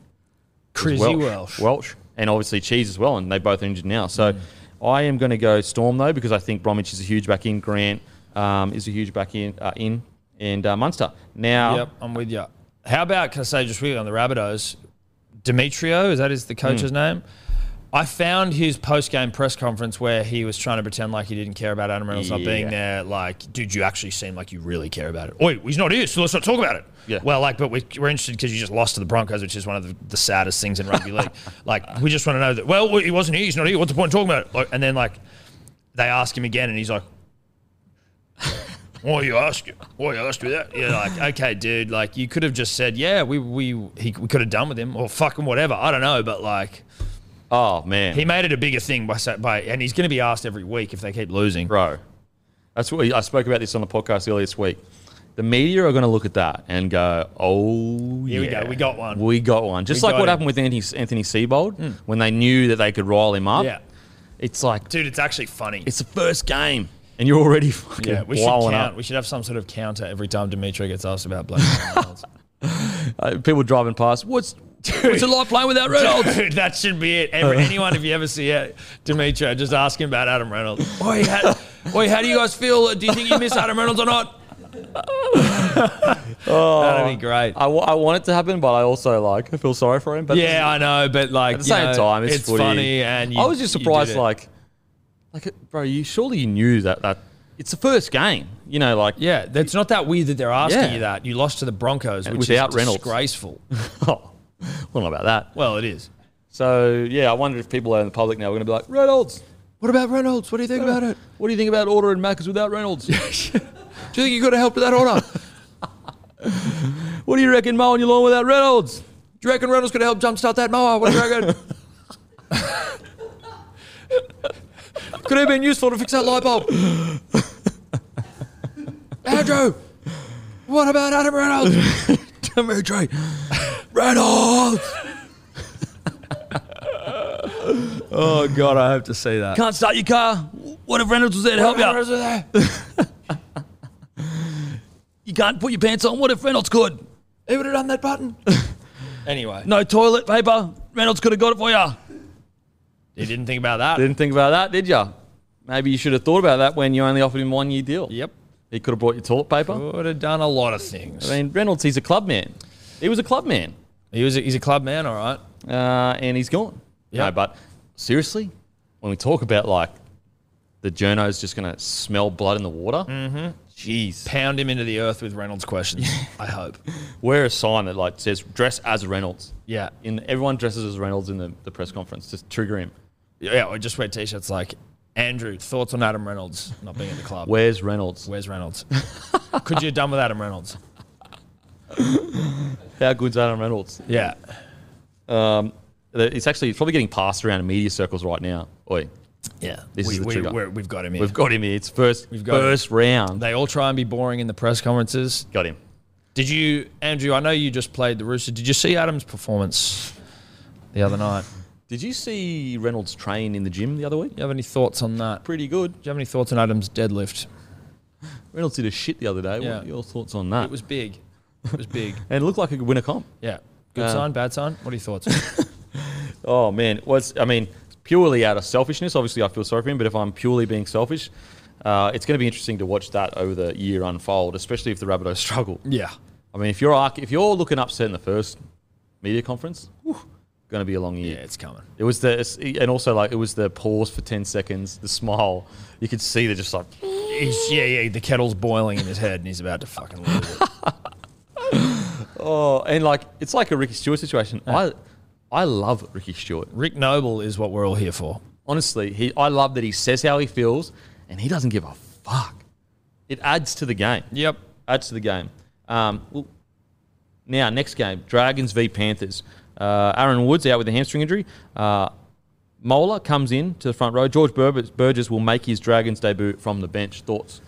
Speaker 3: Crizzy Welsh. Mm.
Speaker 1: Welsh. And obviously Cheese as well, and they both are injured now. So I am going to go Storm, though, because I think Bromwich is a huge back in. Grant um, is a huge back in, uh, in and uh, Munster. Now,
Speaker 3: Yep, I'm with you. How about can I say just really on the Rabbitohs, Demetrio is that is the coach's
Speaker 1: Hmm.
Speaker 3: name? I found his post game press conference where he was trying to pretend like he didn't care about Adam Reynolds not being
Speaker 1: Yeah.
Speaker 3: there. Like, dude, you actually seem like you really care about it. Oi, he's not here, so let's not talk about it.
Speaker 1: Yeah.
Speaker 3: Well, like, but we, we're interested because you just lost to the Broncos, which is one of the, the saddest things in rugby league. Like, we just want to know that. Well, he wasn't here. He's not here. What's the point of talking about it? Like, and then like, they ask him again, and he's like, Why you ask him? Why you ask me that? Yeah, like, okay, dude, like you could have just said, yeah, we we he, we could have done with him or fucking whatever. I don't know, but like
Speaker 1: oh, man.
Speaker 3: he made it a bigger thing by sa- by, and he's going to be asked every week if they keep losing.
Speaker 1: bro. That's what I spoke about this on the podcast earlier this week. The media are going to look at that and go, "Oh,
Speaker 3: Here we
Speaker 1: yeah.
Speaker 3: go, we got one."
Speaker 1: we got one." Just
Speaker 3: We
Speaker 1: like
Speaker 3: got
Speaker 1: what
Speaker 3: him.
Speaker 1: happened with Anthony Anthony Seibold when they knew that they could rile him up.
Speaker 3: Yeah,
Speaker 1: It's like dude,
Speaker 3: dude, it's actually funny.
Speaker 1: it's the first game, and you're already fucking
Speaker 3: yeah, we should
Speaker 1: blowing
Speaker 3: count.
Speaker 1: up.
Speaker 3: We should have some sort of counter every time Dimitri gets asked about Blake Reynolds.
Speaker 1: Uh, people driving past, what's what's it like playing without Reynolds?
Speaker 3: Dude, that should be it. Every,
Speaker 1: Uh-huh.
Speaker 3: anyone, if you ever see it, Demetrio, just ask him about Adam Reynolds. Oi, how, oi, how do you guys feel? Do you think you miss Adam Reynolds or not? That'd be great.
Speaker 1: Oh. I, wa- I want it to happen, but I also like I feel sorry for him. But
Speaker 3: yeah, I know, but like
Speaker 1: at the
Speaker 3: you
Speaker 1: same
Speaker 3: know,
Speaker 1: time, it's, footy.
Speaker 3: funny, and you,
Speaker 1: I was just
Speaker 3: you did
Speaker 1: surprised,
Speaker 3: it.
Speaker 1: like, like, bro, you surely you knew that that it's the first game, you know, like,
Speaker 3: yeah, that's not that weird that they're asking
Speaker 1: Yeah.
Speaker 3: you that. You lost to the Broncos, which
Speaker 1: without
Speaker 3: is
Speaker 1: Reynolds.
Speaker 3: disgraceful.
Speaker 1: oh, well, not about that.
Speaker 3: well, it is.
Speaker 1: So yeah, I wonder if people out in the public now are going to be like, Reynolds,
Speaker 3: What about Reynolds? What do you think about it?
Speaker 1: what do you think about ordering Macca's without Reynolds?
Speaker 3: Do you think you could have helped with that order?
Speaker 1: what do you reckon mowing your lawn without Reynolds?
Speaker 3: Do you reckon Reynolds could help jumpstart that mower? What do you reckon? could have been useful to fix that light bulb. Andrew, what about Adam Reynolds?
Speaker 1: Dimitri, Reynolds.
Speaker 3: Oh god, I hope to see that.
Speaker 1: Can't start your car. What if Reynolds was there to help you out? You can't put your pants on. What if Reynolds could?
Speaker 3: He would have done that button. anyway,
Speaker 1: No toilet paper. Reynolds could have got it for you.
Speaker 3: he didn't think about that.
Speaker 1: Didn't think about that, did you? Maybe you should have thought about that when you only offered him one year deal.
Speaker 3: Yep,
Speaker 1: He could have brought you toilet paper.
Speaker 3: would have done a lot of things.
Speaker 1: I mean, Reynolds, he's a club man. He was a club man,
Speaker 3: he was a, he's a club man, all right.
Speaker 1: uh, and he's gone.
Speaker 3: Yeah.
Speaker 1: No, but seriously, when we talk about like the journo's just going to smell blood in the water, mm-hmm. jeez.
Speaker 3: Pound him into the earth with Reynolds questions. I hope.
Speaker 1: Wear a sign that like says dress as Reynolds.
Speaker 3: Yeah,
Speaker 1: In everyone dresses as Reynolds in the, the press conference. Just trigger him.
Speaker 3: yeah. Or just wear t-shirts like Andrew. Thoughts on Adam Reynolds not being at the club.
Speaker 1: Where's Reynolds?
Speaker 3: Where's Reynolds? Could you have done with Adam Reynolds?
Speaker 1: How good's Adam Reynolds? Uh,
Speaker 3: Yeah.
Speaker 1: It's actually it's probably getting passed around in media circles right now. Oi,
Speaker 3: Yeah.
Speaker 1: This
Speaker 3: we,
Speaker 1: is the
Speaker 3: we,
Speaker 1: trigger.
Speaker 3: we're, we've got him here.
Speaker 1: we've got him here. It's first
Speaker 3: We've got him.
Speaker 1: first round.
Speaker 3: they all try and be boring in the press conferences.
Speaker 1: Got him.
Speaker 3: Did you, Andrew? I know you just played the Rooster. Did you see Adam's performance the other night?
Speaker 1: Did you see Reynolds train in the gym the other week?
Speaker 3: You have any thoughts on that? Do
Speaker 1: Pretty good.
Speaker 3: you have any thoughts on Adam's deadlift?
Speaker 1: Reynolds did a shit the other day.
Speaker 3: Yeah.
Speaker 1: What are your thoughts on that?
Speaker 3: It was big. It was big.
Speaker 1: and it looked like it could win a comp.
Speaker 3: Yeah. Good
Speaker 1: Uh,
Speaker 3: sign, bad sign. What are your thoughts?
Speaker 1: Oh man, was I mean purely out of selfishness. Obviously, I feel sorry for him, but if I'm purely being selfish, uh, it's going to be interesting to watch that over the year unfold, especially if the Rabbitohs struggle.
Speaker 3: yeah.
Speaker 1: I mean, if you're arc- if you're looking upset in the first media conference, going to be a long
Speaker 3: Yeah,
Speaker 1: year.
Speaker 3: it's coming.
Speaker 1: It was the it's- and also like it was the pause for ten seconds, the smile. You could see they're just like
Speaker 3: He's- yeah, yeah. The kettle's boiling in his head, and he's about to fucking lose it.
Speaker 1: oh, and like it's like a Ricky Stewart situation. I I love Ricky Stewart.
Speaker 3: Rick Noble is what we're all here for.
Speaker 1: Honestly, he I love that he says how he feels, and he doesn't give a fuck. It adds to the game.
Speaker 3: Yep.
Speaker 1: Adds to the game. Um, well, now next game, Dragons v Panthers. Uh, Aaron Woods out with a hamstring injury. Uh, Moeller comes in to the front row. George Burb- Burgess will make his Dragons debut from the bench. Thoughts?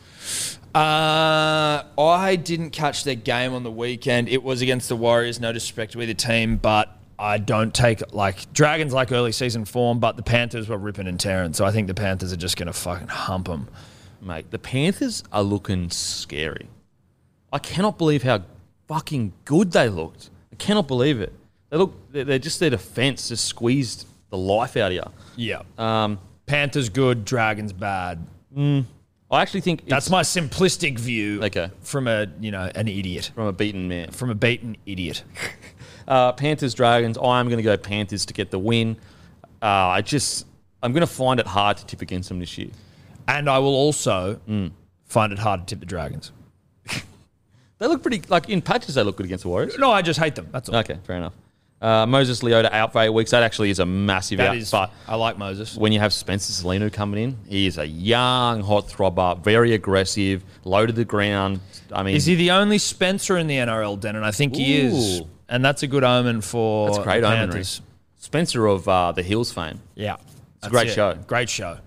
Speaker 3: Uh, I didn't catch their game on the weekend. It was against the Warriors. No disrespect to either team, but I don't take like Dragons like early season form, but the Panthers were ripping and tearing. So I think the Panthers are just gonna fucking hump them.
Speaker 1: mate, the Panthers are looking scary. I cannot believe how fucking good they looked. I cannot believe it. They look, they're they're just their defense just squeezed the life out of you.
Speaker 3: Yeah.
Speaker 1: Um,
Speaker 3: Panthers good, Dragons bad.
Speaker 1: I actually think it's
Speaker 3: That's my simplistic view.
Speaker 1: Okay.
Speaker 3: From a you know an idiot,
Speaker 1: from a beaten man.
Speaker 3: from a beaten idiot.
Speaker 1: Uh, Panthers, Dragons. I am going to go Panthers to get the win. Uh, I just, I'm going to find it hard to tip against them this year.
Speaker 3: And I will also find it hard to tip the Dragons.
Speaker 1: They look pretty, like in patches, they look good against the Warriors.
Speaker 3: No, I just hate them. That's all.
Speaker 1: Okay, fair enough. Uh, Moses Leota out for eight weeks. That actually is a massive
Speaker 3: That
Speaker 1: out.
Speaker 3: is.
Speaker 1: but
Speaker 3: I like Moses.
Speaker 1: when you have Spencer Salino coming in, he is a young hot throbber, very aggressive, low to the ground. I mean,
Speaker 3: Is he the only Spencer in the NRL, Den? And I think he is.
Speaker 1: Ooh.
Speaker 3: And that's a good omen for
Speaker 1: that's great
Speaker 3: the
Speaker 1: omen.
Speaker 3: Panthers.
Speaker 1: Spencer of uh, the Hills fame,
Speaker 3: Yeah. It's
Speaker 1: a great show.
Speaker 3: Great show.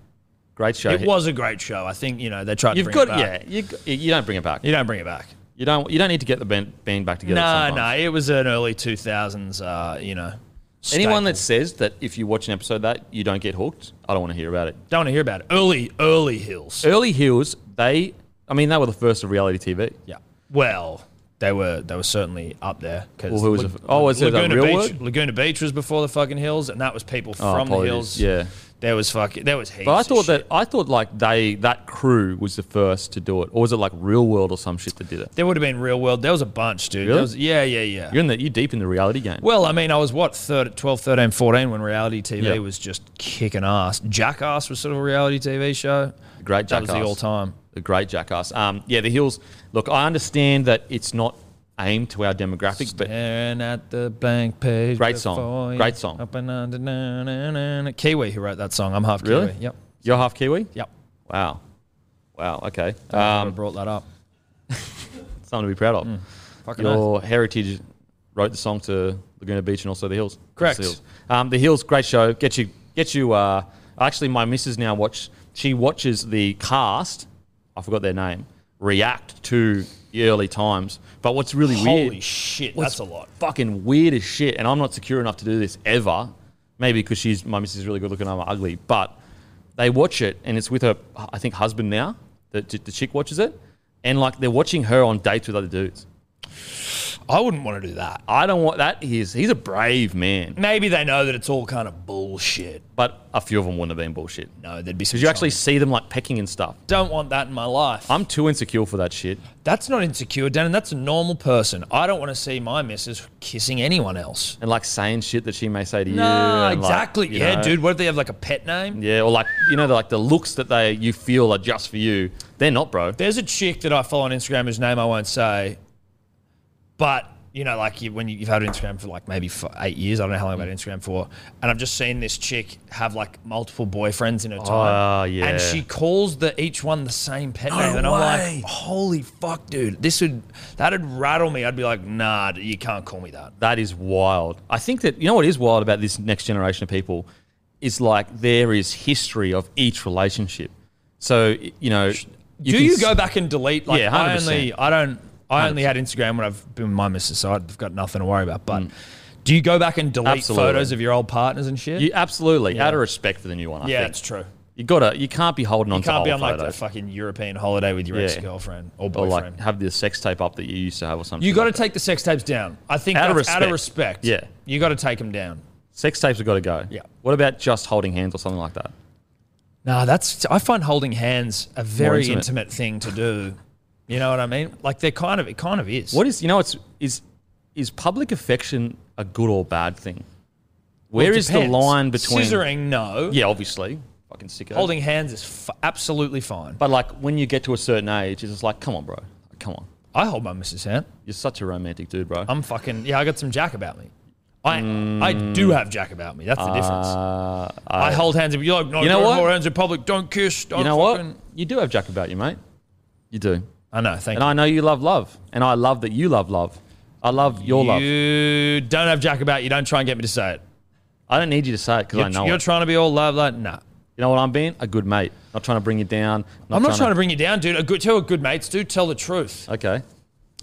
Speaker 1: great show.
Speaker 3: It was a great show. I think, you know, they tried
Speaker 1: You've
Speaker 3: to bring
Speaker 1: got
Speaker 3: it back.
Speaker 1: yeah. You, you don't bring it back.
Speaker 3: You don't bring it back.
Speaker 1: You don't. You don't need to get the band, band back together.
Speaker 3: No,
Speaker 1: sometimes.
Speaker 3: no. It was an early 2000s, uh, you know.
Speaker 1: Anyone
Speaker 3: staple.
Speaker 1: that says that if you watch an episode of that you don't get hooked, I don't want to hear about it.
Speaker 3: Don't want to hear about it. Early, early Hills.
Speaker 1: Early Hills, they. I mean, they were the first of reality TV.
Speaker 3: Yeah. Well, they were they were certainly up there because
Speaker 1: Well, who was the f- oh, is it a real
Speaker 3: Beach,
Speaker 1: word?
Speaker 3: Laguna Beach was before the fucking hills, and that was people from the
Speaker 1: Oh, apologies.
Speaker 3: hills.
Speaker 1: Yeah.
Speaker 3: there was fucking there was heaps.
Speaker 1: But I thought
Speaker 3: of
Speaker 1: that
Speaker 3: shit.
Speaker 1: I thought like they that crew was the first to do it, or was it like Real World or some shit that did it?
Speaker 3: there would have been real world. There was a bunch, dude. There
Speaker 1: Really?
Speaker 3: was- yeah, yeah, yeah.
Speaker 1: You're in the you deep in the reality game.
Speaker 3: well, I mean, I was what third, 12, 13, 14 when reality TV
Speaker 1: Yeah.
Speaker 3: was just kicking ass. Jackass was sort of a reality TV show.
Speaker 1: Great
Speaker 3: That was the
Speaker 1: Jackass.
Speaker 3: all time.
Speaker 1: The great jackass. Um, yeah, the hills. Look, I understand that it's not aimed to our demographic, but
Speaker 3: Staring at the blank page.
Speaker 1: Great song.
Speaker 3: before you
Speaker 1: Great song.
Speaker 3: up and under, na, na, na, na. Kiwi who wrote that song. I'm half
Speaker 1: really,
Speaker 3: Kiwi. Yep.
Speaker 1: you're half Kiwi.
Speaker 3: Yep.
Speaker 1: Wow, wow. Okay,
Speaker 3: Um,
Speaker 1: um,
Speaker 3: brought that up.
Speaker 1: something to be proud of.
Speaker 3: Mm. Fucking
Speaker 1: Your heritage wrote the song to Laguna Beach and also the hills.
Speaker 3: Correct.
Speaker 1: The hills. Um, the hills. Great show. Get you. Get you. Uh, actually, my missus now watch. She watches the cast. I forgot their name. React to the early times. But what's really
Speaker 3: Holy
Speaker 1: weird?
Speaker 3: shit,
Speaker 1: What's
Speaker 3: that's a lot.
Speaker 1: Fucking weird as shit. And I'm not secure enough to do this ever. Maybe because she's my missus is really good looking. I'm ugly, but they watch it and it's with her. I think husband now. The, the chick watches it, and like they're watching her on dates with other dudes.
Speaker 3: I wouldn't want to do that.
Speaker 1: I don't want that. He's he's a brave man,
Speaker 3: Maybe they know that it's all kind of bullshit.
Speaker 1: but a few of them wouldn't have been bullshit.
Speaker 3: No, there'd be some.
Speaker 1: Because you actually
Speaker 3: charm.
Speaker 1: see them like pecking and stuff.
Speaker 3: don't want that in my life.
Speaker 1: I'm too insecure for that shit.
Speaker 3: that's not insecure, Denon. That's a normal person. I don't want to see my missus kissing anyone else.
Speaker 1: And like saying shit that she may say to you.
Speaker 3: No,
Speaker 1: and, like,
Speaker 3: exactly.
Speaker 1: you
Speaker 3: yeah,
Speaker 1: know.
Speaker 3: dude. What if they have like a pet name?
Speaker 1: Yeah, or like you know, the, like the looks that they you feel are just for you. They're not, bro.
Speaker 3: There's a chick that I follow on Instagram whose name I won't say, but you know, like you, when you, you've had Instagram for like maybe f eight years, I don't know how long I've had Instagram for, and I've just seen this chick have like multiple boyfriends in her time.
Speaker 1: Ah, yeah.
Speaker 3: And she calls the each one the same pet name, and I'm like, holy fuck, dude, this would that'd rattle me. I'd be like, nah, you can't call me that.
Speaker 1: That is wild. I think that you know what is wild about this next generation of people is like there is history of each relationship. So y- you know, you
Speaker 3: Do
Speaker 1: can
Speaker 3: you
Speaker 1: s-
Speaker 3: go back and delete? Like,
Speaker 1: Yeah,
Speaker 3: I
Speaker 1: 100%.
Speaker 3: only, I don't, I only had Instagram when I've been with my missus, so I've got nothing to worry about. But do you go back and delete
Speaker 1: Mm. Absolutely.
Speaker 3: photos of your old partners and shit?
Speaker 1: You absolutely out of respect for the new one. I
Speaker 3: yeah,
Speaker 1: think.
Speaker 3: it's true.
Speaker 1: You gotta. You can't be holding on
Speaker 3: You can't
Speaker 1: to
Speaker 3: be
Speaker 1: old
Speaker 3: on like
Speaker 1: photos.
Speaker 3: that fucking European holiday with your
Speaker 1: Yeah.
Speaker 3: ex girlfriend or
Speaker 1: or
Speaker 3: boyfriend.
Speaker 1: like have the sex tape up that you used to have or something.
Speaker 3: you got to
Speaker 1: like that.
Speaker 3: take the sex tapes down. I think
Speaker 1: Out of
Speaker 3: that's out of
Speaker 1: respect. Yeah.
Speaker 3: respect. you got to take them down.
Speaker 1: sex tapes have got to go.
Speaker 3: Yeah.
Speaker 1: What about just holding hands or something like that?
Speaker 3: Nah, that's I find holding hands a very
Speaker 1: intimate.
Speaker 3: intimate. thing to do. You know what I mean? Like they're kind of it kind of is.
Speaker 1: What is you know? It's is is public affection a good or bad thing? Where
Speaker 3: It
Speaker 1: is the
Speaker 3: depends.
Speaker 1: line between?
Speaker 3: scissoring? No,
Speaker 1: Yeah, obviously, fucking sicko.
Speaker 3: holding hands is f- absolutely fine.
Speaker 1: But like when you get to a certain age, it's just like, come on, bro, come on.
Speaker 3: I hold my missus hand.
Speaker 1: You're such a romantic dude, bro.
Speaker 3: I'm fucking yeah. I got some jack about me. I I do have jack about me. That's the difference.
Speaker 1: Mm. Uh,
Speaker 3: I, hold hands. If you're like, no,
Speaker 1: You know
Speaker 3: don't
Speaker 1: what?
Speaker 3: hold hands in public. Don't kiss. Don't
Speaker 1: you know
Speaker 3: fucking-
Speaker 1: what? You do have Jack about you, mate. You do,
Speaker 3: I know. Thank
Speaker 1: and I know you love love, and I love that you love love. I love your
Speaker 3: you.
Speaker 1: love.
Speaker 3: You don't have jack about you. Don't try and get me to say it.
Speaker 1: I don't need you to say it because
Speaker 3: You're,
Speaker 1: I know
Speaker 3: you're
Speaker 1: it.
Speaker 3: trying to be all love, like nah.
Speaker 1: you know what I'm being? A good mate. Not trying to bring you down.
Speaker 3: I'm not trying to bring you down, dude. A good, tell a good mates, do tell the truth.
Speaker 1: Okay.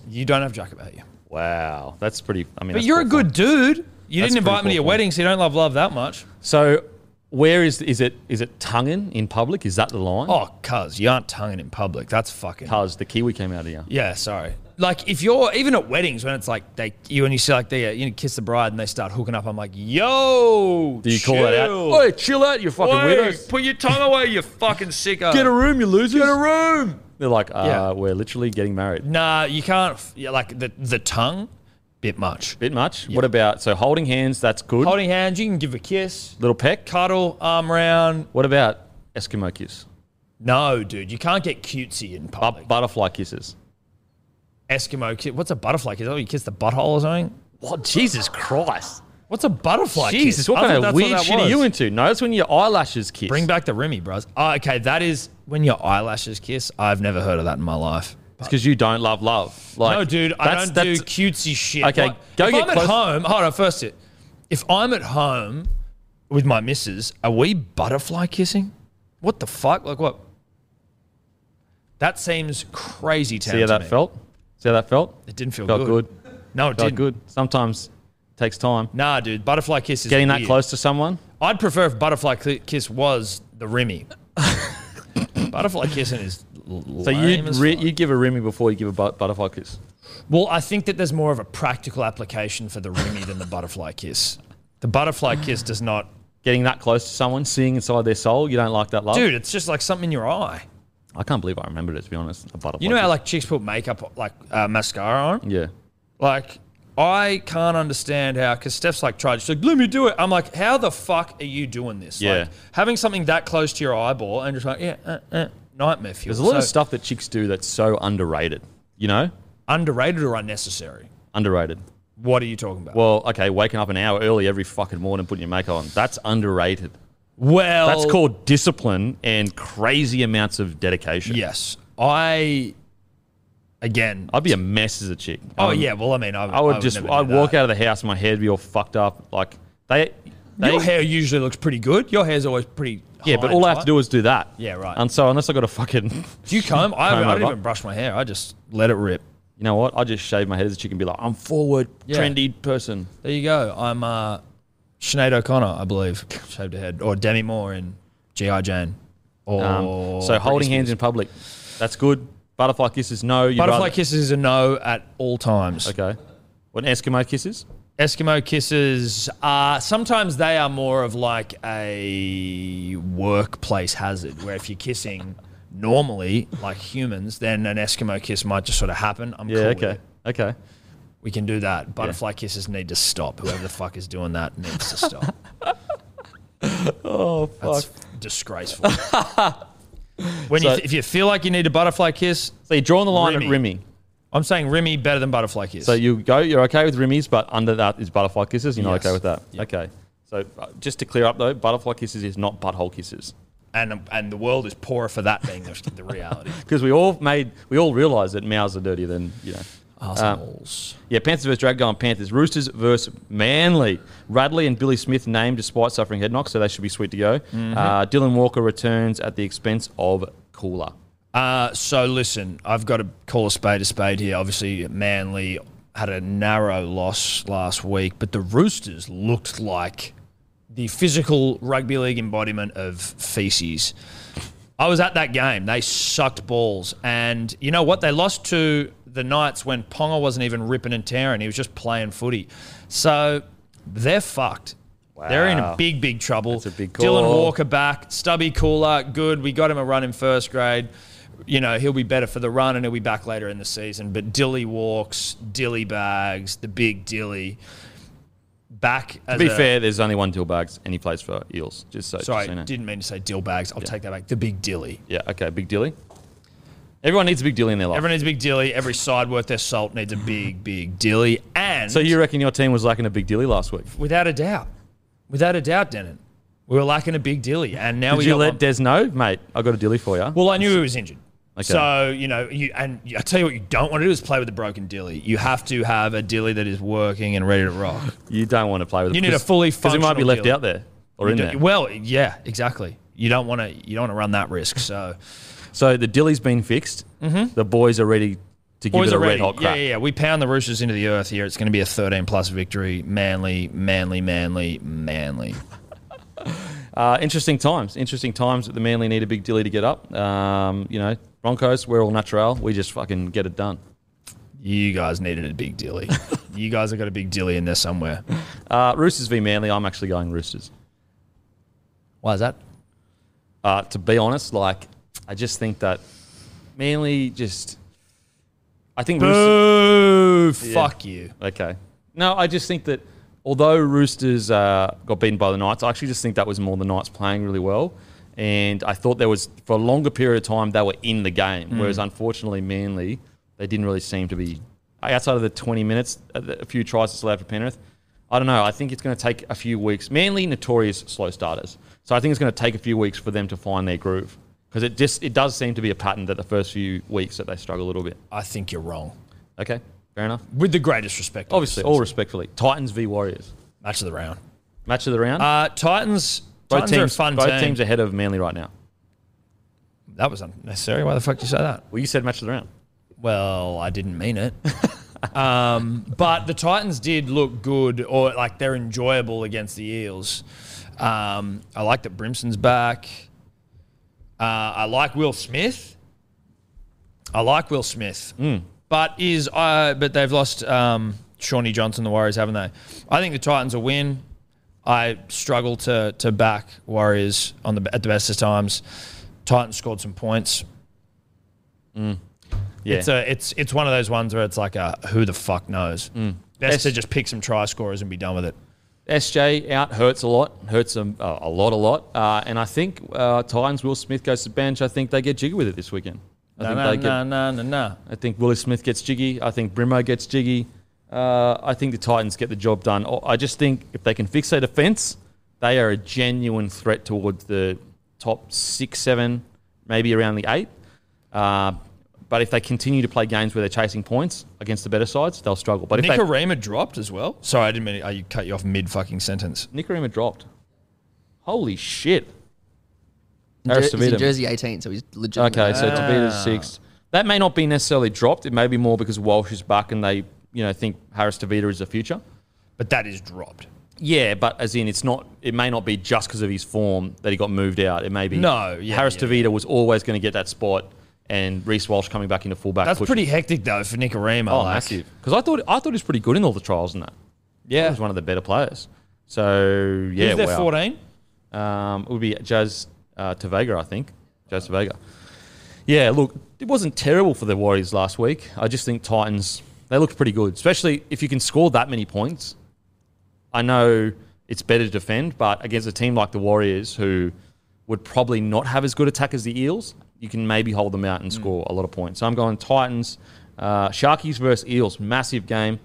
Speaker 3: You don't have jack about you,
Speaker 1: Wow, that's pretty. I mean,
Speaker 3: but
Speaker 1: that's
Speaker 3: you're a
Speaker 1: thoughtful.
Speaker 3: good dude. You
Speaker 1: That's
Speaker 3: didn't invite
Speaker 1: pretty
Speaker 3: me to your
Speaker 1: thoughtful.
Speaker 3: wedding, so you don't love love that much.
Speaker 1: So, where is is it? Is it tonguing in public? Is that the line?
Speaker 3: Oh, cuz you aren't tonguing in public. That's fucking
Speaker 1: because the Kiwi came out of here.
Speaker 3: Yeah, sorry. Like if you're even at weddings when it's like they you and you see like they uh, you know, kiss the bride and they start hooking up, I'm like, yo,
Speaker 1: Do you call that out?
Speaker 3: chill.
Speaker 1: Oi, chill out, you fucking
Speaker 3: Oi,
Speaker 1: weirdos.
Speaker 3: put your tongue away, you fucking sicko.
Speaker 1: Get a room, you losers.
Speaker 3: Get a room.
Speaker 1: They're like, uh,
Speaker 3: Yeah.
Speaker 1: we're literally getting married.
Speaker 3: Nah, you can't. Yeah, like the the tongue, bit much.
Speaker 1: Bit much. What about so holding hands? That's good.
Speaker 3: Holding hands, you can give a kiss,
Speaker 1: Little peck.
Speaker 3: cuddle, arm round.
Speaker 1: What about Eskimo kiss?
Speaker 3: No, dude, you can't get cutesy in
Speaker 1: Bu-
Speaker 3: public.
Speaker 1: butterfly kisses.
Speaker 3: Eskimo kiss. What's a butterfly kiss? Oh, you kiss the butthole or something.
Speaker 1: What? Jesus Christ.
Speaker 3: What's a butterfly kiss?
Speaker 1: Jesus, what
Speaker 3: I thought
Speaker 1: kind of
Speaker 3: that's
Speaker 1: weird
Speaker 3: that
Speaker 1: shit are
Speaker 3: was.
Speaker 1: you into? No, that's when your eyelashes kiss.
Speaker 3: Bring back the Remy, bros.
Speaker 1: Uh,
Speaker 3: Oh, okay, that is when your eyelashes kiss. I've never heard of that in my life.
Speaker 1: because you don't love love. Like,
Speaker 3: no, dude, I
Speaker 1: that's-
Speaker 3: don't
Speaker 1: that's-
Speaker 3: do cutesy shit.
Speaker 1: Okay,
Speaker 3: Like,
Speaker 1: go
Speaker 3: if
Speaker 1: get
Speaker 3: I'm
Speaker 1: close-
Speaker 3: at home, hold on, first it. If I'm at home with my missus, are we butterfly kissing? What the fuck? Like what? That seems crazy town to
Speaker 1: See how that
Speaker 3: me.
Speaker 1: felt? See how that felt?
Speaker 3: It didn't feel
Speaker 1: Felt
Speaker 3: good.
Speaker 1: good.
Speaker 3: No, it
Speaker 1: Felt
Speaker 3: didn't.
Speaker 1: good. Sometimes it takes time.
Speaker 3: Nah, dude, butterfly kiss is
Speaker 1: Getting that
Speaker 3: weird.
Speaker 1: close to someone.
Speaker 3: I'd prefer if butterfly cli kiss was the Remy. butterfly kissing is l-
Speaker 1: So
Speaker 3: lame
Speaker 1: you'd,
Speaker 3: as
Speaker 1: re-
Speaker 3: fuck.
Speaker 1: you'd give a Remy before you give a bu- butterfly kiss.
Speaker 3: Well, I think that there's more of a practical application for the Remy than the butterfly kiss. The butterfly kiss does not.
Speaker 1: Getting that close to someone, seeing inside their soul, you don't like that love.
Speaker 3: Dude, it's just like something in your eye.
Speaker 1: I can't believe I remembered it, to be honest. A butterfly
Speaker 3: You know how
Speaker 1: kiss.
Speaker 3: like chicks put makeup, like uh, mascara on?
Speaker 1: Yeah.
Speaker 3: Like, I can't understand how, because Steph's like tried, she's like, let me do it. I'm like, how the fuck are you doing this?
Speaker 1: Yeah.
Speaker 3: Like, having something that close to your eyeball and just like, yeah, uh, uh, nightmare fuel.
Speaker 1: There's a lot of
Speaker 3: So,
Speaker 1: stuff that chicks do that's so underrated. You know?
Speaker 3: Underrated or unnecessary?
Speaker 1: Underrated.
Speaker 3: What are you talking about?
Speaker 1: Well, okay, waking up an hour early every fucking morning, putting your makeup on. That's underrated.
Speaker 3: Well,
Speaker 1: That's called discipline and crazy amounts of dedication.
Speaker 3: Yes. I, again,
Speaker 1: I'd be a mess as a chick.
Speaker 3: Oh
Speaker 1: Um,
Speaker 3: yeah, well I mean I,
Speaker 1: I would just
Speaker 3: never do
Speaker 1: I'd walk
Speaker 3: that.
Speaker 1: out of the house, my hair'd be all fucked up. Like they, they
Speaker 3: Your hair usually looks pretty good. Your hair's always pretty.
Speaker 1: yeah, but all I have to do is do that.
Speaker 3: Yeah, right.
Speaker 1: And so unless I got a fucking,
Speaker 3: do you comb? I,
Speaker 1: Comb
Speaker 3: I don't
Speaker 1: over.
Speaker 3: even brush my hair. I just let it rip.
Speaker 1: you know what? I just shave my head as a chick and be like, I'm forward,
Speaker 3: Yeah.
Speaker 1: trendy person.
Speaker 3: There you go. I'm uh, Sinead O'Connor, I believe, shaved her head, or Demi Moore in G.I. Jane. Or Oh,
Speaker 1: Um, so holding
Speaker 3: Britney
Speaker 1: hands in public, that's good. Butterfly kisses, no. You'd
Speaker 3: Butterfly
Speaker 1: rather-
Speaker 3: kisses is a no at all times.
Speaker 1: Okay. What Eskimo kisses?
Speaker 3: Eskimo kisses are sometimes they are more of like a workplace hazard where if you're kissing normally like humans, then an Eskimo kiss might just sort of happen. I'm cool
Speaker 1: Yeah.
Speaker 3: with
Speaker 1: Okay.
Speaker 3: it.
Speaker 1: Okay.
Speaker 3: We can do that. Butterfly kisses need to stop. Whoever the fuck is doing that needs to stop. oh fuck. That's disgraceful. when you
Speaker 1: So-
Speaker 3: if you feel like you need a butterfly kiss,
Speaker 1: So you're drawing the line at
Speaker 3: Remy.
Speaker 1: Remy.
Speaker 3: I'm saying Remy better than butterfly kiss.
Speaker 1: So you go, you're okay with Remy's, but under that is butterfly kisses. You're not
Speaker 3: Yes.
Speaker 1: okay with that. Okay. So uh, just to clear up though, butterfly kisses is not butthole kisses
Speaker 3: and and the world is poorer for that being the, the reality.
Speaker 1: because we all made we all realised that mouths are dirtier than you know.
Speaker 3: Assholes.
Speaker 1: Yeah, Panthers versus Dragon Panthers. Roosters versus Manly. Radley and Billy Smith named despite suffering head knocks, so they should be sweet to go.
Speaker 3: Mm-hmm.
Speaker 1: Uh, Dylan Walker returns at the expense of Cooler.
Speaker 3: Uh, so listen, I've got to call a spade a spade here. Obviously, Manly had a narrow loss last week, but the Roosters looked like the physical rugby league embodiment of feces. I was at that game. They sucked balls, and you know what? They lost to the Knights when Ponga wasn't even ripping and tearing; he was just playing footy. So they're fucked. They're in
Speaker 1: Wow.
Speaker 3: big, big trouble.
Speaker 1: That's a big
Speaker 3: Dylan
Speaker 1: call.
Speaker 3: Walker back, Stubby Cooler, good. We got him a run in first grade. You know, he'll be better for the run and he'll be back later in the season. But Dilly walks, Dilly bags, the big Dilly back. As
Speaker 1: To be
Speaker 3: a-
Speaker 1: fair, there's only one deal bags and he plays for Eels. Just so,
Speaker 3: Sorry,
Speaker 1: just so you know.
Speaker 3: didn't mean to say Dill bags. I'll take that back. The big Dilly.
Speaker 1: Yeah, okay, big dilly. Everyone needs a big dilly in their life.
Speaker 3: Everyone needs a big Dilly. Every side worth their salt needs a big, big Dilly. And
Speaker 1: so you reckon your team was lacking a big dilly last week?
Speaker 3: without a doubt, without a doubt, Denon, we were lacking a big Dilly. And now
Speaker 1: Did
Speaker 3: we
Speaker 1: you
Speaker 3: got
Speaker 1: let
Speaker 3: one.
Speaker 1: Des know, mate? I got a dilly for you.
Speaker 3: Well, I knew he was injured.
Speaker 1: Okay.
Speaker 3: So, you know, you, and I tell you what, you don't want to do is play with a broken dilly. You have to have a dilly that is working and ready to rock.
Speaker 1: you don't want to play with.
Speaker 3: You need a fully
Speaker 1: because he might be
Speaker 3: functional
Speaker 1: left
Speaker 3: dilly.
Speaker 1: out there or
Speaker 3: You
Speaker 1: in
Speaker 3: don't-
Speaker 1: there.
Speaker 3: Well, yeah, exactly. You don't want to. You don't want to run that risk. So,
Speaker 1: So the dilly's been fixed. Mm-hmm. The boys are ready to give
Speaker 3: boys
Speaker 1: it a
Speaker 3: are ready.
Speaker 1: red hot
Speaker 3: yeah,
Speaker 1: crack.
Speaker 3: yeah, yeah. We pound the Roosters into the earth here. It's going to be a 13 plus victory. Manly, manly, manly, manly.
Speaker 1: Uh, interesting times. Interesting times that the Manly need a big dilly to get up. Um, you know, Broncos, we're all natural. We just fucking get it done.
Speaker 3: You guys needed a big dilly. you guys have got a big dilly in there somewhere.
Speaker 1: Uh, Roosters v Manly. I'm actually going Roosters.
Speaker 3: Why is that?
Speaker 1: Uh, to be honest, like I just think that Manly just. I think Roosters.
Speaker 3: Boo! Fuck you.
Speaker 1: Okay. No, I just think that although Roosters uh, got beaten by the Knights, I actually just think that was more the Knights playing really well. And I thought there was, for a longer period of time, they were in the game. Whereas unfortunately, Manly, they didn't really seem to be. Outside of the 20 minutes, a a few tries that's allowed for Penrith, I don't know. I think it's going to take a few weeks. Manly, notorious slow starters. So I think it's going to take a few weeks for them to find their groove. Because it just it does seem to be a pattern that the first few weeks that they struggle a little bit.
Speaker 3: I think you're wrong.
Speaker 1: Okay, fair enough.
Speaker 3: With the greatest respect,
Speaker 1: Obviously, all respectfully, Titans v Warriors.
Speaker 3: match of the round.
Speaker 1: Match of the round.
Speaker 3: Uh, Titans.
Speaker 1: both
Speaker 3: Titans
Speaker 1: teams,
Speaker 3: are a fun
Speaker 1: both
Speaker 3: team.
Speaker 1: teams ahead of Manly right now.
Speaker 3: that was unnecessary. Why the fuck did you say that?
Speaker 1: Well, you said match of the round.
Speaker 3: Well, I didn't mean it. um, but the Titans did look good, or like they're enjoyable against the Eels. Um, I like that Brimson's back. Uh, I like Will Smith. I like Will Smith, but is uh, but they've lost um, Shawnee Johnson, the Warriors, haven't they? I think the Titans will win. I struggle to to back Warriors on the at the best of times. Titans scored some points.
Speaker 1: Yeah.
Speaker 3: It's a it's it's one of those ones where it's like a who the fuck knows.
Speaker 1: Mm.
Speaker 3: Best to just pick some try scorers and be done with it.
Speaker 1: SJ out hurts a lot, hurts a, a lot, a lot. Uh, and I think uh, Titans, Will Smith goes to the bench. I think they get jiggy with it this weekend. I,
Speaker 3: No,
Speaker 1: think
Speaker 3: no,
Speaker 1: they
Speaker 3: no,
Speaker 1: get,
Speaker 3: no, no, no.
Speaker 1: I think Willie Smith gets jiggy. I think Brimo gets jiggy. Uh, I think the Titans get the job done. Oh, I just think if they can fix their defense, they are a genuine threat towards the top six, seven, maybe around the eight. Uh, but if they continue to play games where they're chasing points against the better sides, they'll struggle. But if they,
Speaker 3: Nicarima dropped as well. Sorry, I didn't mean I cut you off mid fucking sentence.
Speaker 1: Nicarima dropped. Holy shit.
Speaker 2: Jer-
Speaker 1: Harris
Speaker 2: he's in
Speaker 1: Tavita.
Speaker 2: jersey 18, so he's legit.
Speaker 1: Okay, so Tavita's sixth. That may not be necessarily dropped. It may be more because Walsh is back and they, you know, think Harris Tavita is the future.
Speaker 3: But that is dropped.
Speaker 1: Yeah, but as in, it's not. It may not be just because of his form that he got moved out. It may be
Speaker 3: No, yeah,
Speaker 1: Harris
Speaker 3: yeah,
Speaker 1: Tavita was always going to get that spot, and Reese Walsh coming back into fullback.
Speaker 3: That's
Speaker 1: pushes-
Speaker 3: pretty hectic though for Nicarima.
Speaker 1: Oh,
Speaker 3: like.
Speaker 1: massive. Because I thought I thought he was pretty good in all the trials and that. he
Speaker 3: Yeah,
Speaker 1: was one of the better players. So yeah,
Speaker 3: Who's there?
Speaker 1: wow.
Speaker 3: Fourteen.
Speaker 1: Um, it would be Jazz uh, Tavega, I think. Jazz Tavega. Yeah, look, it wasn't terrible for the Warriors last week. I just think Titans, they looked pretty good, especially if you can score that many points. I know it's better to defend, but against a team like the Warriors, who would probably not have as good attack as the Eels, you can maybe hold them out and score a lot of points. So I'm going Titans, uh, Sharkies versus Eels, massive game.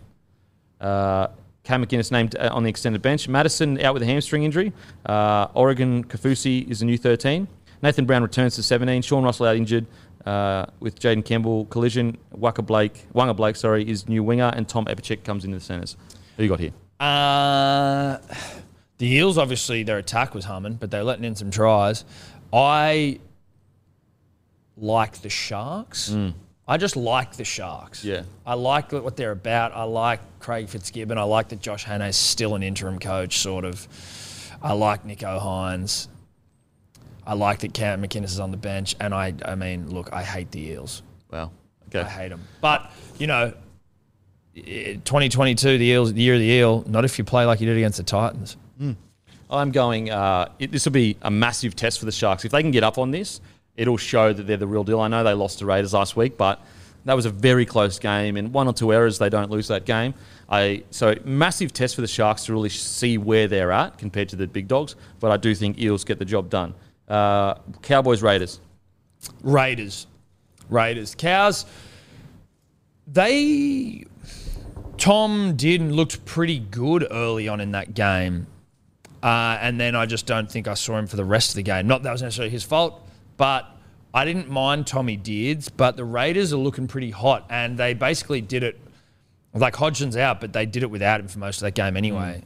Speaker 1: Uh, Cam McGinnis named uh, on the extended bench. Madison out with a hamstring injury. Uh, Oregon Kafusi is the new 13. Nathan Brown returns to 17. Sean Russell out injured uh, with Jaden Campbell collision. Waka Blake, Wanga Blake, sorry, is new winger, and Tom Epicek comes into the centres. Who you got here?
Speaker 3: Uh, the Eels, obviously, their attack was humming, but they're letting in some tries. I like the Sharks. I just like the Sharks.
Speaker 1: Yeah.
Speaker 3: I like what they're about. I like Craig Fitzgibbon. I like that Josh Hannay's still an interim coach, sort of. I like Nico Hines. I like that Cam McInnes is on the bench. And I, I mean, look, I hate the Eels.
Speaker 1: Wow. Okay.
Speaker 3: I hate them. But you know, i- 2022, the Eels, the year of the Eel. Not if you play like you did against the Titans.
Speaker 1: I'm going. Uh, it, this will be a massive test for the Sharks. If they can get up on this, it'll show that they're the real deal. I know they lost to Raiders last week, but that was a very close game, and one or two errors, they don't lose that game. I so massive test for the Sharks to really see where they're at compared to the big dogs. But I do think Eels get the job done. Uh, Cowboys Raiders.
Speaker 3: Raiders, Raiders, cows. They, Tom did and looked pretty good early on in that game, uh, and then I just don't think I saw him for the rest of the game. Not that was necessarily his fault, but. I didn't mind Tommy Deards, but the Raiders are looking pretty hot, and they basically did it like Hodgson's out, but they did it without him for most of that game anyway.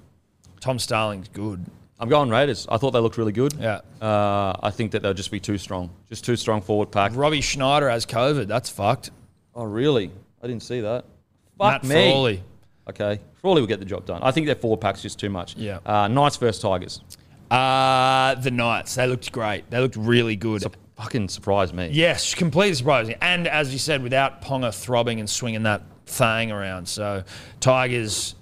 Speaker 1: Mm.
Speaker 3: Tom Starling's good.
Speaker 1: I'm going Raiders. I thought they looked really good.
Speaker 3: Yeah.
Speaker 1: Uh, I think that they'll just be too strong. Just too strong forward pack.
Speaker 3: Robbie Schneider has COVID. That's fucked.
Speaker 1: Oh really? I didn't see that. Fuck
Speaker 3: Matt
Speaker 1: me.
Speaker 3: Frawley.
Speaker 1: Okay. Frawley will get the job done. I think their four pack's just too much.
Speaker 3: Yeah.
Speaker 1: Uh, Knights versus Tigers.
Speaker 3: Uh, the Knights. They looked great. They looked really good.
Speaker 1: It's a fucking surprise me.
Speaker 3: yes, completely surprising. And as you said, without Ponga throbbing and swinging that thing around. So, Tigers,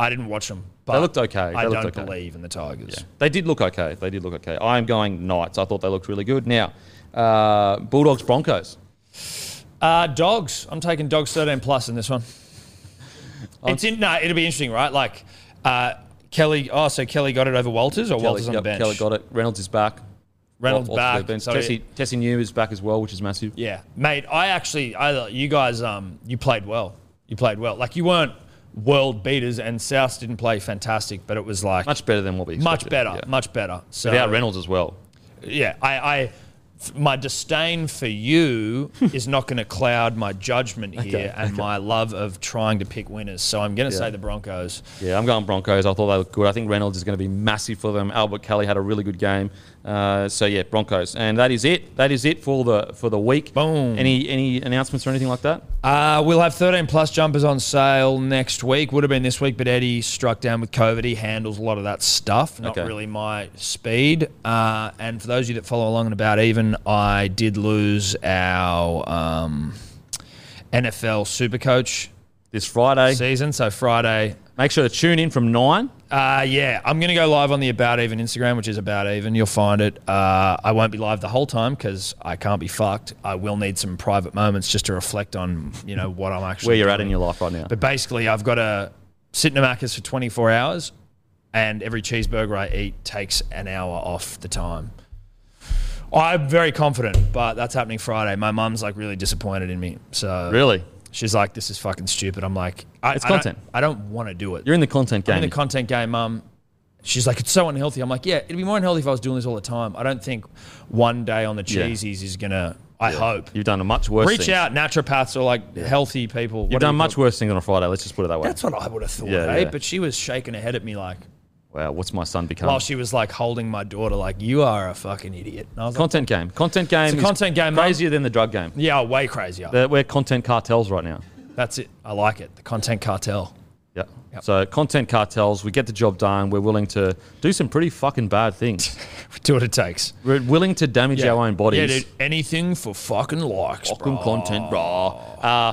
Speaker 3: I didn't watch them. But
Speaker 1: looked okay.
Speaker 3: I
Speaker 1: They
Speaker 3: don't
Speaker 1: looked okay.
Speaker 3: believe in the Tigers.
Speaker 1: They did look okay. They did look okay. I am going Knights. I thought they looked really good. Now, uh, Bulldogs Broncos.
Speaker 3: Uh, dogs. I'm taking dogs 13 plus in this one. It's in, no, it'll be interesting, right? Like, uh, Kelly. Oh, so Kelly got it over Walters, or Walters on
Speaker 1: yep,
Speaker 3: the bench.
Speaker 1: Kelly got it. Reynolds is back.
Speaker 3: Reynolds
Speaker 1: Wal- Walters
Speaker 3: back.
Speaker 1: on the bench.
Speaker 3: so
Speaker 1: Tessie, Tessie New is back as well, which is massive.
Speaker 3: Yeah, mate. I actually, I you guys, um, you played well. You played well. Like you weren't world beaters, and South didn't play fantastic, but it was like much,
Speaker 1: Much better than what we expected.
Speaker 3: better,
Speaker 1: Yeah.
Speaker 3: much better. So
Speaker 1: Without Reynolds as well.
Speaker 3: yeah, I, I f- my disdain for you is not going to cloud my judgment here and my love of trying to pick winners. So I'm going to say the Broncos.
Speaker 1: Yeah, I'm going Broncos. I thought they looked good. I think Reynolds is going to be massive for them. Albert Kelly had a really good game. Uh, so yeah, Broncos, and that is it. That is it for the for the week.
Speaker 3: Boom.
Speaker 1: Any any announcements or anything like that?
Speaker 3: Uh, we'll have 13 plus jumpers on sale next week. Would have been this week, but Eddie struck down with COVID. He handles a lot of that stuff. Not
Speaker 1: Okay.
Speaker 3: really my speed. Uh, and for those of you that follow along and about even, I did lose our um, NFL Supercoach
Speaker 1: This Friday,
Speaker 3: season. So Friday,
Speaker 1: make sure to tune in from nine.
Speaker 3: uh, yeah, I'm going to go live on the About Even Instagram, which is About Even. You'll find it. Uh, I won't be live the whole time because I can't be fucked. I will need some private moments just to reflect on, you know, what I'm actually
Speaker 1: Where you're at
Speaker 3: doing.
Speaker 1: in your life right now?
Speaker 3: But basically, I've got to sit in a Macca's for 24 hours, and every cheeseburger I eat takes an hour off the time. I'm very confident, but that's happening Friday. My mum's like really disappointed in me. So
Speaker 1: Really,
Speaker 3: she's like, "This is fucking stupid." I'm like, I,
Speaker 1: It's
Speaker 3: I don't-
Speaker 1: content.
Speaker 3: I don't want to do it.
Speaker 1: you're in the content game.
Speaker 3: I'm in the content game, mum. She's like, it's so unhealthy. I'm like, yeah, it'd be more unhealthy if I was doing this all the time. I don't think one day on the
Speaker 1: Yeah.
Speaker 3: cheesies is gonna. I hope.
Speaker 1: You've done a much worse.
Speaker 3: Reach
Speaker 1: things.
Speaker 3: out, naturopaths or like healthy people.
Speaker 1: You've done much worse things on a Friday. Let's just put it that way.
Speaker 3: That's what I would have thought,
Speaker 1: Yeah,
Speaker 3: eh?
Speaker 1: yeah.
Speaker 3: But she was shaking her head at me like
Speaker 1: wow, what's my son become?
Speaker 3: while she was like holding my daughter, like you are a fucking idiot. And I was like,
Speaker 1: content game. Content game.
Speaker 3: It's a
Speaker 1: is
Speaker 3: content game, mate.
Speaker 1: Crazier than the drug game.
Speaker 3: yeah, way crazier.
Speaker 1: They're- We're content cartels right now.
Speaker 3: That's it. I like it. The content cartel.
Speaker 1: Yeah.
Speaker 3: Yep.
Speaker 1: So content cartels, we get the job done. We're willing to do some pretty fucking bad things.
Speaker 3: Do what it takes.
Speaker 1: We're willing to damage our own bodies.
Speaker 3: Yeah, dude, anything for fucking likes,
Speaker 1: Fucking
Speaker 3: bro.
Speaker 1: content, brah. Uh,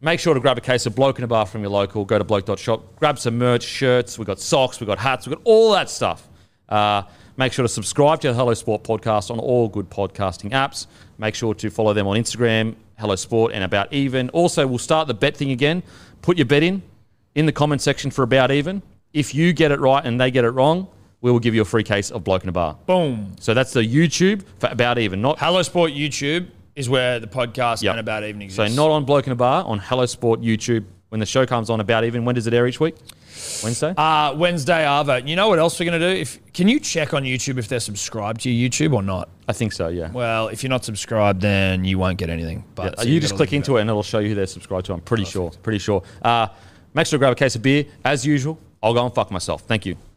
Speaker 1: make sure to grab a case of Bloke in a Bar from your local. Go to bloke.shop. Grab some merch, shirts. We've got socks. We've got hats. We've got all that stuff. Uh, make sure to subscribe to the Hello Sport podcast on all good podcasting apps. Make sure to follow them on Instagram, Hello Sport, and About Even. Also, we'll start the bet thing again. Put your bet in in the comment section for About Even. If you get it right and they get it wrong, we will give you a free case of Bloke in a Bar.
Speaker 3: Boom.
Speaker 1: So that's the YouTube for About Even, not
Speaker 3: Hello Sport YouTube is where the podcast
Speaker 1: Yep.
Speaker 3: and about even
Speaker 1: So
Speaker 3: exists.
Speaker 1: not on Bloke in a Bar, on Hello Sport YouTube. When the show comes on about even, when does it air each week? Wednesday?
Speaker 3: uh, Wednesday Arvo. You know what else we're gonna do? If can you check on YouTube if they're subscribed to your YouTube or not?
Speaker 1: I think so, yeah.
Speaker 3: Well, if you're not subscribed, then you won't get anything.
Speaker 1: Yeah,
Speaker 3: But
Speaker 1: you just click into it and it'll show you who they're subscribed to. I'm pretty sure. Pretty sure. Uh, make sure to grab a case of beer. As usual, I'll go and fuck myself. Thank you.